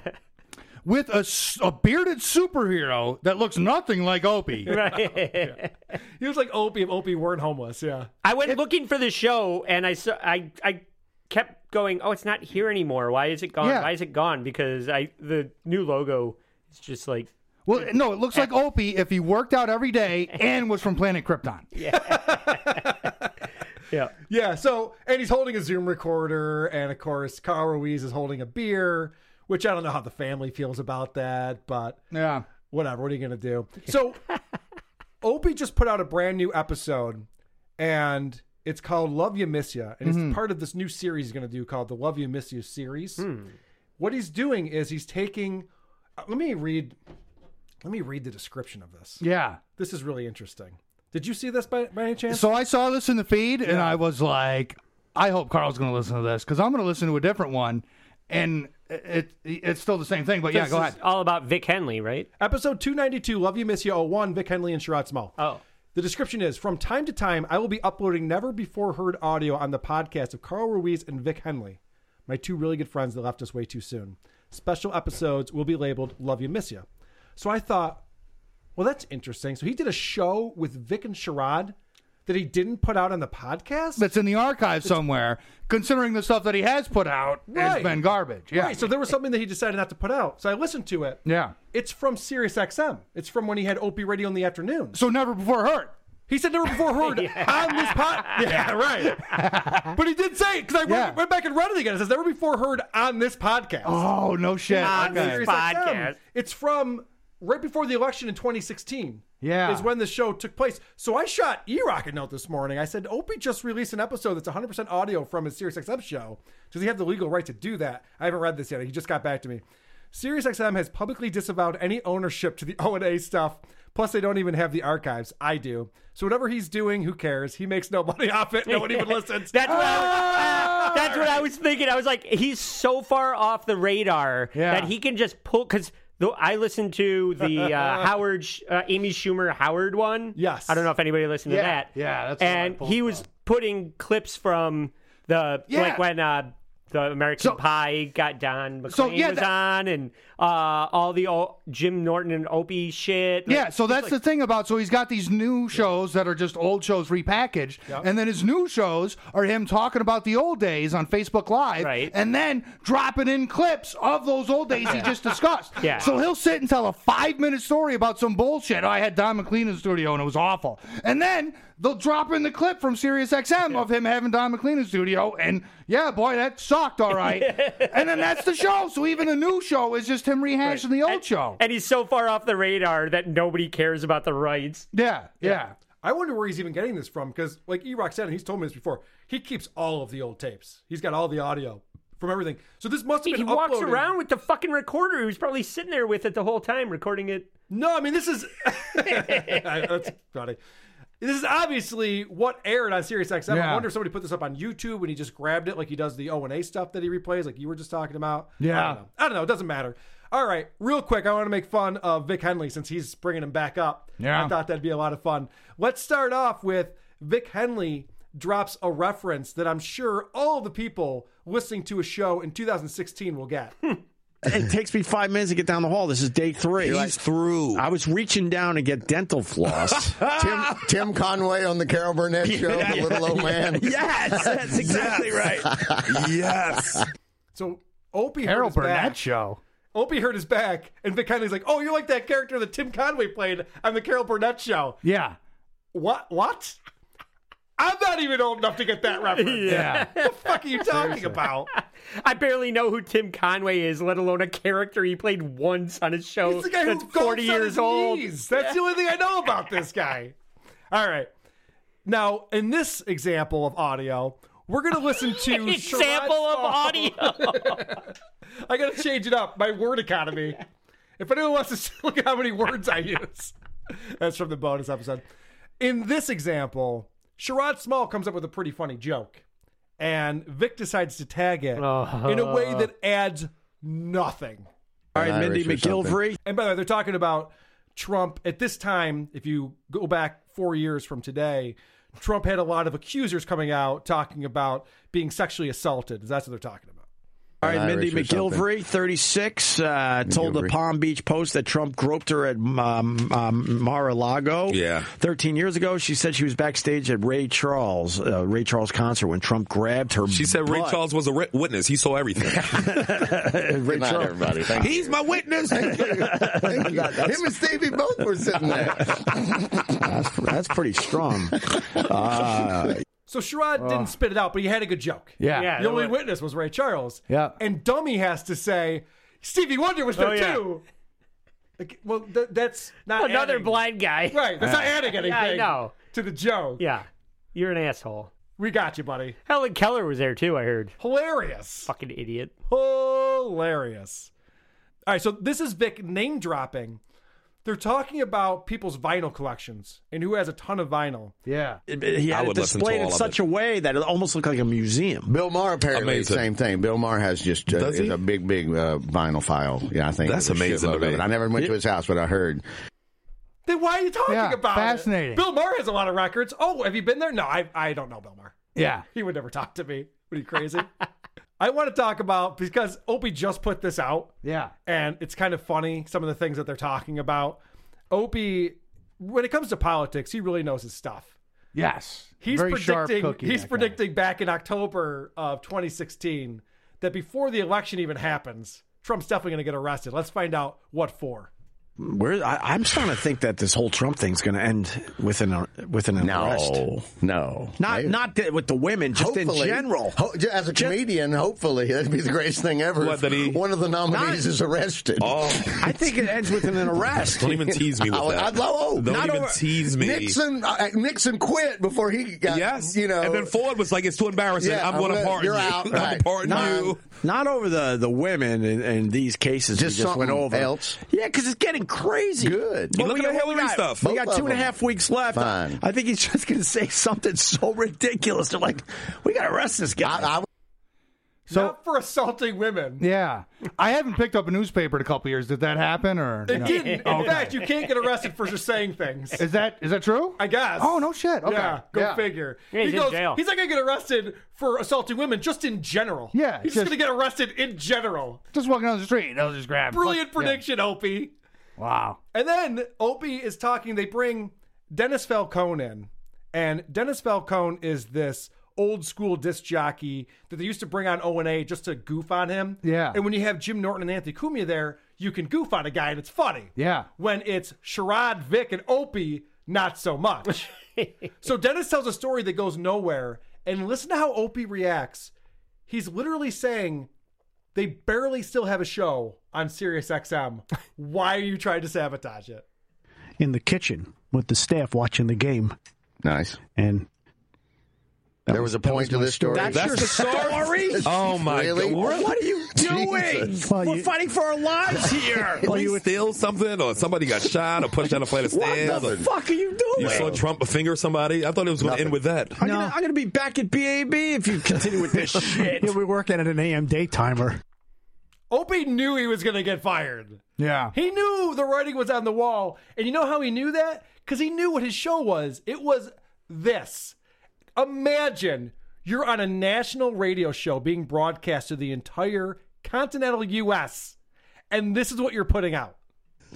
Speaker 9: With a, s- a bearded superhero that looks nothing like Opie.
Speaker 10: Right.
Speaker 8: He was like Opie if Opie weren't homeless. Yeah.
Speaker 10: I went looking for the show and I saw I I kept going, "Oh, it's not here anymore. Why is it gone?
Speaker 9: Yeah.
Speaker 10: Why is it gone?" Because I the new logo is just like
Speaker 9: Well, no, it looks like Opie if he worked out every day and was from Planet Krypton.
Speaker 10: Yeah.
Speaker 8: Yeah. So, and he's holding a Zoom recorder, and of course, Carl Ruiz is holding a beer, which I don't know how the family feels about that, but
Speaker 9: yeah,
Speaker 8: whatever. What are you gonna do? So, Opie just put out a brand new episode, and it's called "Love You Miss You," and
Speaker 9: Mhm.
Speaker 8: it's part of this new series he's gonna do called the "Love You Miss You" series. What he's doing is he's taking. uh, Let me read. Let me read the description of this.
Speaker 9: Yeah.
Speaker 8: This is really interesting. Did you see this by, by any chance?
Speaker 9: So I saw this in the feed and I was like, I hope Carl's going to listen to this because I'm going to listen to a different one, and it, it- it's still the same thing. But yeah,
Speaker 10: This
Speaker 9: go
Speaker 10: is
Speaker 9: ahead.
Speaker 10: All about Vic Henley, right?
Speaker 8: Episode 292, Love You, Miss You, 01, Vic Henley and Sherrod Small.
Speaker 10: Oh.
Speaker 8: The description is From time to time, I will be uploading never before heard audio on the podcast of Carl Ruiz and Vic Henley, my two really good friends that left us way too soon. Special episodes will be labeled Love You, Miss You. So I thought, well, that's interesting. So he did a show with Vic and Sherrod that he didn't put out on the podcast?
Speaker 9: That's in the archive somewhere. Considering the stuff that he has put out has
Speaker 8: Right.
Speaker 9: been garbage. Yeah.
Speaker 8: Right. So there was something that he decided not to put out. So I listened to it.
Speaker 9: Yeah.
Speaker 8: It's from Sirius XM. It's from when he had Opie Radio in the afternoon.
Speaker 9: So never before heard.
Speaker 8: He said never before heard on this pod. Yeah, right. but he did say because I went, went back and read it again. It says never before heard on this podcast.
Speaker 9: Oh, no shit.
Speaker 8: On
Speaker 9: Okay.
Speaker 8: Sirius
Speaker 9: Podcast.
Speaker 8: XM. It's from right before the election in 2016.
Speaker 9: Yeah.
Speaker 8: Is when the show took place. So I shot E Rock a note this morning. I said, Opie just released an episode that's 100% audio from his SiriusXM show. Does he have the legal right to do that? I haven't read this yet. He just got back to me. SiriusXM has publicly disavowed any ownership to the O&A stuff. Plus, they don't even have the archives. I do. So whatever he's doing, who cares? He makes no money off it. No one even listens. Ah!
Speaker 10: That's what I was, that's what I was thinking. I was like, he's so far off the radar
Speaker 8: Yeah.
Speaker 10: that he can just pull. Because I listened to the uh, Howard, Sh- uh, Amy Schumer Howard one. Yes, I don't know if anybody listened
Speaker 9: Yeah,
Speaker 10: to that.
Speaker 9: yeah, that's the one I
Speaker 10: and
Speaker 9: pulled
Speaker 10: he was putting clips from the
Speaker 9: Yeah.
Speaker 10: like when uh, the American Pie got Don McLean
Speaker 9: So, yeah,
Speaker 10: was
Speaker 9: that-
Speaker 10: on, and uh, all the old Jim Norton and Opie shit. Like,
Speaker 9: Yeah, so
Speaker 10: he's
Speaker 9: that's
Speaker 10: like,
Speaker 9: the thing about so he's got these new shows that are just old shows repackaged,
Speaker 10: Yep.
Speaker 9: and then his new shows are him talking about the old days on Facebook Live, right. and then dropping in clips of those old days he just discussed.
Speaker 10: Yeah.
Speaker 9: So he'll sit and tell a five minute story about some bullshit. Oh, I had Don McLean in the studio and it was awful, and then they'll drop in the clip from Sirius XM of him having Don McLean in the studio, and yeah, boy, that sucked, all right. and then that's the show. So even a new show is just him rehashing the old show.
Speaker 10: and he's so far off the radar that nobody cares about the rights.
Speaker 9: Yeah, yeah.
Speaker 8: I wonder where he's even getting this from because, like E Rock said, and he's told me this before, he keeps all of the old tapes. He's got all the audio from everything. So this must have
Speaker 10: he
Speaker 8: been
Speaker 10: walks
Speaker 8: uploaded.
Speaker 10: around with the fucking recorder. He was probably sitting there with it the whole time, recording it.
Speaker 8: No, I mean this is That's funny. This is obviously what aired on Sirius XM. I
Speaker 9: Yeah.
Speaker 8: wonder if somebody put this up on YouTube and he just grabbed it like he does the O and A stuff that he replays, like you were just talking about.
Speaker 9: Yeah.
Speaker 8: I don't know. I don't know. It doesn't matter. All right, real quick, I want to make fun of Vic Henley since he's bringing him back up.
Speaker 9: Yeah.
Speaker 8: I thought that'd be a lot of fun. Let's start off with Vic Henley drops a reference that I'm sure all the people listening to a show in 2016 will get.
Speaker 22: It takes me five minutes to get down the hall. This is day three.
Speaker 23: He's
Speaker 22: through. I was reaching down to get dental floss.
Speaker 23: Tim, Tim Conway on the Carol Burnett show, the little old man.
Speaker 22: Yes, that's exactly right.
Speaker 23: yes.
Speaker 8: So Opie
Speaker 23: Carol
Speaker 8: hurt his
Speaker 23: Burnett
Speaker 8: back.
Speaker 9: show.
Speaker 8: Opie hurt his back, and Vic Henley's like, "Oh, you're like that character that Tim Conway played on the Carol Burnett show."
Speaker 9: Yeah.
Speaker 8: What? What? I'm not even old enough to get that reference.
Speaker 10: Yeah.
Speaker 8: What the fuck are you talking about?
Speaker 10: I barely know who Tim Conway is, let alone a character he played once on his show
Speaker 8: He's the guy
Speaker 10: that's
Speaker 8: who
Speaker 10: 40 years old.
Speaker 8: That's the only thing I know about this guy. All right. Now, in this example of audio, we're gonna listen to
Speaker 10: Example of
Speaker 8: Sherrod's- I gotta change it up. My word economy. If anyone wants to see- look at how many words I use, that's from the bonus episode. In this example, Sherrod Small comes up with a pretty funny joke, and Vic decides to tag it in a way that adds nothing.
Speaker 22: All right, An Mindy Irish or something. McGillivray.
Speaker 8: And by the way, they're talking about Trump at this time. If you go back four years from today, Trump had a lot of accusers coming out talking about being sexually assaulted. That's what they're talking about.
Speaker 12: All right,
Speaker 24: Irish
Speaker 12: Mindy
Speaker 24: or something.
Speaker 12: McGilvery, 36, uh, told the Palm Beach Post that Trump groped her at um, um, Mar-a-Lago.
Speaker 3: Yeah.
Speaker 12: 13 years ago, she said she was backstage at Ray Charles, uh, Ray Charles concert when Trump grabbed her.
Speaker 3: She said Ray
Speaker 12: butt.
Speaker 3: Charles was a ri- witness. He saw everything.
Speaker 12: Ray
Speaker 3: night,
Speaker 12: Charles.
Speaker 3: everybody. Thank
Speaker 12: He's
Speaker 3: my witness.
Speaker 24: Him and Stevie both were sitting there.
Speaker 12: That's, that's pretty strong. Uh,
Speaker 8: So Sherrod didn't spit it out, but he had a good joke.
Speaker 12: Yeah. Yeah,
Speaker 8: the
Speaker 12: that
Speaker 8: only
Speaker 12: was-
Speaker 8: witness was Ray Charles.
Speaker 12: Yeah.
Speaker 8: And Dummy has to say, Stevie Wonder was there
Speaker 10: Oh, yeah.
Speaker 8: too. Like, well, th- that's not
Speaker 10: Another
Speaker 8: adding-
Speaker 10: blind guy.
Speaker 8: Right. That's not adding anything.
Speaker 10: Yeah, I know.
Speaker 8: To the joke.
Speaker 10: Yeah. You're an asshole.
Speaker 8: We got you, buddy.
Speaker 10: Helen Keller was there too, I heard.
Speaker 8: Hilarious.
Speaker 10: Fucking idiot.
Speaker 8: Hilarious. All right, so this is Vic name dropping. They're talking about people's vinyl collections and who has a ton of vinyl.
Speaker 12: yeah. He had
Speaker 24: I
Speaker 12: it
Speaker 24: would listen to
Speaker 12: displayed
Speaker 24: all
Speaker 12: in
Speaker 24: of
Speaker 12: such a way that it almost looked like a museum.
Speaker 24: Bill Maher apparently
Speaker 12: Amazing.
Speaker 24: same thing. Bill Maher has just uh,
Speaker 12: Does
Speaker 24: is
Speaker 12: he?
Speaker 24: a big, big uh, vinyl file. Yeah, I think
Speaker 3: That's
Speaker 24: there's a
Speaker 3: amazing to
Speaker 24: shitload of
Speaker 3: me.
Speaker 24: it. I never went to his house, but I heard.
Speaker 8: Then why are you talking
Speaker 24: Yeah,
Speaker 8: about
Speaker 24: fascinating.
Speaker 8: it? Bill Maher has a lot of records. Oh, have you been there? No, I, I don't know Bill Maher.
Speaker 12: Yeah.
Speaker 8: He would never talk to me. What are you crazy? I want to talk about because Opie just put this out.
Speaker 12: Yeah.
Speaker 8: And it's kind of funny some of the things that they're talking about. Opie, when it comes to politics, he really knows his stuff.
Speaker 12: Yes.
Speaker 8: He's
Speaker 9: Very sharp
Speaker 8: predicting
Speaker 9: cookie,
Speaker 8: he's
Speaker 9: that guy.
Speaker 8: predicting back in October of 2016 that before the election even happens, Trump's definitely going to get arrested. Let's find out what for.
Speaker 12: Where I, I'm starting to think that this whole Trump thing's going to end with an with an arrest.
Speaker 24: no,
Speaker 12: not not that with the women, just in
Speaker 24: Hopefully-
Speaker 12: general.
Speaker 24: ho- ju- as a comedian, hopefully that'd be the greatest thing ever.
Speaker 12: What,
Speaker 24: if
Speaker 12: that he-
Speaker 24: one of the nominees
Speaker 12: Not-
Speaker 24: is arrested.
Speaker 12: I think it ends with an arrest.
Speaker 3: Don't even tease me with
Speaker 24: I would-
Speaker 3: that.
Speaker 24: I'd love. Oh,
Speaker 3: Don't
Speaker 24: not
Speaker 3: even
Speaker 24: over-
Speaker 3: tease me.
Speaker 24: Nixon, uh, Nixon quit before he got.
Speaker 3: yes,
Speaker 24: you know.
Speaker 3: And then Ford was like, "It's too embarrassing.
Speaker 24: Yeah,
Speaker 3: I'm,
Speaker 24: I'm
Speaker 3: going to
Speaker 24: gonna-
Speaker 3: pardon
Speaker 24: you're
Speaker 3: you.
Speaker 24: out.
Speaker 3: I'm
Speaker 24: Right.
Speaker 3: pardon
Speaker 12: not,
Speaker 3: you."
Speaker 12: not over the the women in, in these cases.
Speaker 24: Just
Speaker 12: we just went
Speaker 24: something
Speaker 12: over.
Speaker 24: else.
Speaker 12: Yeah, because it's getting crazy.
Speaker 24: Good.
Speaker 12: But
Speaker 24: You
Speaker 12: we
Speaker 24: looking
Speaker 12: got-
Speaker 24: at
Speaker 12: we
Speaker 24: Hillary
Speaker 12: got-
Speaker 24: stuff.
Speaker 12: We
Speaker 24: Both
Speaker 12: got
Speaker 24: of
Speaker 12: two and a
Speaker 24: them.
Speaker 12: half weeks left.
Speaker 24: Fine.
Speaker 12: I think he's just going to say something so ridiculous. They're like, we got to arrest this guy.
Speaker 8: So, Not for assaulting women.
Speaker 9: Yeah, I haven't picked up a newspaper in a couple years. Did that happen or?
Speaker 8: It
Speaker 9: no?
Speaker 8: didn't. In
Speaker 9: Okay.
Speaker 8: fact, you can't get arrested for just saying things.
Speaker 9: Is that is that true?
Speaker 8: I guess.
Speaker 9: Oh no shit. Okay.
Speaker 8: Yeah, go figure.
Speaker 9: Yeah, he's
Speaker 8: he
Speaker 9: in
Speaker 8: goes,
Speaker 9: jail.
Speaker 8: He's not gonna get arrested for assaulting women, just in general.
Speaker 9: Yeah,
Speaker 8: he's
Speaker 9: just-
Speaker 8: just, gonna get arrested in general.
Speaker 9: Just walking down the street, they'll just grab.
Speaker 8: Brilliant
Speaker 9: fuck- yeah.
Speaker 8: prediction, Opie.
Speaker 9: Wow.
Speaker 8: And then Opie is talking. They bring Dennis Falcone in, and Dennis Falcone is this old school disc jockey that they used to bring on O and A just to goof on him.
Speaker 9: Yeah.
Speaker 8: And when you have Jim Norton and Anthony Cumia there, you can goof on a guy and it's funny.
Speaker 9: Yeah.
Speaker 8: When it's Sherrod, Vic, and Opie, not so much. so Dennis tells a story that goes nowhere, and listen to how Opie reacts. He's literally saying, "They barely still have a show on Sirius XM. Why are you trying to sabotage it?"
Speaker 25: in the kitchen with the staff watching the game.
Speaker 24: Nice.
Speaker 25: And
Speaker 24: There was a point to this story.
Speaker 12: That's, your story.
Speaker 24: Oh, my Really? God.
Speaker 12: What are you doing?
Speaker 24: Jesus.
Speaker 12: We're fighting for our lives here.
Speaker 3: Did we steal something, or somebody got shot, or pushed down a flight of stairs? or
Speaker 12: the fuck are you doing?
Speaker 3: You saw Trump finger somebody. I thought it was going to end with that.
Speaker 12: I'm, gonna, I'm gonna be back at BAB if you continue with this shit.
Speaker 25: You'll be working at an AM day timer.
Speaker 8: Opie knew he was going to get fired.
Speaker 25: Yeah.
Speaker 8: He knew the writing was on the wall. And you know how he knew that? Because he knew what his show was. It was this. Imagine you're on a national radio show being broadcast to the entire continental U.S., and this is what you're putting out.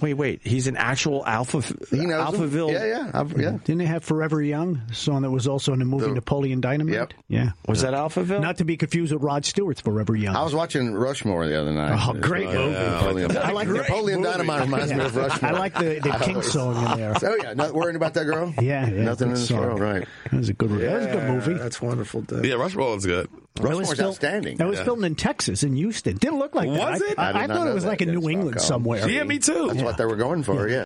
Speaker 12: Wait, wait. He's an actual Alpha
Speaker 25: knows him.
Speaker 12: Alphaville. Mm-hmm.
Speaker 25: Yeah, yeah.
Speaker 12: yeah.
Speaker 25: Didn't they have Forever Young, the song that was also in the movie Napoleon Dynamite? Yep. Yeah.
Speaker 12: Was that Alphaville?
Speaker 25: Not to be confused with Rod Stewart's Forever Young.
Speaker 24: I was watching Rushmore the other night.
Speaker 25: Oh, great movie.
Speaker 24: Napoleon,
Speaker 25: I like the-
Speaker 24: Napoleon
Speaker 25: great
Speaker 24: Dynamite
Speaker 25: movie.
Speaker 24: reminds me of
Speaker 25: Yeah.
Speaker 24: Rushmore.
Speaker 25: I like the- the
Speaker 24: I
Speaker 25: King
Speaker 24: always-
Speaker 25: song in there.
Speaker 24: Oh yeah, not worrying about that girl.
Speaker 25: Yeah, yeah,
Speaker 24: nothing in
Speaker 25: good
Speaker 24: this
Speaker 25: song.
Speaker 24: world, right?
Speaker 25: That was a good. That was a good movie.
Speaker 24: That's wonderful.
Speaker 3: Yeah, Rushmore was good.
Speaker 25: That was
Speaker 24: Rushmore's
Speaker 25: fil-
Speaker 24: outstanding.
Speaker 25: That was
Speaker 24: Yeah.
Speaker 25: filmed in Texas, in Houston. Didn't look like that.
Speaker 24: Was
Speaker 25: I-
Speaker 24: it? I
Speaker 25: I,
Speaker 24: did
Speaker 25: I
Speaker 24: not
Speaker 25: thought
Speaker 24: know
Speaker 25: it was
Speaker 24: that.
Speaker 25: like in
Speaker 24: Yeah,
Speaker 25: New England
Speaker 24: Stockholm.
Speaker 25: somewhere.
Speaker 24: That's what they were going for. Yeah.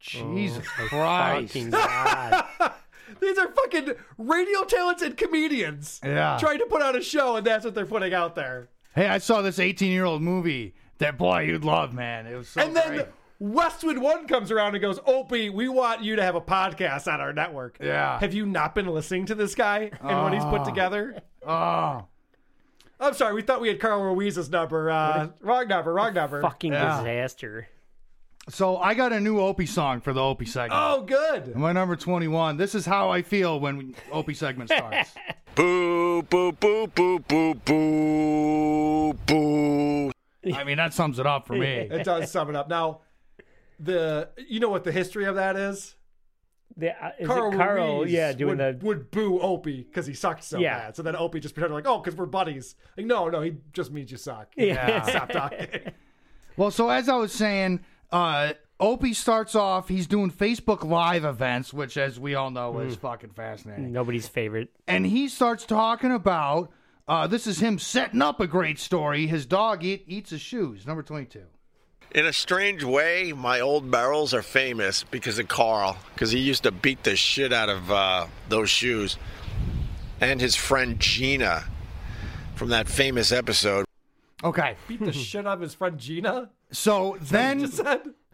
Speaker 9: Jesus
Speaker 8: Christ. These are fucking radio talented comedians
Speaker 9: Yeah.
Speaker 8: trying to put on a show, and that's what they're putting out there.
Speaker 9: Hey, I saw this 18 year old movie that boy you'd love, man. It was so
Speaker 8: and then
Speaker 9: great.
Speaker 8: Westwood One comes around and goes, Opie, we want you to have a podcast on our network.
Speaker 9: Yeah.
Speaker 8: Have you not been listening to this guy and what he's put
Speaker 9: Ah.
Speaker 8: together?
Speaker 9: Oh.
Speaker 8: I'm sorry, we thought we had Carl Ruiz's number. Uh, wrong number, wrong number.
Speaker 10: Fucking
Speaker 9: Yeah.
Speaker 10: disaster.
Speaker 9: So I got a new Opie song for the Opie segment.
Speaker 8: Oh, good.
Speaker 9: And my number 21. This is how I feel when Opie segment starts.
Speaker 7: Boo, boo, boo, boo, boo, boo, boo.
Speaker 9: I mean, that sums it up for me.
Speaker 8: it does sum it up. Now, the you know what the history of that is?
Speaker 10: The, uh, is it Carl? Yeah, doing
Speaker 8: would,
Speaker 10: the-
Speaker 8: would boo Opie because he sucks so
Speaker 10: Yeah.
Speaker 8: bad. So then Opie just pretended like, oh, because we're buddies. Like, no, no, he just means you suck.
Speaker 9: Yeah.
Speaker 8: stop talking.
Speaker 9: Well, so as I was saying, uh, Opie starts off. He's doing Facebook Live events, which, as we all know, is
Speaker 8: Hmm.
Speaker 10: Mm.
Speaker 9: fucking fascinating.
Speaker 10: Nobody's favorite.
Speaker 9: and he starts talking about uh, this is him setting up a great story. His dog eat, eats his shoes. Number twenty-two.
Speaker 12: In a strange way, my old barrels are famous because of Carl, because he used to beat the shit out of uh, those shoes. And his friend Gina from that famous episode.
Speaker 9: Okay.
Speaker 8: Beat the shit out of his friend Gina.
Speaker 9: So then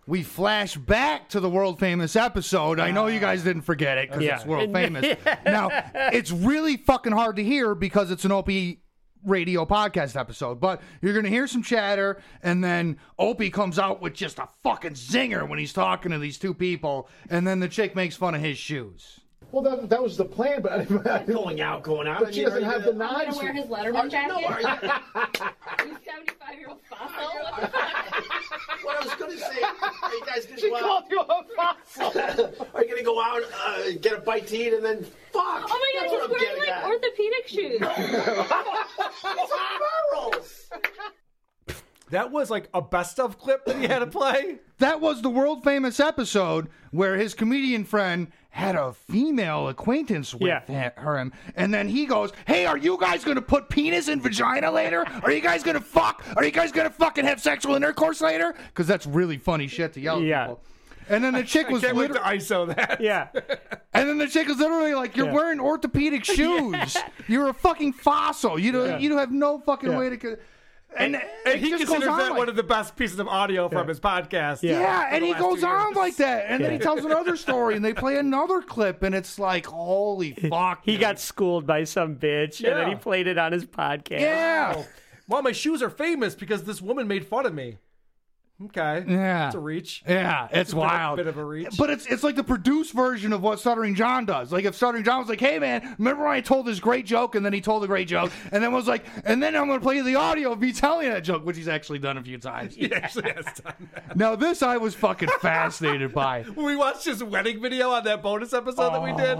Speaker 9: we flash back to the world famous episode. I know
Speaker 15: Ah.
Speaker 9: you guys didn't forget it because
Speaker 7: Yeah.
Speaker 9: it's world famous.
Speaker 7: Yeah.
Speaker 9: now it's really fucking hard to hear because it's an Opie radio podcast episode, but you're gonna hear some chatter, and then Opie comes out with just a fucking zinger when he's talking to these two people, and then the chick makes fun of his shoes.
Speaker 15: Well, that, that was the plan, but I going out, going
Speaker 9: out.
Speaker 15: But she doesn't have the knives.
Speaker 26: I'm gonna wear his
Speaker 27: Uh,
Speaker 26: Letterman
Speaker 15: Are you-
Speaker 26: jacket.
Speaker 15: no, are you-
Speaker 26: you seventy-five-year-old fossil. What the fuck?
Speaker 12: What I was gonna say, are you guys gonna
Speaker 15: She
Speaker 12: go out?
Speaker 15: called you a fossil.
Speaker 12: Are you gonna go out, uh, get a bite to eat, and then fuck?
Speaker 26: Oh my god,
Speaker 12: That's what
Speaker 26: he's
Speaker 12: I'm
Speaker 26: wearing
Speaker 12: getting
Speaker 26: like
Speaker 12: at.
Speaker 26: orthopedic shoes.
Speaker 8: That was like a best of clip that he had to play.
Speaker 9: That was the world famous episode where his comedian friend had a female acquaintance with he- her, him, and then he goes, "Hey, are you guys gonna put penis in vagina later? Are you guys gonna fuck? Are you guys gonna fucking have sexual intercourse later?" Because that's really funny shit to yell at
Speaker 10: Yeah.
Speaker 9: people. And then the chick was
Speaker 10: can't wait
Speaker 9: liter-
Speaker 10: to
Speaker 8: ISO that.
Speaker 10: Yeah.
Speaker 9: And then the chick was literally like, "You're
Speaker 10: Yeah.
Speaker 9: wearing orthopedic shoes. You're a fucking fossil. You don't.
Speaker 8: Yeah.
Speaker 9: You have no fucking
Speaker 8: Yeah.
Speaker 9: way to." co-
Speaker 8: And,
Speaker 9: it
Speaker 8: and he
Speaker 9: just goes
Speaker 8: considers
Speaker 9: on
Speaker 8: that
Speaker 9: like
Speaker 8: one of the best pieces of audio from his podcast.
Speaker 9: yeah, and he goes on like that, and then he
Speaker 8: Yeah.
Speaker 9: tells another story, and they play another clip, and it's like, holy fuck!
Speaker 10: He got schooled by some bitch, and then he
Speaker 8: Yeah.
Speaker 10: played it on his podcast.
Speaker 8: Wow. Wow, Oh. my shoes are famous because this woman made fun of me. Okay.
Speaker 9: Yeah.
Speaker 8: It's a reach.
Speaker 9: Yeah, it's
Speaker 8: a bit-
Speaker 9: wild.
Speaker 8: Bit, of a reach.
Speaker 9: But it's it's like the produced version of what Stuttering John does. Like if Stuttering John was like, "Hey man, remember when I told this great joke?" and then he told a great joke, and then was like, "And then I'm going to play you the audio of me telling that joke," which he's actually done a few times.
Speaker 8: He actually has done that.
Speaker 9: Now this I was fucking fascinated by.
Speaker 8: When we watched his wedding video on that bonus episode that we did,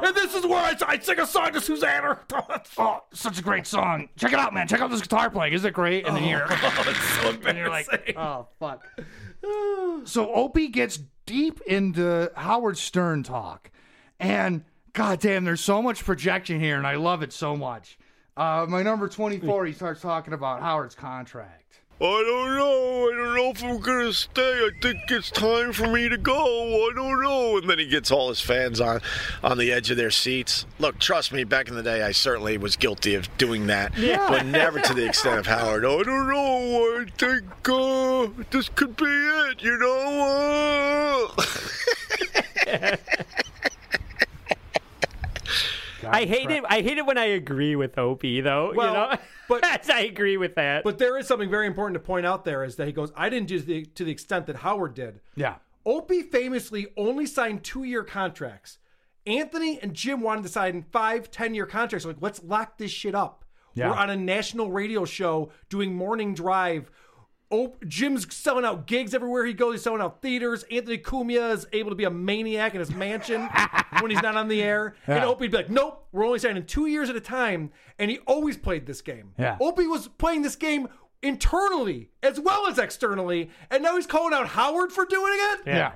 Speaker 8: and this is where I, I sing a song to Susanna.
Speaker 9: oh, such a great song. Check it out, man. Check out this guitar playing. Isn't it great? And then you're, and you're like, oh fuck. So Opie gets deep into Howard Stern talk, and goddamn, there's so much projection here, and I love it so much. Uh, my number 24, he starts talking about Howard's contract.
Speaker 5: I don't know. I don't know if I'm gonna stay. I think it's time for me to go. I don't know.
Speaker 12: and then he gets all his fans on on the edge of their seats. Look, trust me, back in the day I certainly was guilty of doing that.
Speaker 5: Yeah.
Speaker 12: But never to the extent of Howard. Oh,
Speaker 5: I don't know. I think uh, this could be it. You know. Uh...
Speaker 10: I hate it. I hate it when I agree with Opie, though. you know, but I agree with that.
Speaker 8: But there is something very important to point out there is that he goes, I didn't do the to the extent that Howard did.
Speaker 9: Yeah.
Speaker 8: Opie famously only signed two year contracts. Anthony and Jim wanted to sign five, 10 year contracts. Like, let's lock this shit up.
Speaker 9: Yeah.
Speaker 8: We're on a national radio show doing morning drive. Oh, Jim's selling out gigs everywhere he goes. He's selling out theaters. Anthony Cumia is able to be a maniac in his mansion when he's not on the air. And
Speaker 9: Yeah.
Speaker 8: Opie'd be like, nope, we're only signing two years at a time. And he always played this game.
Speaker 9: Yeah.
Speaker 8: Opie was playing this game internally as well as externally. And now he's calling out Howard for doing it?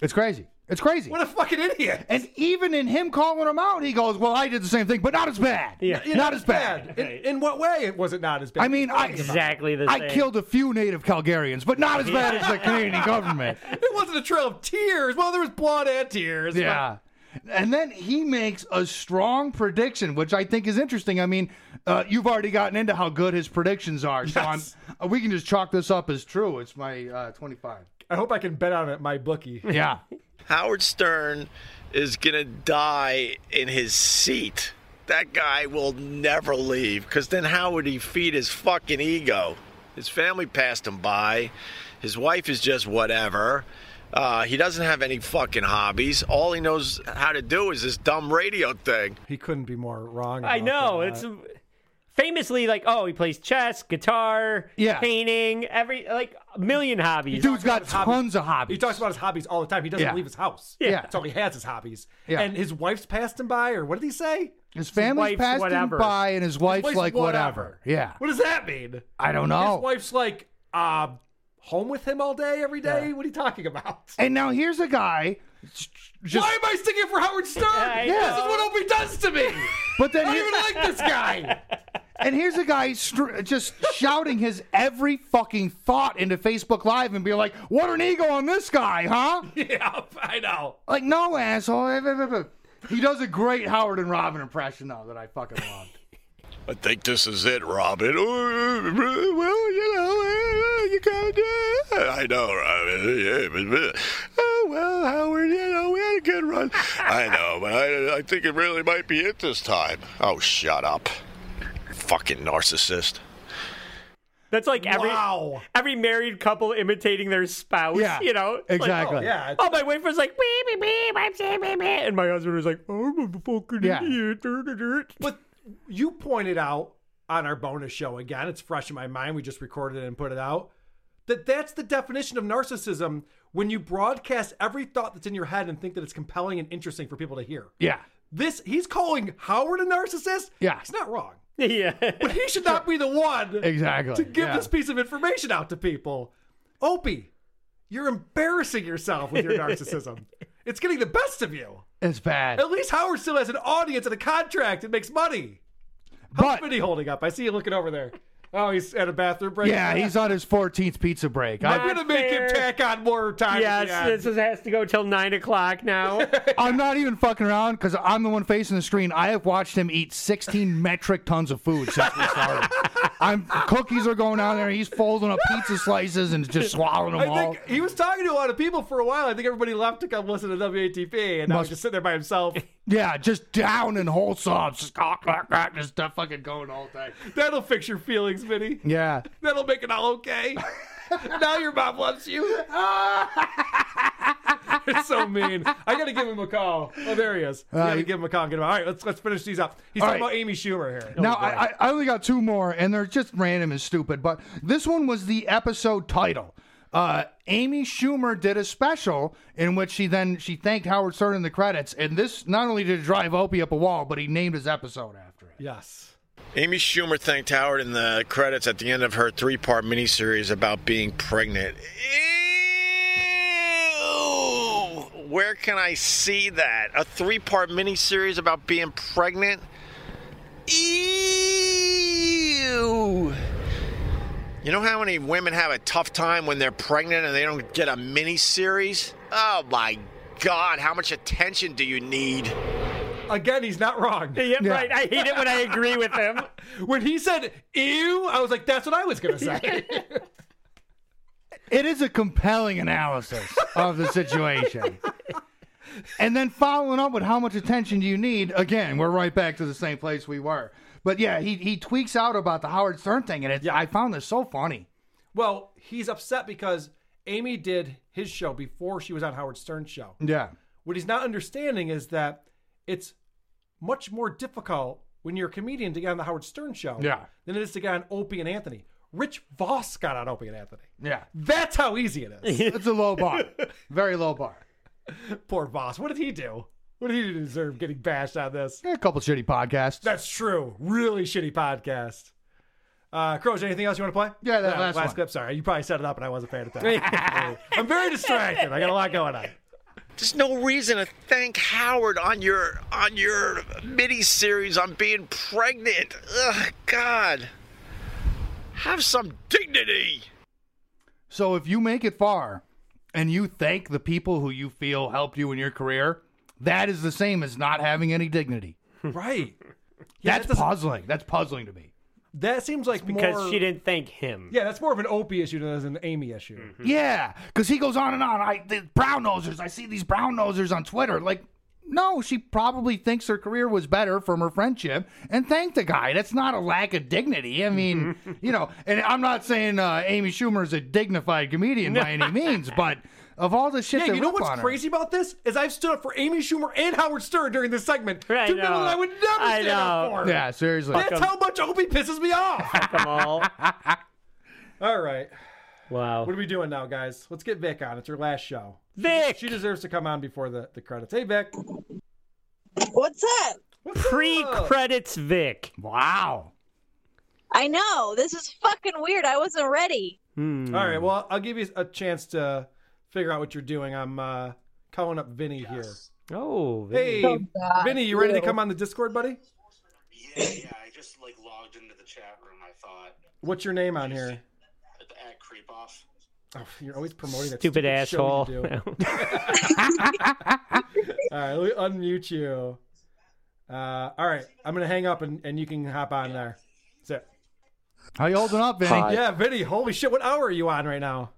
Speaker 9: It's crazy. It's crazy. What
Speaker 8: a fucking idiot.
Speaker 9: And even in him calling him out, he goes, Well, I did the same thing, but not as bad.
Speaker 8: Yeah.
Speaker 9: Not, as bad.
Speaker 8: In, in what way was it not as bad?
Speaker 9: I mean, I, I killed a few native Calgarians, but not as bad as the Canadian government.
Speaker 8: It wasn't a trail of tears. Well, there was blood and tears. but-
Speaker 9: Yeah. And then he makes a strong prediction, which I think is interesting. I mean, uh, you've already gotten into how good his predictions are, so I'm, uh, we can just chalk this up as true. It's my uh, 25.
Speaker 8: I hope I can bet on it, my bookie.
Speaker 9: Yeah.
Speaker 12: Howard Stern is gonna die in his seat. That guy will never leave, because then how would he feed his fucking ego? His family passed him by. His wife is just whatever. Uh, he doesn't have any fucking hobbies. All he knows how to do is this dumb radio thing.
Speaker 8: He couldn't be more wrong.
Speaker 10: I know. It's famously like, oh, he plays chess, guitar,
Speaker 8: Yeah.
Speaker 10: painting, every like a million hobbies.
Speaker 9: of hobbies.
Speaker 8: He talks about his hobbies all the time. He doesn't
Speaker 10: Yeah.
Speaker 8: leave his house.
Speaker 10: Yeah. Yeah.
Speaker 8: So he has his hobbies.
Speaker 9: Yeah.
Speaker 8: And his wife's passed him by, or what did he say?
Speaker 9: His family's
Speaker 8: wife's
Speaker 9: passed
Speaker 8: whatever.
Speaker 9: him by, and his wife's,
Speaker 8: wife's
Speaker 9: like, whatever.
Speaker 8: whatever.
Speaker 9: Yeah.
Speaker 8: What does that mean?
Speaker 9: I don't know.
Speaker 8: His wife's like, uh, home with him all day, every day? What are you talking about?
Speaker 9: And now here's a guy. j- Just,
Speaker 8: Why am I sticking for Howard Stern?
Speaker 9: I
Speaker 8: This is
Speaker 9: know.
Speaker 8: what Opie does to me.
Speaker 9: But then
Speaker 8: I
Speaker 9: here-
Speaker 8: don't even like this guy.
Speaker 9: and here's a guy str- just shouting his every fucking thought into Facebook Live and be like, "What an ego on this guy, huh?"
Speaker 8: yeah, I know.
Speaker 9: Like, no asshole. He does a great Howard and Robin impression though that I fucking love.
Speaker 5: I think this is it, Robin. Oh, well, you know, uh, you gotta do it. I know, Robin. Yeah, but, but, oh, well, Howard, you know, we had a good run. I know, but I, I think it really might be it this time. Oh, shut up. Fucking narcissist.
Speaker 10: That's like every every married couple imitating their spouse.
Speaker 5: Yeah,
Speaker 10: You know? It's
Speaker 5: exactly.
Speaker 10: Like, oh,
Speaker 5: Yeah.
Speaker 10: oh, my wife was like, beep, beep, beep, I'm saying beep, beep. And my husband was like, I'm a fucking
Speaker 8: Yeah.
Speaker 10: idiot. Dur, dur, dur.
Speaker 8: But you pointed out on our bonus show again, it's fresh in my mind. We just recorded it and put it out. That that's the definition of narcissism when you broadcast every thought that's in your head and think that it's compelling and interesting for people to hear.
Speaker 9: Yeah.
Speaker 8: This he's calling Howard a narcissist?
Speaker 9: Yeah.
Speaker 8: He's not wrong.
Speaker 10: Yeah.
Speaker 8: But he should not be the one
Speaker 9: Exactly,
Speaker 8: to give
Speaker 9: yeah.
Speaker 8: this piece of information out to people. Opie, you're embarrassing yourself with your narcissism. It's getting the best of you.
Speaker 9: It's bad.
Speaker 8: At least Howard still has an audience and a contract. It makes money. How's Vinny holding up? I see you looking over there. Oh, he's at a bathroom break.
Speaker 9: Yeah, he's on his 14th pizza break.
Speaker 8: I'm
Speaker 9: I-
Speaker 8: gonna make him tack on more time. at the
Speaker 10: Yes,
Speaker 8: end.
Speaker 10: this is, has to go till 9 o'clock now.
Speaker 9: I'm not even fucking around because I'm the one facing the screen. I have watched him eat 16 metric tons of food since we started. I'm cookies are going down there. He's folding up pizza slices and just swallowing them
Speaker 8: I
Speaker 9: all.
Speaker 8: think he was talking to a lot of people for a while. I think everybody left to come listen to WATP, and I was
Speaker 9: Must-
Speaker 8: just sitting there by himself.
Speaker 9: yeah, just down in whole sobs, just, cock, cock, cock, just stuff fucking going all day.
Speaker 8: That'll fix your feelings, Vinny.
Speaker 9: Yeah.
Speaker 8: That'll make it all okay. now your mom loves you. it's so mean. I gotta give him a call. Oh, there he is. We
Speaker 9: Uh,
Speaker 8: gotta
Speaker 9: he-
Speaker 8: give him a call. And get him. All right, let's let's finish these up. He's
Speaker 9: All
Speaker 8: talking
Speaker 9: right.
Speaker 8: about Amy Schumer here.
Speaker 9: Now I, I I only got two more, and they're just random and stupid. But this one was the episode title. Uh, Amy Schumer did a special in which she then she thanked Howard Stern in the credits, and this not only did it drive Opie up a wall, but he named his episode after it.
Speaker 8: Yes.
Speaker 12: Amy Schumer thanked Howard in the credits at the end of her three part miniseries about being pregnant. Ew! Where can I see that? A three part miniseries about being pregnant? Ew! You know how many women have a tough time when they're pregnant and they don't get a miniseries? Oh my god, how much attention do you need?
Speaker 8: Again, he's not wrong.
Speaker 10: Yeah, right. I hate it when I agree with him.
Speaker 8: when he said "ew," I was like, "That's what I was gonna say."
Speaker 9: It is a compelling analysis of the situation. and then following up with how much attention do you need? Again, we're right back to the same place we were. But yeah, he, he tweaks out about the Howard Stern thing, and it, I found this so funny.
Speaker 8: well, he's upset because Amy did his show before she was on Howard Stern's show.
Speaker 9: Yeah.
Speaker 8: What he's not understanding is that it's much more difficult when you're a comedian to get on the Howard Stern show
Speaker 9: Yeah.
Speaker 8: than it is to get on Opie and Anthony. Rich Voss got on Opie and Anthony.
Speaker 9: Yeah.
Speaker 8: That's how easy it is.
Speaker 9: it's a low bar. Very low bar.
Speaker 8: Poor Voss. What did he do? What did he do to deserve getting bashed on this?
Speaker 9: A couple shitty podcasts.
Speaker 8: That's true. Really shitty podcast. Uh, Crows, anything else you want to play?
Speaker 9: Yeah, that last one.
Speaker 8: clip. Sorry, you probably set it up and I wasn't paying attention. I'm very distracted. I got a lot going on.
Speaker 12: There's no reason to thank Howard on your on your mini series on being pregnant. Ugh, God, have some dignity.
Speaker 9: So if you make it far and you thank the people who you feel helped you in your career, that is the same as not having any dignity.
Speaker 8: Right.
Speaker 9: That's puzzling. That's puzzling to me.
Speaker 8: That seems like
Speaker 10: because
Speaker 8: more-
Speaker 10: she didn't thank him.
Speaker 8: Yeah, that's more of an Opie issue than it is an Amy issue.
Speaker 9: Mm-hmm. Yeah, because he goes on and on. I the brown nosers. I see these brown nosers on Twitter. Like, no, she probably thinks her career was better from her friendship and thank the guy. That's not a lack of dignity. I mean, you know, and I'm not saying uh, Amy Schumer is a dignified comedian by any means, but of all the shit
Speaker 8: Yeah,
Speaker 9: they
Speaker 8: you know
Speaker 9: rip
Speaker 8: what's
Speaker 9: on her.
Speaker 8: crazy about this is I've stood up for Amy Schumer and Howard Stern during this segment. Two
Speaker 9: know.
Speaker 8: people that I would never
Speaker 9: I
Speaker 8: stand up
Speaker 9: know.
Speaker 8: for.
Speaker 9: Yeah, seriously.
Speaker 8: That's
Speaker 9: Fuck 'em.
Speaker 8: how much Opie pisses me off.
Speaker 10: all.
Speaker 8: all right.
Speaker 10: Wow.
Speaker 8: What are we doing now, guys? Let's get Vic on. It's her last show.
Speaker 10: Vic,
Speaker 8: she deserves to come on before the, the credits. Hey, Vic.
Speaker 4: What's up?
Speaker 10: Pre-credits, Vic.
Speaker 9: Wow.
Speaker 4: I know. This is fucking weird. I wasn't ready.
Speaker 10: Hmm.
Speaker 8: All right. Well, I'll give you a chance to figure out what you're doing. I'm uh, calling up Vinny
Speaker 10: here. Oh,
Speaker 8: hey,
Speaker 4: Oh, God.
Speaker 8: Vinny, you ready to
Speaker 4: Ew.
Speaker 8: come on the Discord, buddy? Yeah, yeah. I just like logged into the chat room. I thought. What's your name on here? At creep off. Oh, you're always promoting that
Speaker 10: Stupid
Speaker 8: stupid show you
Speaker 10: asshole.
Speaker 8: do. all right, let me unmute you. Uh, all right, I'm gonna hang up and, and you can hop on there. That's it.
Speaker 9: How you holding up, Vinny?
Speaker 8: Yeah, Vinny. Holy shit! What hour are you on right now?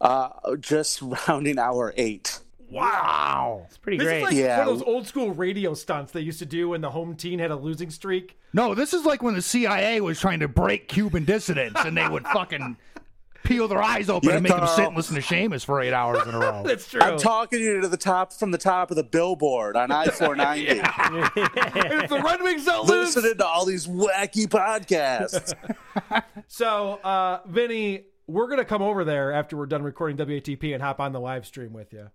Speaker 13: Uh, just rounding hour eight.
Speaker 8: Wow, it's
Speaker 10: pretty
Speaker 8: this
Speaker 13: great.
Speaker 8: Is like
Speaker 13: Yeah.
Speaker 8: one of those old school radio stunts they used to do when the home team had a losing streak.
Speaker 9: No, this is like when the CIA was trying to break Cuban dissidents, and they would fucking peel their eyes open and make them sit and listen to Seamus for eight hours in a row.
Speaker 8: That's
Speaker 13: I'm talking to you to the top from the top of the billboard on I-490.
Speaker 8: if the Red Wings don't lose,
Speaker 13: Listening to all these wacky podcasts.
Speaker 8: so uh, Vinny, we're gonna come over there after we're done recording WATP and hop on the live stream with you.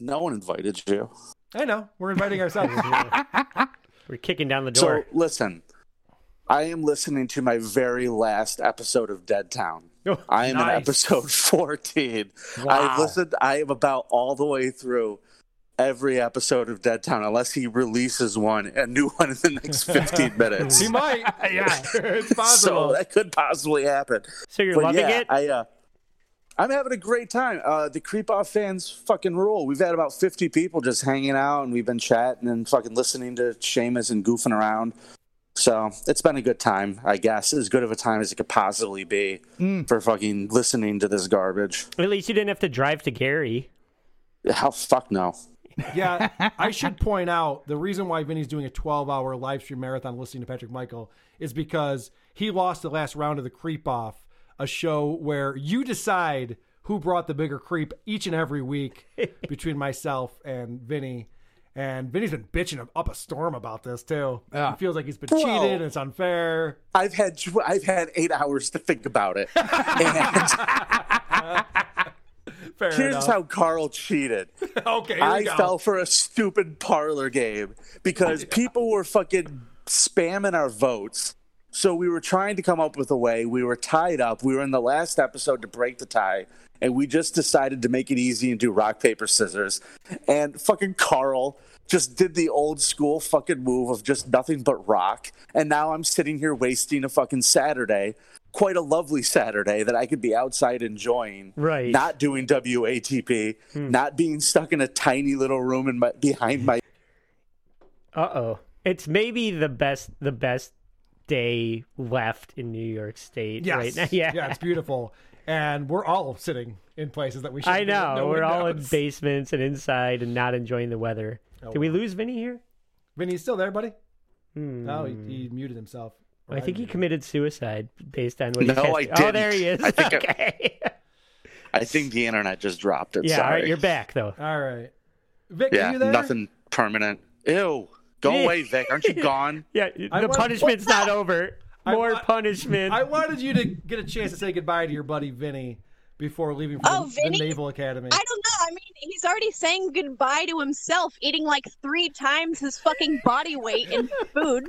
Speaker 13: no one invited you.
Speaker 8: I know we're inviting ourselves.
Speaker 10: We're kicking down the
Speaker 13: So
Speaker 10: door.
Speaker 13: listen, I am listening to my very last episode of Dead Town. I am in
Speaker 10: Oh, nice.
Speaker 13: episode 14.
Speaker 10: Wow.
Speaker 13: I've listened, I am about all the way through every episode of Dead Town, unless he releases one, a new one in the next 15 minutes.
Speaker 8: he might. yeah, it's
Speaker 13: So
Speaker 8: possible.
Speaker 13: that could possibly happen. So
Speaker 8: you're loving it?
Speaker 13: I, uh, I'm having a great time. Uh, the Creep Off fans fucking rule. We've had about 50 people just hanging out and we've been chatting and fucking listening to Seamus and goofing around. So it's been a good time, I guess. As good of a time as it could possibly be for fucking listening to this garbage.
Speaker 10: Hmm. At least you didn't have to drive to Gary.
Speaker 13: How fuck no.
Speaker 8: yeah, I should point out the reason why Vinny's doing a 12 hour live stream marathon listening to Patrick Michael is because he lost the last round of the creep off, a show where you decide who brought the bigger creep each and every week between myself and Vinny. And Vinny's been bitching up a storm about this too.
Speaker 10: Ah.
Speaker 8: He feels like he's been
Speaker 13: Well-
Speaker 8: cheated and it's unfair.
Speaker 13: I've had tw- I've had eight hours to think about it. And-
Speaker 8: Fair
Speaker 13: Here's
Speaker 8: enough.
Speaker 13: how Carl cheated.
Speaker 8: okay, here
Speaker 13: I
Speaker 8: we go.
Speaker 13: fell for a stupid parlor game because people were fucking spamming our votes. So we were trying to come up with a way. We were tied up. We were in the last episode to break the tie, and we just decided to make it easy and do rock paper scissors. And fucking Carl just did the old school fucking move of just nothing but rock. And now I'm sitting here wasting a fucking Saturday, quite a lovely Saturday that I could be outside enjoying
Speaker 10: Right.
Speaker 13: not doing WATP,
Speaker 10: Hmm.
Speaker 13: not being stuck in a tiny little room in my, behind my.
Speaker 10: Uh oh. It's maybe the best the best day left in New York State
Speaker 8: Yes.
Speaker 10: right now. Yeah.
Speaker 8: it's beautiful. And we're all sitting in places that we should
Speaker 10: I know. We're all in
Speaker 8: base.
Speaker 10: basements and inside and not enjoying the weather.
Speaker 8: Oh,
Speaker 10: Did we
Speaker 8: wow.
Speaker 10: lose Vinny here?
Speaker 8: Vinny, you still there, buddy?
Speaker 10: Hmm.
Speaker 8: No, Oh, he, he muted himself. Or
Speaker 10: I think he
Speaker 8: muted
Speaker 10: committed suicide based on what he
Speaker 13: No,
Speaker 10: said.
Speaker 13: I
Speaker 10: Oh,
Speaker 13: didn't.
Speaker 10: there he is.
Speaker 13: I think I-
Speaker 10: okay.
Speaker 13: I think the internet just dropped it.
Speaker 10: yeah, all
Speaker 13: sorry.
Speaker 10: right, you're back though.
Speaker 8: him. All right. Vic,
Speaker 13: yeah,
Speaker 8: are you there?
Speaker 13: nothing permanent. Ew, go away, Vic. Aren't you gone?
Speaker 10: Yeah,
Speaker 8: I
Speaker 10: the
Speaker 8: want-
Speaker 10: punishment's not over.
Speaker 8: I
Speaker 10: More
Speaker 8: want-
Speaker 10: punishment.
Speaker 8: I wanted you to get a chance to say goodbye to your buddy Vinny before leaving for
Speaker 4: Oh,
Speaker 8: the,
Speaker 4: Vinny?
Speaker 8: the Naval Academy.
Speaker 4: I don't know. I mean, he's already saying goodbye to himself, eating like three times his fucking body weight in food.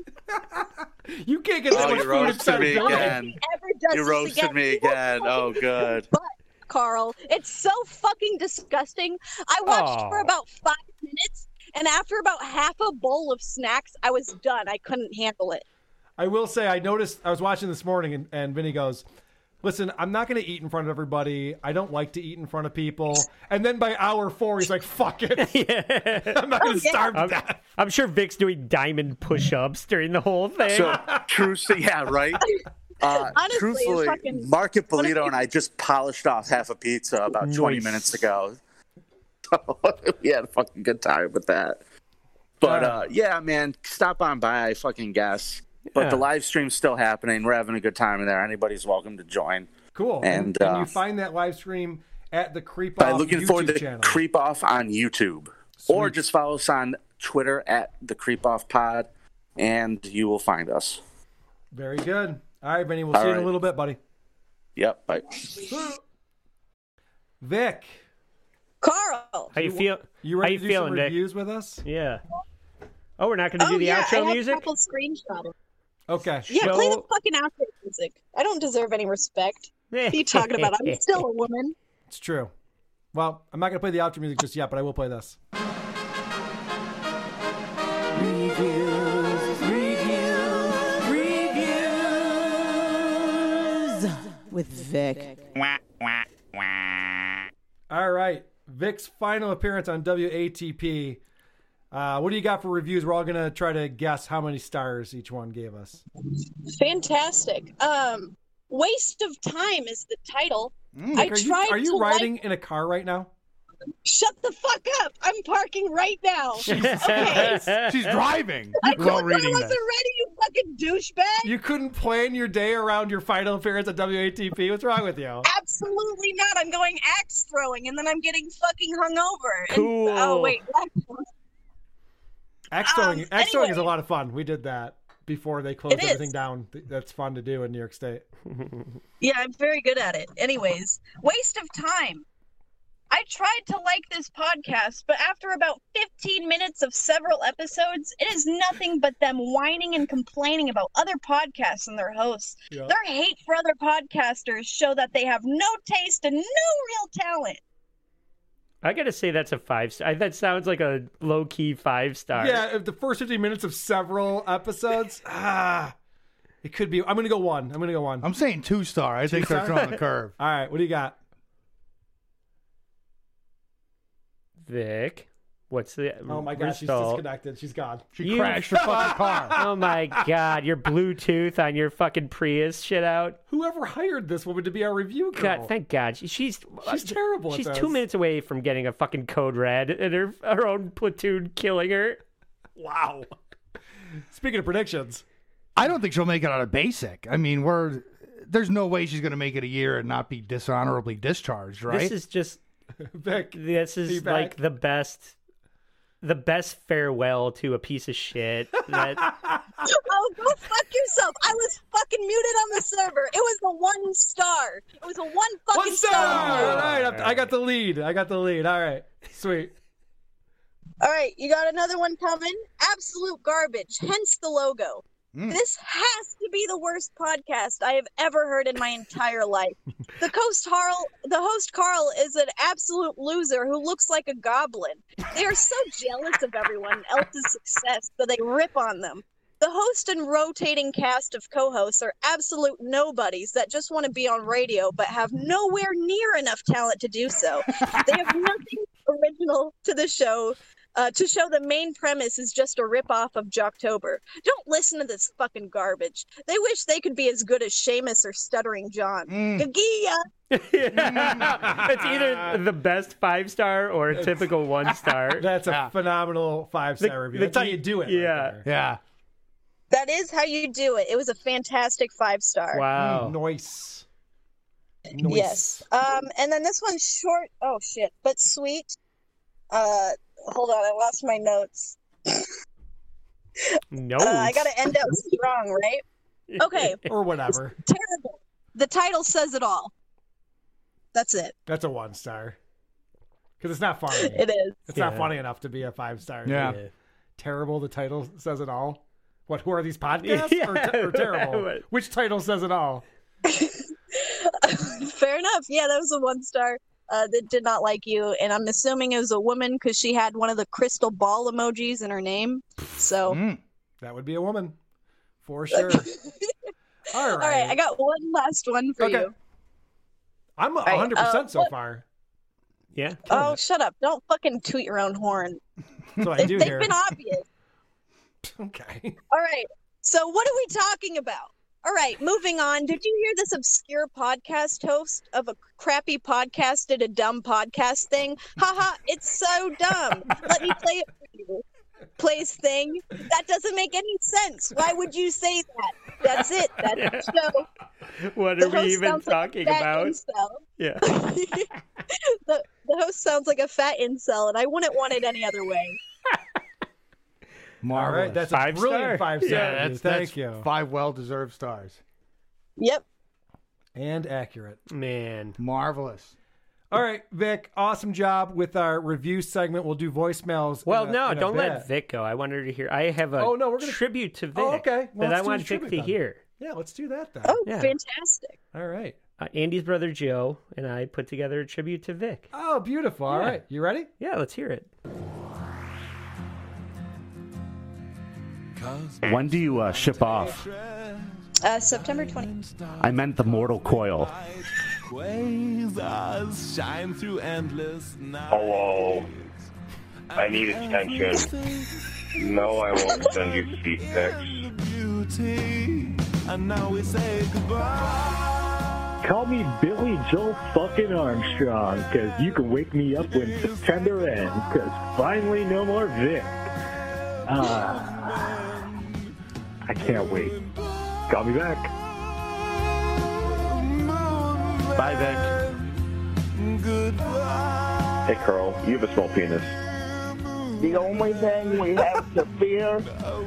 Speaker 8: You can't get that
Speaker 13: Oh,
Speaker 8: much
Speaker 13: you
Speaker 8: food
Speaker 13: roasted
Speaker 8: inside
Speaker 13: me
Speaker 8: a building.
Speaker 13: again.
Speaker 4: Ever does
Speaker 13: You
Speaker 4: this
Speaker 13: roasted
Speaker 4: again,
Speaker 13: me again. Oh, good.
Speaker 4: Carl. It's so fucking disgusting. I watched
Speaker 13: Aw.
Speaker 4: for about five minutes, and after about half a bowl of snacks, I was done. I couldn't handle it.
Speaker 8: I will say, I noticed I was watching this morning, and, and Vinny goes, "Listen, I'm not going to eat in front of everybody. I don't like to eat in front of people." And then by hour four, he's like, "Fuck it, I'm not going to starve to
Speaker 10: I'm,
Speaker 8: death."
Speaker 10: I'm sure Vic's doing diamond push-ups during the whole thing.
Speaker 13: So, truthfully, yeah, right. Uh,
Speaker 4: Honestly, it's
Speaker 13: truthfully,
Speaker 4: fucking-
Speaker 13: Mark Ippolito and I just polished off half a pizza about 20
Speaker 4: Nice.
Speaker 13: minutes ago. So we had a fucking good time with that. But uh, yeah, man, stop on by, I fucking guess. But the
Speaker 8: Yeah.
Speaker 13: live stream's still happening. We're having a good time in there. Anybody's welcome to join.
Speaker 8: Cool.
Speaker 13: And,
Speaker 8: and
Speaker 13: uh,
Speaker 8: you find that live stream at the Creep
Speaker 13: By
Speaker 8: Off
Speaker 13: looking
Speaker 8: YouTube
Speaker 13: forward to
Speaker 8: channel.
Speaker 13: Creep Off on YouTube. Or just follow us on Twitter at the Creep Off Pod, and you will find us.
Speaker 8: Very good. All right, Benny. We'll see
Speaker 13: All
Speaker 8: you in
Speaker 13: right.
Speaker 8: a little bit, buddy.
Speaker 13: Yep. Bye.
Speaker 8: Vic.
Speaker 15: Carl.
Speaker 10: How you feel?
Speaker 8: You
Speaker 10: How
Speaker 8: ready
Speaker 10: you
Speaker 8: to do
Speaker 10: feeling,
Speaker 8: some
Speaker 10: Vic?
Speaker 8: reviews with us?
Speaker 10: Yeah. Oh, we're not going to do the
Speaker 15: yeah, I
Speaker 10: outro
Speaker 15: have
Speaker 10: music.
Speaker 15: A couple screenshots.
Speaker 8: Okay.
Speaker 15: Yeah, play the
Speaker 10: Show-
Speaker 15: fucking outro music. I don't deserve any respect. What are you talking about? I'm still a woman.
Speaker 8: It's true. Well, I'm not going to play the outro music just yet, but I will play this.
Speaker 4: Reviews with Vic.
Speaker 8: All right. Vic's final appearance on WATP. Uh, what do you got for reviews? We're all going to try to guess how many stars each one gave us.
Speaker 15: Mm. Fantastic. Um, waste of time is the title. I
Speaker 8: Vic, are
Speaker 15: tried.
Speaker 8: you, are you
Speaker 15: to like-
Speaker 8: riding in a car right now?
Speaker 15: Shut the fuck up! I'm parking right now.
Speaker 8: She's driving.
Speaker 15: I called when I wasn't ready, you fucking douchebag.
Speaker 8: You couldn't plan your day around your final appearance at WATP. What's wrong with you?
Speaker 15: Absolutely not. I'm going axe throwing, and then I'm getting fucking hungover. And- oh
Speaker 8: Cool.
Speaker 15: wait, that's-
Speaker 8: X
Speaker 10: Um,
Speaker 8: throwing. X throwing is a lot of fun. We did that before they closed
Speaker 15: It is.
Speaker 8: everything down. Th- That's fun to do in New York State.
Speaker 15: yeah, I'm very good at it. Anyways, waste of time. I tried to like this podcast, but after about 15 minutes of several episodes, it is nothing but them whining and complaining about other podcasts and their hosts.
Speaker 7: Yeah.
Speaker 15: Their hate for other podcasters show that they have no taste and no real talent.
Speaker 10: I got to say that's a five star. That sounds like a low key five star.
Speaker 8: Yeah, if the first 15 minutes of several episodes. ah, it could be. I'm gonna go one. I'm gonna go one.
Speaker 9: I'm saying two star. I think they're
Speaker 8: Two-star?
Speaker 9: throwing a curve.
Speaker 8: All right, what do you got?
Speaker 10: Vic, what's the?
Speaker 8: Oh my gosh, she's
Speaker 10: result?
Speaker 8: disconnected. She's gone.
Speaker 10: She You- crashed her fucking
Speaker 8: car.
Speaker 10: Oh my god, your Bluetooth on your fucking Prius shit out.
Speaker 8: Whoever hired this woman to be our review girl?
Speaker 10: God, thank God. She- She's uh,
Speaker 8: She's terrible at
Speaker 10: She's
Speaker 8: this.
Speaker 10: two minutes away from getting a fucking code red and her her own platoon killing her.
Speaker 8: Wow. Speaking of predictions,
Speaker 9: I don't think she'll make it out of basic. I mean, we're there's no way she's going to make it a year and not be dishonorably discharged, right?
Speaker 10: This is just This
Speaker 9: be
Speaker 10: is
Speaker 9: back.
Speaker 10: like the best the best farewell to a piece of shit that
Speaker 15: oh, go fuck yourself. I was fucking muted on the server. It was a one star. It was a one fucking
Speaker 8: One star! All right, I- I got the lead. I got the lead. All right, sweet.
Speaker 15: All right, you got another one coming. Absolute garbage, hence the logo. This has to be the worst podcast I have ever heard in my entire life. The host Carl, the host Carl is an absolute loser who looks like a goblin. They are so jealous of everyone else's success, so they rip on them. The host and rotating cast of co-hosts are absolute nobodies that just want to be on radio but have nowhere near enough talent to do so. They have nothing original to the show. Uh, to show the main premise is just a ripoff of Jocktober. Don't listen to this fucking garbage. They wish they could be as good as Seamus or Stuttering John. uh, Gagia!
Speaker 10: it's either the best five star or a typical one star.
Speaker 8: That's a phenomenal five star review. That's how you do it. right
Speaker 10: Yeah.
Speaker 8: there.
Speaker 9: yeah.
Speaker 15: That is how you do it. It was a fantastic five star.
Speaker 8: Mm, Nice. Nice.
Speaker 15: Yes. Um, and then this one's short. Oh shit, but sweet. Uh, hold on, I lost my notes.
Speaker 10: No.
Speaker 15: Uh, I gotta end out strong, right? Okay.
Speaker 8: or whatever.
Speaker 15: Terrible. The title says it all. That's it.
Speaker 8: That's a one star. Because it's not funny.
Speaker 15: It is.
Speaker 8: It's
Speaker 15: Yeah.
Speaker 8: not funny enough to be a five star.
Speaker 9: Yeah. Yeah.
Speaker 8: Terrible. The title says it all. What? Who are these podcasts?
Speaker 15: Yeah,
Speaker 8: or, te- or terrible?
Speaker 15: right.
Speaker 8: Which title says it all?
Speaker 15: Fair enough. Yeah, that was a one star. Uh, that did not like you, and I'm assuming it was a woman because she had one of the crystal ball emojis in her name. So,
Speaker 8: That would be a woman, for sure. all right.
Speaker 15: all right, I got one last one for
Speaker 8: Okay.
Speaker 15: you.
Speaker 8: I'm
Speaker 15: All right,
Speaker 8: 100
Speaker 15: uh,
Speaker 8: percent so
Speaker 15: what-
Speaker 8: far.
Speaker 10: Yeah.
Speaker 15: Oh, shut up! Don't fucking toot your own horn.
Speaker 8: That's what I do
Speaker 15: They've
Speaker 8: here.
Speaker 15: been obvious.
Speaker 8: okay.
Speaker 15: All right. So what are we talking about? All right, moving on. Did you hear this obscure podcast host of a crappy podcast did a dumb podcast thing? Haha, it's so dumb. Let me play it for you. Plays thing. That doesn't make any sense. Why would you say that? That's it. That's the show.
Speaker 10: What
Speaker 15: The
Speaker 10: are we
Speaker 15: host
Speaker 10: even
Speaker 15: sounds like a
Speaker 10: talking
Speaker 15: fat
Speaker 10: about?
Speaker 15: incel.
Speaker 10: Yeah.
Speaker 15: the, the host sounds like a fat incel, and I wouldn't want it any other way.
Speaker 8: All right, that's a
Speaker 9: Five
Speaker 8: brilliant
Speaker 9: star.
Speaker 8: five star.
Speaker 9: Yeah,
Speaker 8: review.
Speaker 9: that's-
Speaker 8: Thank
Speaker 9: that's
Speaker 8: you.
Speaker 9: Five well deserved stars.
Speaker 15: Yep.
Speaker 8: And accurate.
Speaker 10: Man.
Speaker 9: Marvelous.
Speaker 8: All right, Vic, awesome job with our review segment. We'll do voicemails.
Speaker 10: Well,
Speaker 8: in a-
Speaker 10: no,
Speaker 8: in a
Speaker 10: don't
Speaker 8: bit.
Speaker 10: let Vic go. I wanted her to hear. I have a
Speaker 8: Oh, no, we're gonna-
Speaker 10: tribute to Vic
Speaker 8: Oh, okay. Well,
Speaker 10: that I
Speaker 8: let's do
Speaker 10: want
Speaker 8: the
Speaker 10: Vic
Speaker 8: tribute
Speaker 10: to
Speaker 8: then.
Speaker 10: hear.
Speaker 8: Yeah, let's do that then.
Speaker 15: Oh,
Speaker 10: Yeah.
Speaker 15: fantastic.
Speaker 8: All right.
Speaker 10: Uh, Andy's brother Joe and I put together a tribute to Vic.
Speaker 8: Oh, beautiful. All right,
Speaker 10: Yeah.
Speaker 8: You ready?
Speaker 10: Yeah, let's hear it.
Speaker 13: When do you uh, ship off?
Speaker 15: Uh, September 20th.
Speaker 13: I meant the mortal coil.
Speaker 23: Quasars shine through endless
Speaker 3: Hello. Oh, I need attention. No, I won't send you feet pics.
Speaker 23: beauty. And now we say
Speaker 11: Call me Billy Joel fucking Armstrong, because you can wake me up when September ends, because finally no more Vic. Ah, I can't wait. Call me back.
Speaker 3: Bye, Vic. Hey, Carl, you have a small penis.
Speaker 28: The only thing we have to fear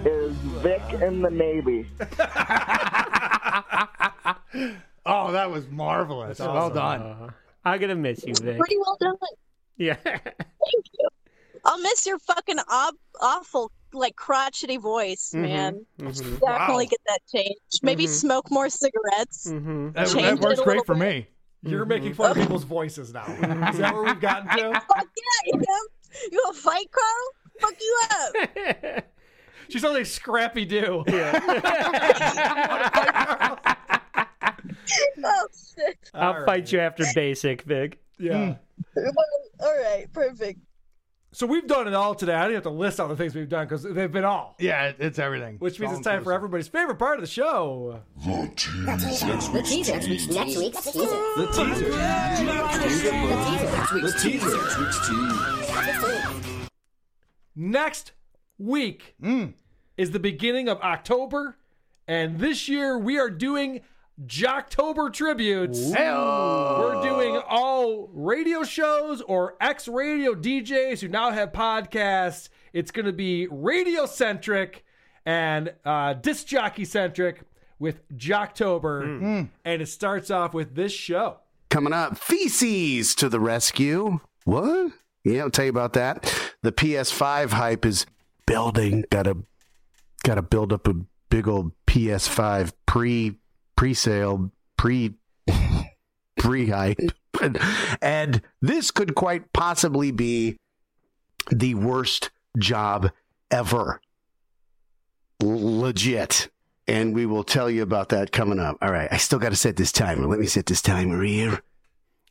Speaker 28: is Vic in the Navy.
Speaker 9: Oh, that was marvelous.
Speaker 10: That's
Speaker 9: Well
Speaker 10: awesome.
Speaker 9: done.
Speaker 10: Uh, I'm gonna miss you, Vic.
Speaker 15: Pretty well done.
Speaker 10: Yeah.
Speaker 15: I'll miss your fucking ob- awful, like crotchety voice,
Speaker 10: Mhm.
Speaker 15: man.
Speaker 10: Mhm.
Speaker 15: Definitely
Speaker 10: Wow.
Speaker 15: get that changed. Maybe
Speaker 10: Mhm.
Speaker 15: smoke more cigarettes.
Speaker 10: Mm-hmm.
Speaker 9: That, that works great for me.
Speaker 8: You're making fun of people's voices now. Is that where we've gotten to?
Speaker 15: Yeah, you know, you want to fight, Carl? Fuck you up.
Speaker 8: She sounds like Scrappy Doo.
Speaker 15: oh shit.
Speaker 10: I'll fight you after basic, Vic.
Speaker 9: Mm.
Speaker 8: Yeah.
Speaker 15: All right, perfect.
Speaker 8: So we've done it all today. I didn't have to list all the things we've done because they've been all.
Speaker 9: Yeah, it's everything.
Speaker 8: Which means it's time for everybody's favorite part of the show.
Speaker 23: The teaser. Next week's teaser. Next week's teaser. The teaser. The teaser. The teaser.
Speaker 8: Next week is the beginning of October, and this year we are doing Jocktober tributes. We're doing all radio shows or ex radio DJs who now have podcasts. It's going to be radio centric and uh, disc jockey centric with Jocktober, and it starts off with this show.
Speaker 24: Coming up, feces to the rescue. What? Yeah, I'll tell you about that. The PS5 hype is building. Gotta gotta build up a big old PS5 pre pre sale pre pre hype. and this could quite possibly be the worst job ever. legit. And we will tell you about that coming up. All right. I still got to set this timer. Let me set this timer here.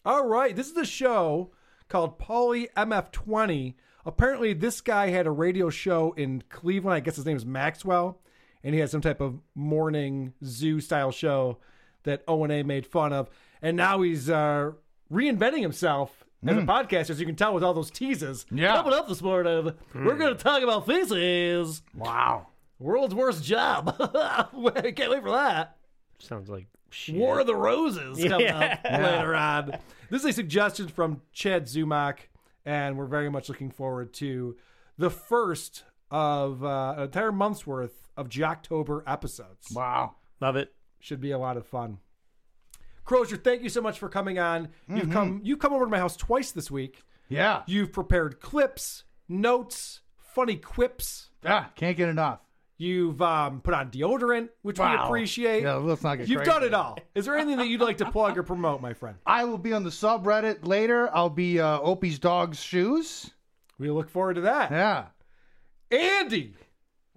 Speaker 8: All right, this is a show called Paulie MF20. Apparently, this guy had a radio show in Cleveland. I guess his name is Maxwell, and he had some type of morning zoo style show that O and A made fun of. And now he's uh, reinventing himself as a podcaster, as you can tell with all those teases. Hmm. Yeah, coming up this morning, we're going to talk about feces. Wow, world's worst job. Can't wait for that.
Speaker 10: Sounds like shit.
Speaker 8: War of the Roses coming
Speaker 10: Yeah.
Speaker 8: up later on. This is a suggestion from Chad Zumach, and we're very much looking forward to the first of uh, an entire month's worth of Jocktober episodes. Wow.
Speaker 10: Love it.
Speaker 8: Should be a lot of fun. Crozier, thank you so much for coming on. You've come you've come over to my house twice this week.
Speaker 9: Mm-hmm. Yeah.
Speaker 8: You've prepared clips, notes, funny quips.
Speaker 9: Yeah, can't get enough.
Speaker 8: You've um, put on deodorant, which we
Speaker 9: Wow.
Speaker 8: appreciate.
Speaker 9: Yeah, let's not get
Speaker 8: You've
Speaker 9: crazy.
Speaker 8: done it all. Is there anything that you'd like to plug or promote, my friend?
Speaker 9: I will be on the subreddit later. I'll be uh, Opie's dog's shoes.
Speaker 8: We look forward to that.
Speaker 9: Yeah.
Speaker 8: Andy,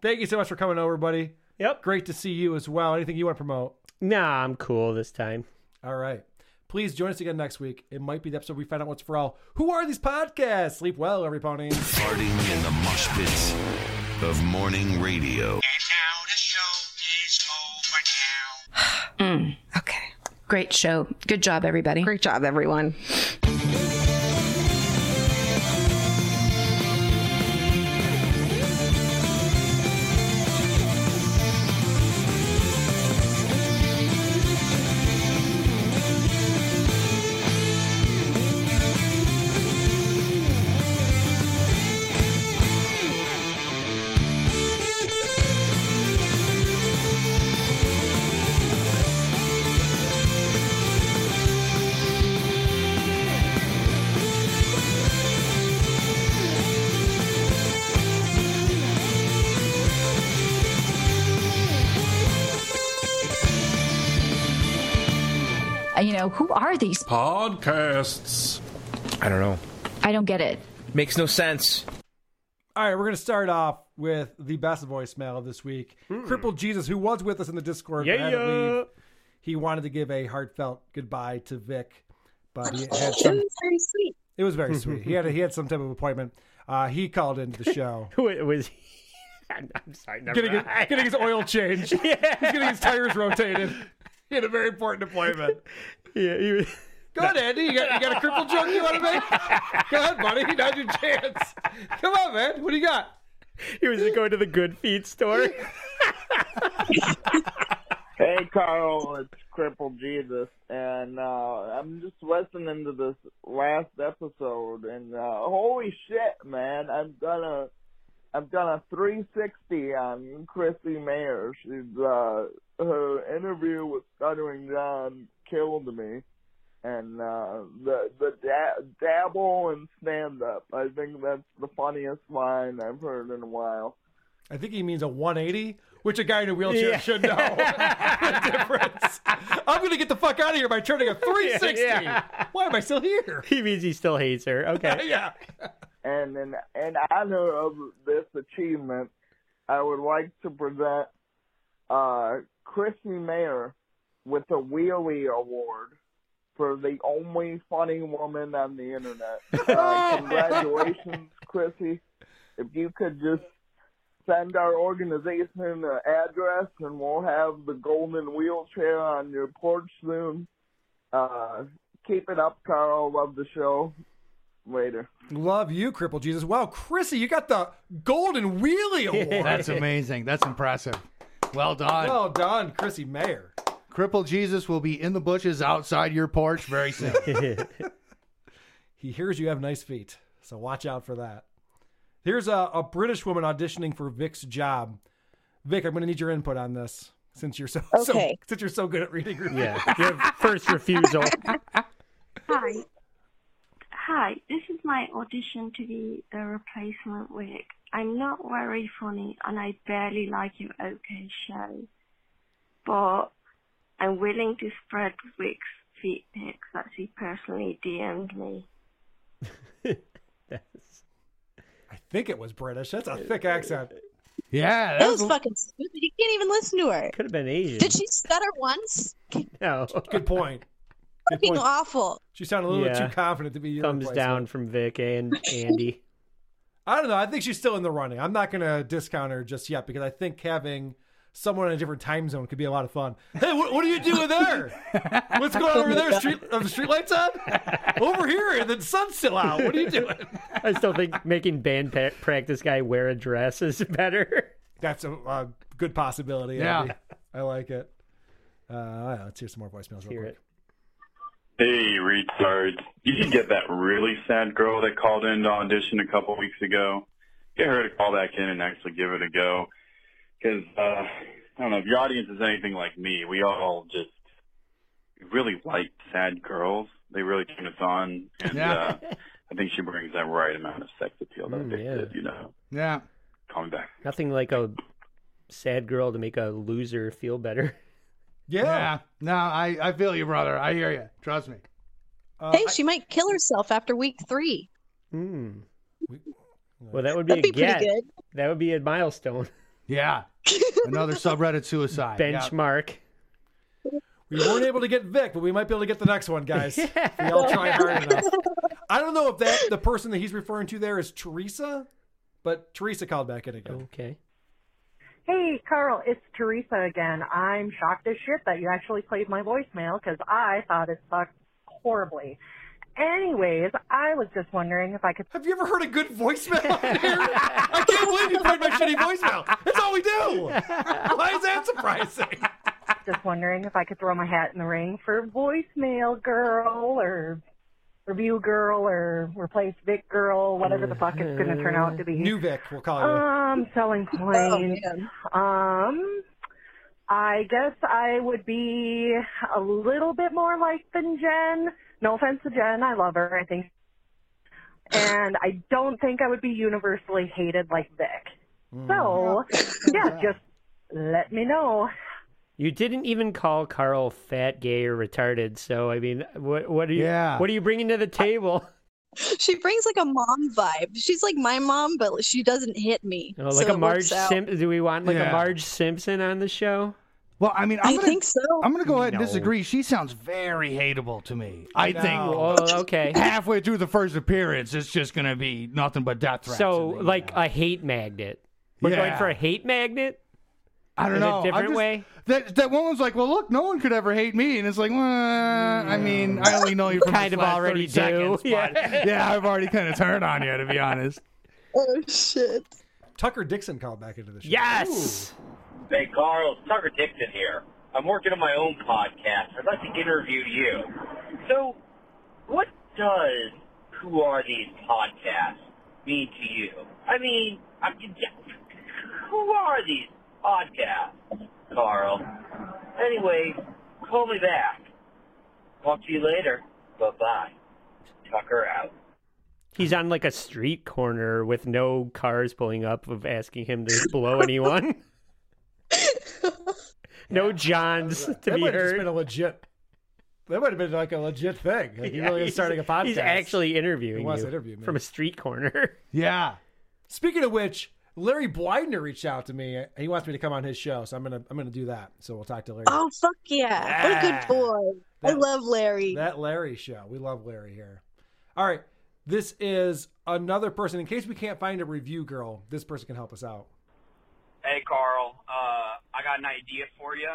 Speaker 8: thank you so much for coming over, buddy.
Speaker 10: Yep.
Speaker 8: Great to see you as well. Anything you want to promote?
Speaker 10: Nah, I'm cool this time.
Speaker 8: All right. Please join us again next week. It might be the episode we find out what's for all. Who are these podcasts? Sleep well, everybody.
Speaker 24: Farting in the mosh pits of morning radio.
Speaker 29: Mm, okay. Great show. Good job, everybody. Great job, everyone.
Speaker 27: You know, who are these?
Speaker 30: Podcasts. I don't know.
Speaker 27: I don't get it.
Speaker 30: Makes no sense.
Speaker 8: All right, we're going to start off with the best voicemail of this week. Crippled Jesus, who was with us in the Discord, but had to
Speaker 10: Hmm. Yeah, yeah.
Speaker 8: leave. he wanted to give a heartfelt goodbye to Vic, but he had
Speaker 15: It
Speaker 8: some.
Speaker 15: was very sweet.
Speaker 8: It was very sweet. He had a, he had some type of appointment. Uh, he called into the show.
Speaker 10: Wait, was he? I'm I'm sorry. Never
Speaker 8: getting,
Speaker 10: mind.
Speaker 8: getting his oil changed. He's getting his tires rotated. He had a very important appointment.
Speaker 10: Yeah, he was.
Speaker 8: Go ahead, Andy. You got, you got a crippled joke you want to make? Go ahead, buddy. Now's your chance. Come on, man. What do you got?
Speaker 10: He was going to the good feed store.
Speaker 28: Hey Carl, it's Crippled Jesus, and uh, I'm just listening to this last episode, and uh, holy shit, man! I'm gonna, I'm gonna 360 on Chrissy Mayer. She's uh, her interview with Stuttering John killed me, and uh, the the da- dabble and stand up. I think that's the funniest line I've heard in a while.
Speaker 8: I think he means a 180, which a guy in a wheelchair
Speaker 28: Yeah.
Speaker 8: should know the difference. I'm going to get the fuck out of here by turning a 360. Why am I still here?
Speaker 10: He means he still hates her. Okay.
Speaker 8: yeah.
Speaker 28: And in, in honor of this achievement, I would like to present uh, Chrissy Mayer with the Wheelie Award for the only funny woman on the internet. Uh, congratulations, Chrissy. If you could just send our organization an address and we'll have the golden wheelchair on your porch soon. Uh, keep it up, Carl. Love the show. Later.
Speaker 8: Love you, Cripple Jesus. Wow, Chrissy, you got the Golden Wheelie Award.
Speaker 9: That's amazing. That's impressive. Well done.
Speaker 8: Well done, Chrissy Mayer.
Speaker 9: Crippled Jesus will be in the bushes outside your porch very soon.
Speaker 8: He hears you have nice feet, so watch out for that. Here's a, a British woman auditioning for Vic's job. Vic, I'm going to need your input on this since you're so, so-
Speaker 10: Okay.
Speaker 8: since you're so good at reading reviews.
Speaker 10: Yeah. Your first refusal.
Speaker 6: Hi. Hi, this is my audition to be the replacement wig. I'm not very funny and I barely like your OK show, but I'm willing to spread Wig's feet pics that she personally DM'd me.
Speaker 8: I think it was British. That's a thick accent.
Speaker 9: Yeah,
Speaker 15: That was fucking stupid. You can't even listen to her.
Speaker 10: Could have been Asian.
Speaker 15: Did she stutter once?
Speaker 10: No.
Speaker 8: Good point. Good
Speaker 15: Fucking
Speaker 8: point.
Speaker 15: awful.
Speaker 8: She sounded a little
Speaker 10: Yeah.
Speaker 8: bit too confident to be your
Speaker 10: Thumbs
Speaker 8: replacement.
Speaker 10: down from Vic and Andy.
Speaker 8: I don't know. I think she's still in the running. I'm not going to discount her just yet because I think having someone in a different time zone could be a lot of fun. Hey, what, what are you doing there? What's going on over there? Street, are the street lights on? Over here, and the sun's still out. What are you doing?
Speaker 10: I still think making band pa- practice guy wear a dress is better.
Speaker 8: That's a, a good possibility.
Speaker 10: Yeah.
Speaker 8: Andy. I like it. Uh, all right, let's hear some more voicemails. Real quick.
Speaker 20: Hey, retards. You should get that really sad girl that called in to audition a couple weeks ago. Get her to call back in and actually give it a go. Because, uh, I don't know, if your audience is anything like me, we all just really like sad girls. They really turn us on. And uh, I think she brings that right amount of sex appeal
Speaker 10: Hmm.
Speaker 20: that they did, you know.
Speaker 9: Yeah.
Speaker 20: Call me back.
Speaker 10: Mm, Nothing like a sad girl to make a loser feel better.
Speaker 8: Yeah.
Speaker 9: No, I, I feel you, brother. I hear you. Trust me.
Speaker 10: Uh,
Speaker 15: hey, she might kill herself after week three.
Speaker 10: Hmm. Well, that would be
Speaker 15: That'd be
Speaker 10: a
Speaker 15: pretty
Speaker 10: get.
Speaker 15: good.
Speaker 10: That would be a milestone.
Speaker 9: Yeah. Another subreddit suicide. Yeah.
Speaker 10: Benchmark.
Speaker 8: We weren't able to get Vic, but we might be able to get the next one, guys. We all try hard enough. I don't know if that the person that he's referring to there is Teresa, but Teresa called back in again.
Speaker 10: Okay.
Speaker 7: Hey, Carl, it's Teresa again. I'm shocked as shit that you actually played my voicemail because I thought it sucked horribly. Anyways, I was just wondering if I could.
Speaker 8: Have you ever heard a good voicemail on here? I can't believe you played my shitty voicemail. That's all we do. Why is that surprising?
Speaker 7: Just wondering if I could throw my hat in the ring for voicemail girl or review girl or replace Vic girl, whatever the fuck it's going to turn out to be.
Speaker 8: New Vic, we'll call you.
Speaker 10: Uh,
Speaker 7: Um, selling planes. um, I guess I would be a little bit more like than Jen. No offense to Jen, I love her. I think, and I don't think I would be universally
Speaker 8: Mm.
Speaker 7: hated like Vic. So, yeah, just let me know.
Speaker 10: You didn't even call Carl fat, gay, or retarded. So I mean, what what are you
Speaker 9: Yeah.
Speaker 10: what are you bringing to the table?
Speaker 4: She brings like a mom vibe. She's like my mom, but she doesn't hit me.
Speaker 10: You know, Oh, like
Speaker 4: so
Speaker 10: a
Speaker 4: it
Speaker 10: Marge
Speaker 4: works out.
Speaker 10: Simpson? Do we want like
Speaker 9: Yeah.
Speaker 10: a Marge Simpson on the show?
Speaker 9: Well, I mean, I'm gonna, think
Speaker 4: so.
Speaker 9: I'm going to go ahead and
Speaker 10: No.
Speaker 9: disagree. She sounds very hateable to me. I
Speaker 10: No.
Speaker 9: think.
Speaker 10: Oh, okay.
Speaker 9: Halfway through the first appearance, it's just going to be nothing but death threats.
Speaker 10: So like a hate magnet. We're going
Speaker 9: Yeah.
Speaker 10: for a hate magnet.
Speaker 9: I don't
Speaker 10: in
Speaker 9: know.
Speaker 10: A
Speaker 9: I
Speaker 10: different
Speaker 9: just-
Speaker 10: way.
Speaker 9: That that one was like, well, look, no one could ever hate me, and it's like, well, I mean, I only know you from
Speaker 10: Kind
Speaker 9: this
Speaker 10: of
Speaker 9: last
Speaker 10: already
Speaker 9: 30
Speaker 10: do.
Speaker 9: Seconds, yeah. yeah, I've already kind of turned on you to be honest.
Speaker 4: Oh shit!
Speaker 8: Tucker Dixon called back into the show.
Speaker 10: Yes.
Speaker 29: Hey, Carl, it's Tucker Dixon here. I'm working on my own podcast. I'd like to interview you. So, what does Who Are These Podcasts mean to you? I mean, I'm, who are these podcasts, Carl? Anyway, call me back. Talk to you later. Bye-bye. Tucker out.
Speaker 10: He's on like a street corner with no cars pulling up of asking him to blow anyone. no Johns to
Speaker 8: That
Speaker 10: be
Speaker 8: might have just
Speaker 10: heard.
Speaker 8: been a legit. That might have been like a legit thing. Like he
Speaker 10: Yeah,
Speaker 8: really is
Speaker 10: he's-
Speaker 8: starting a podcast.
Speaker 10: He's actually interviewing
Speaker 8: He wants
Speaker 10: you
Speaker 8: to interview me.
Speaker 10: from a street corner.
Speaker 9: Yeah.
Speaker 8: Speaking of which, Larry Blydner reached out to me. He wants me to come on his show, so I'm gonna I'm gonna do that. So we'll talk to Larry.
Speaker 4: Oh fuck yeah! What a good boy. I love Larry.
Speaker 8: Ah. That Larry show. We love Larry here. All right. This is another person. In case we can't find a review girl, this person can help us out.
Speaker 2: Hey, Carl. Uh, I got an idea for you.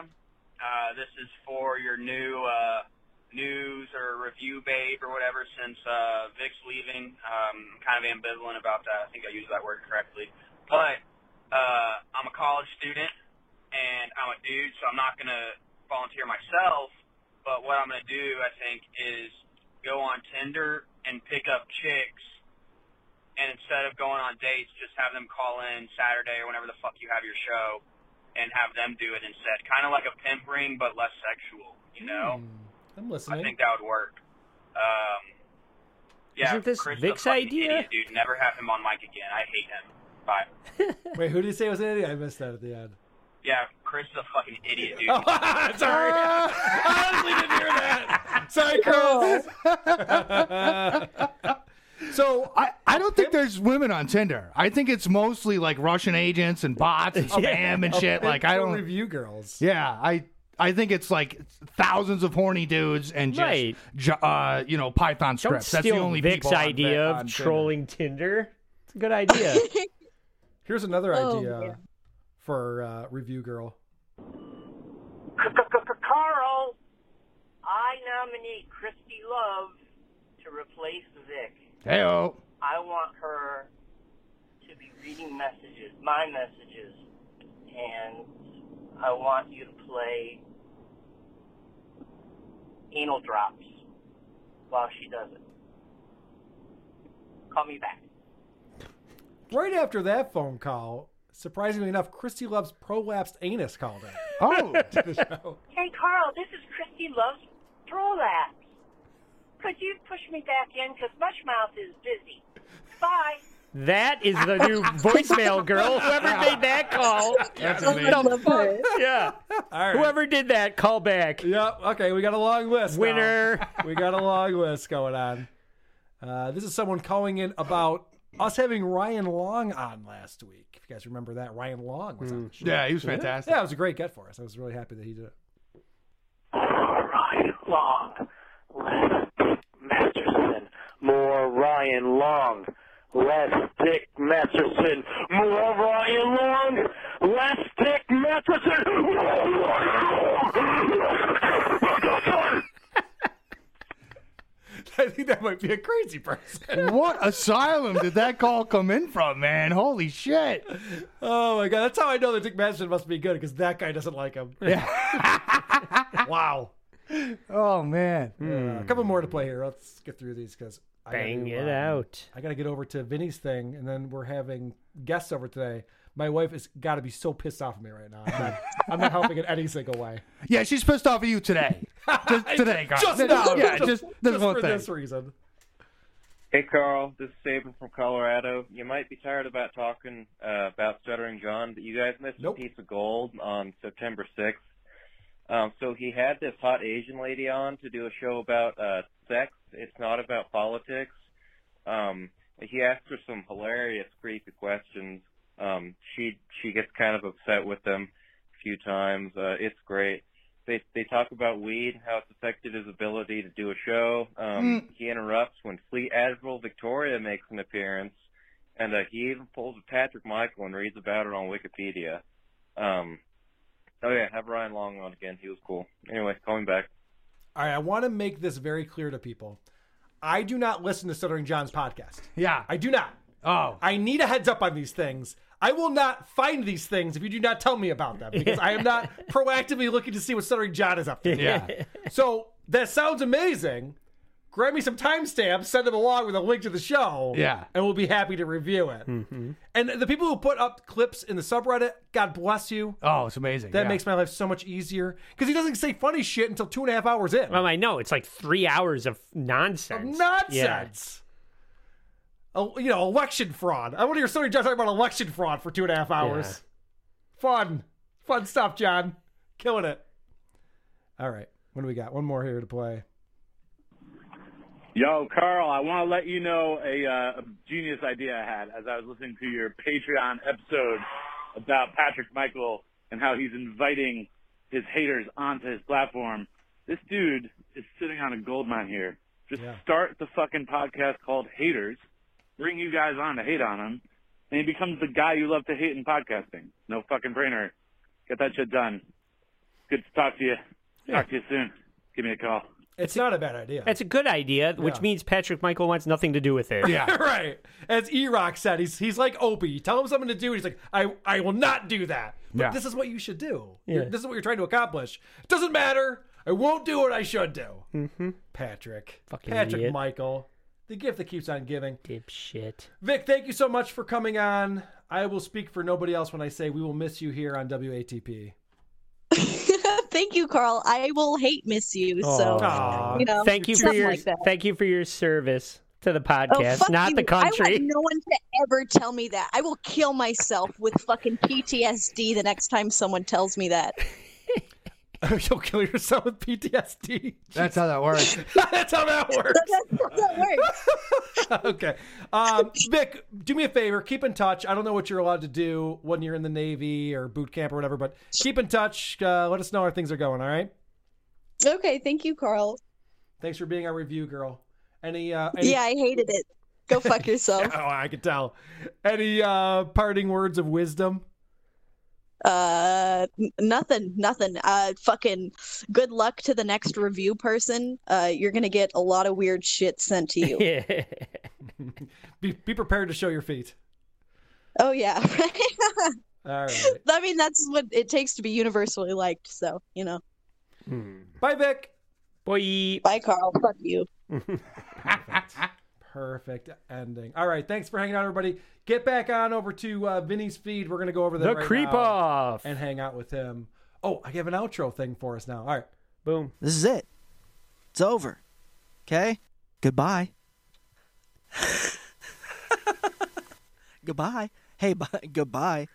Speaker 2: Uh, this is for your new uh, news or review babe or whatever since uh, Vic's leaving. Um, I'm kind of ambivalent about that. I think I used that word correctly. But uh, I'm a college student and I'm a dude, so I'm not going to volunteer myself. But what I'm going to do, I think, is go on Tinder and pick up chicks. And instead of going on dates, just have them call in Saturday or whenever the fuck you have your show and have them do it instead. Kind of like a pimp ring, but less sexual, you know?
Speaker 8: Hmm. I'm listening.
Speaker 2: I think that would work. Um, yeah,
Speaker 10: Isn't this
Speaker 2: Chris is a
Speaker 10: Vic's
Speaker 2: fucking
Speaker 10: idea?
Speaker 2: idiot, dude. Never have him on mic again. I hate him. Bye.
Speaker 8: Wait, who did you say was an idiot? I missed that at the end.
Speaker 2: Yeah, Chris is a fucking idiot, dude.
Speaker 8: Sorry. I honestly didn't hear that. Sorry,
Speaker 10: Oh.
Speaker 8: Chris. so
Speaker 9: I, I don't think there's women on Tinder. I think it's mostly like Russian agents and bots and spam and shit. Like I don't.
Speaker 8: review girls.
Speaker 9: Yeah, I I think it's like thousands of horny dudes and just
Speaker 10: Right.
Speaker 9: ju- uh, you know Python
Speaker 10: Don't
Speaker 9: scripts.
Speaker 10: steal
Speaker 9: That's the only
Speaker 10: Vic's
Speaker 9: people on
Speaker 10: idea
Speaker 9: Tit-
Speaker 10: of
Speaker 9: on Tinder.
Speaker 10: trolling Tinder. It's a good idea.
Speaker 8: Here's another
Speaker 10: Oh,
Speaker 8: idea
Speaker 10: man.
Speaker 8: for uh, review girl.
Speaker 7: Carl, I nominate Christy Love to replace Vic.
Speaker 9: Heyo.
Speaker 7: I want her to be reading messages, my messages, and I want you to play anal drops while she does it. Call me back.
Speaker 8: Right after that phone call, surprisingly enough, Christy Love's prolapsed anus called in.
Speaker 9: Oh.
Speaker 8: to the show.
Speaker 7: Hey, Carl, this is Christy Love's prolapse. Could you push me back in? Because Mushmouth is busy. Bye.
Speaker 10: That is the new voicemail girl. Whoever made that call.
Speaker 8: That's
Speaker 10: What
Speaker 8: amazing.
Speaker 10: the fuck? Yeah. Whoever did that, call back.
Speaker 8: Yep. Okay, we got a long list. now.
Speaker 10: Winner.
Speaker 8: we got a long list going on. Uh, this is someone calling in about us having Ryan Long on last week. If you guys remember that, Ryan Long was on the show.
Speaker 9: Mm. Yeah, he was fantastic.
Speaker 8: Yeah, it was a great get for us. I was really happy that he did it.
Speaker 22: Ryan Long, less Dick Masterson, more Ryan Long, less Dick Masterson, more Ryan Long, less Dick Masterson, more Ryan Long.
Speaker 8: I think that might be a crazy person.
Speaker 9: what asylum did that call come in from, man? Holy shit!
Speaker 10: Uh,
Speaker 8: Oh my god, that's how I know that Dick Masterson must be good because that guy doesn't like him. wow.
Speaker 9: Oh man.
Speaker 10: hmm.
Speaker 8: Uh, a couple more to play here. Let's get through these because I gotta
Speaker 10: Bang
Speaker 8: do,
Speaker 10: it
Speaker 8: um,
Speaker 10: out.
Speaker 8: I got to get over to Vinny's thing, and then we're having guests over today. My wife has got to be so pissed off at me right now. I'm not, I'm not helping in any single way.
Speaker 9: Yeah, she's pissed off at you today. Just today, guys.
Speaker 8: Just now.
Speaker 9: Yeah,
Speaker 8: Just-
Speaker 9: just, this
Speaker 8: just
Speaker 9: one
Speaker 8: for
Speaker 9: thing.
Speaker 8: this reason.
Speaker 23: Hey, Carl. This is Saban from Colorado. You might be tired about talking uh, about Stuttering John, but you guys missed a piece of gold on September 6th. Um, so he had this hot Asian lady on to do a show about uh, sex. It's not about politics. Um, he asked her some hilarious, creepy questions. Um, she she gets kind of upset with them a few times. Uh, it's great. They they talk about weed, how it's affected his ability to do a show. Um, He interrupts when Fleet Admiral Victoria makes an appearance, and uh, he even pulls a Patrick Michael and reads about it on Wikipedia. Um, oh yeah, have Ryan Long on again. He was cool. Anyway, call me back.
Speaker 8: All right, I want to make this very clear to people. I do not listen to Stuttering John's podcast. Yeah. I do not. Oh. I need a heads up on these things. I will not find these things if you do not tell me about them because I am not proactively looking to see what Stuttering John is up to.
Speaker 12: Yeah.
Speaker 8: so that sounds amazing. Grab me some timestamps, send them along with a link to the show.
Speaker 12: Yeah.
Speaker 8: And we'll be happy to review it. Mm-hmm. And the people who put up clips in the subreddit, God bless you.
Speaker 9: Oh, it's amazing.
Speaker 8: That
Speaker 9: yeah.
Speaker 8: makes my life so much easier because he doesn't say funny shit until two and a half hours in.
Speaker 10: Well, I know it's like three hours of nonsense.
Speaker 8: Nonsense. Oh, you know, election fraud. I want to hear somebody just talking about election fraud for two and a half hours. Fun, fun stuff, John. Killing it. All right, what do we got? One more here to play.
Speaker 11: Yo, Carl, I want to let you know a, uh, a genius idea I had as I was listening to your Patreon episode about Patrick Michael and how he's inviting his haters onto his platform. This dude is sitting on a gold mine here. Just start the fucking podcast called Haters, bring you guys on to hate on him, and he becomes the guy you love to hate in podcasting. No fucking brainer. Get that shit done. Good to talk to you. Talk to you soon. Give me a call.
Speaker 8: It's not a bad idea.
Speaker 10: That's a good idea, which
Speaker 8: Yeah.
Speaker 10: means Patrick Michael wants nothing to do with it.
Speaker 8: right. As E Rock said, he's he's like Opie. You tell him something to do, he's like, I, I will not do that. But
Speaker 10: Yeah.
Speaker 8: this is what you should do.
Speaker 10: Yeah.
Speaker 8: You're- This is what you're trying to accomplish. It doesn't matter. I won't do what I should do.
Speaker 10: Mm-hmm.
Speaker 8: Patrick.
Speaker 10: Fucking
Speaker 8: Patrick
Speaker 10: idiot.
Speaker 8: Michael. The gift that keeps on giving.
Speaker 10: Dipshit.
Speaker 8: Vic, thank you so much for coming on. I will speak for nobody else when I say we will miss you here on WATP.
Speaker 15: Thank you, Carl. I will hate miss you. So you know,
Speaker 10: thank you for
Speaker 15: something
Speaker 10: your
Speaker 15: like that.
Speaker 10: thank you for your service to the
Speaker 15: Oh,
Speaker 10: podcast,
Speaker 15: fuck
Speaker 10: not the
Speaker 15: you. I want
Speaker 10: country.
Speaker 15: no one to ever tell me that. I will kill myself with fucking PTSD the next time someone tells me that.
Speaker 8: You'll kill yourself with PTSD.
Speaker 9: That's how that works.
Speaker 8: That's how that works. okay. Um, Vic, do me a favor. Keep in touch. I don't know what you're allowed to do when you're in the Navy or boot camp or whatever, but keep in touch. Uh, let us know how things are going, all right?
Speaker 15: Okay, thank you, Carl.
Speaker 8: Thanks for being our review girl. Any, uh, any-
Speaker 15: Yeah, I hated it. Go fuck yourself.
Speaker 8: oh, I could tell. Any uh, parting words of wisdom?
Speaker 15: Uh, n- nothing, nothing. Uh, fucking good luck to the next review person. Uh, you're gonna get a lot of weird shit sent to you.
Speaker 8: be, be prepared to show your feet.
Speaker 15: Oh yeah, right?
Speaker 8: All right.
Speaker 15: I mean, that's what it takes to be universally liked. So you know.
Speaker 8: Bye, Vic.
Speaker 10: Bye.
Speaker 15: Bye, Carl. Fuck you.
Speaker 8: Perfect ending. All right, thanks for hanging out, everybody. Get back on over to uh, Vinny's feed. We're gonna go over that
Speaker 10: The
Speaker 8: right
Speaker 10: creep
Speaker 8: now
Speaker 10: off.
Speaker 8: and hang out with him. Oh, I have an outro thing for us now. All right,
Speaker 10: boom.
Speaker 21: This is it. It's over. Okay? Goodbye. goodbye. Hey, bye. Goodbye.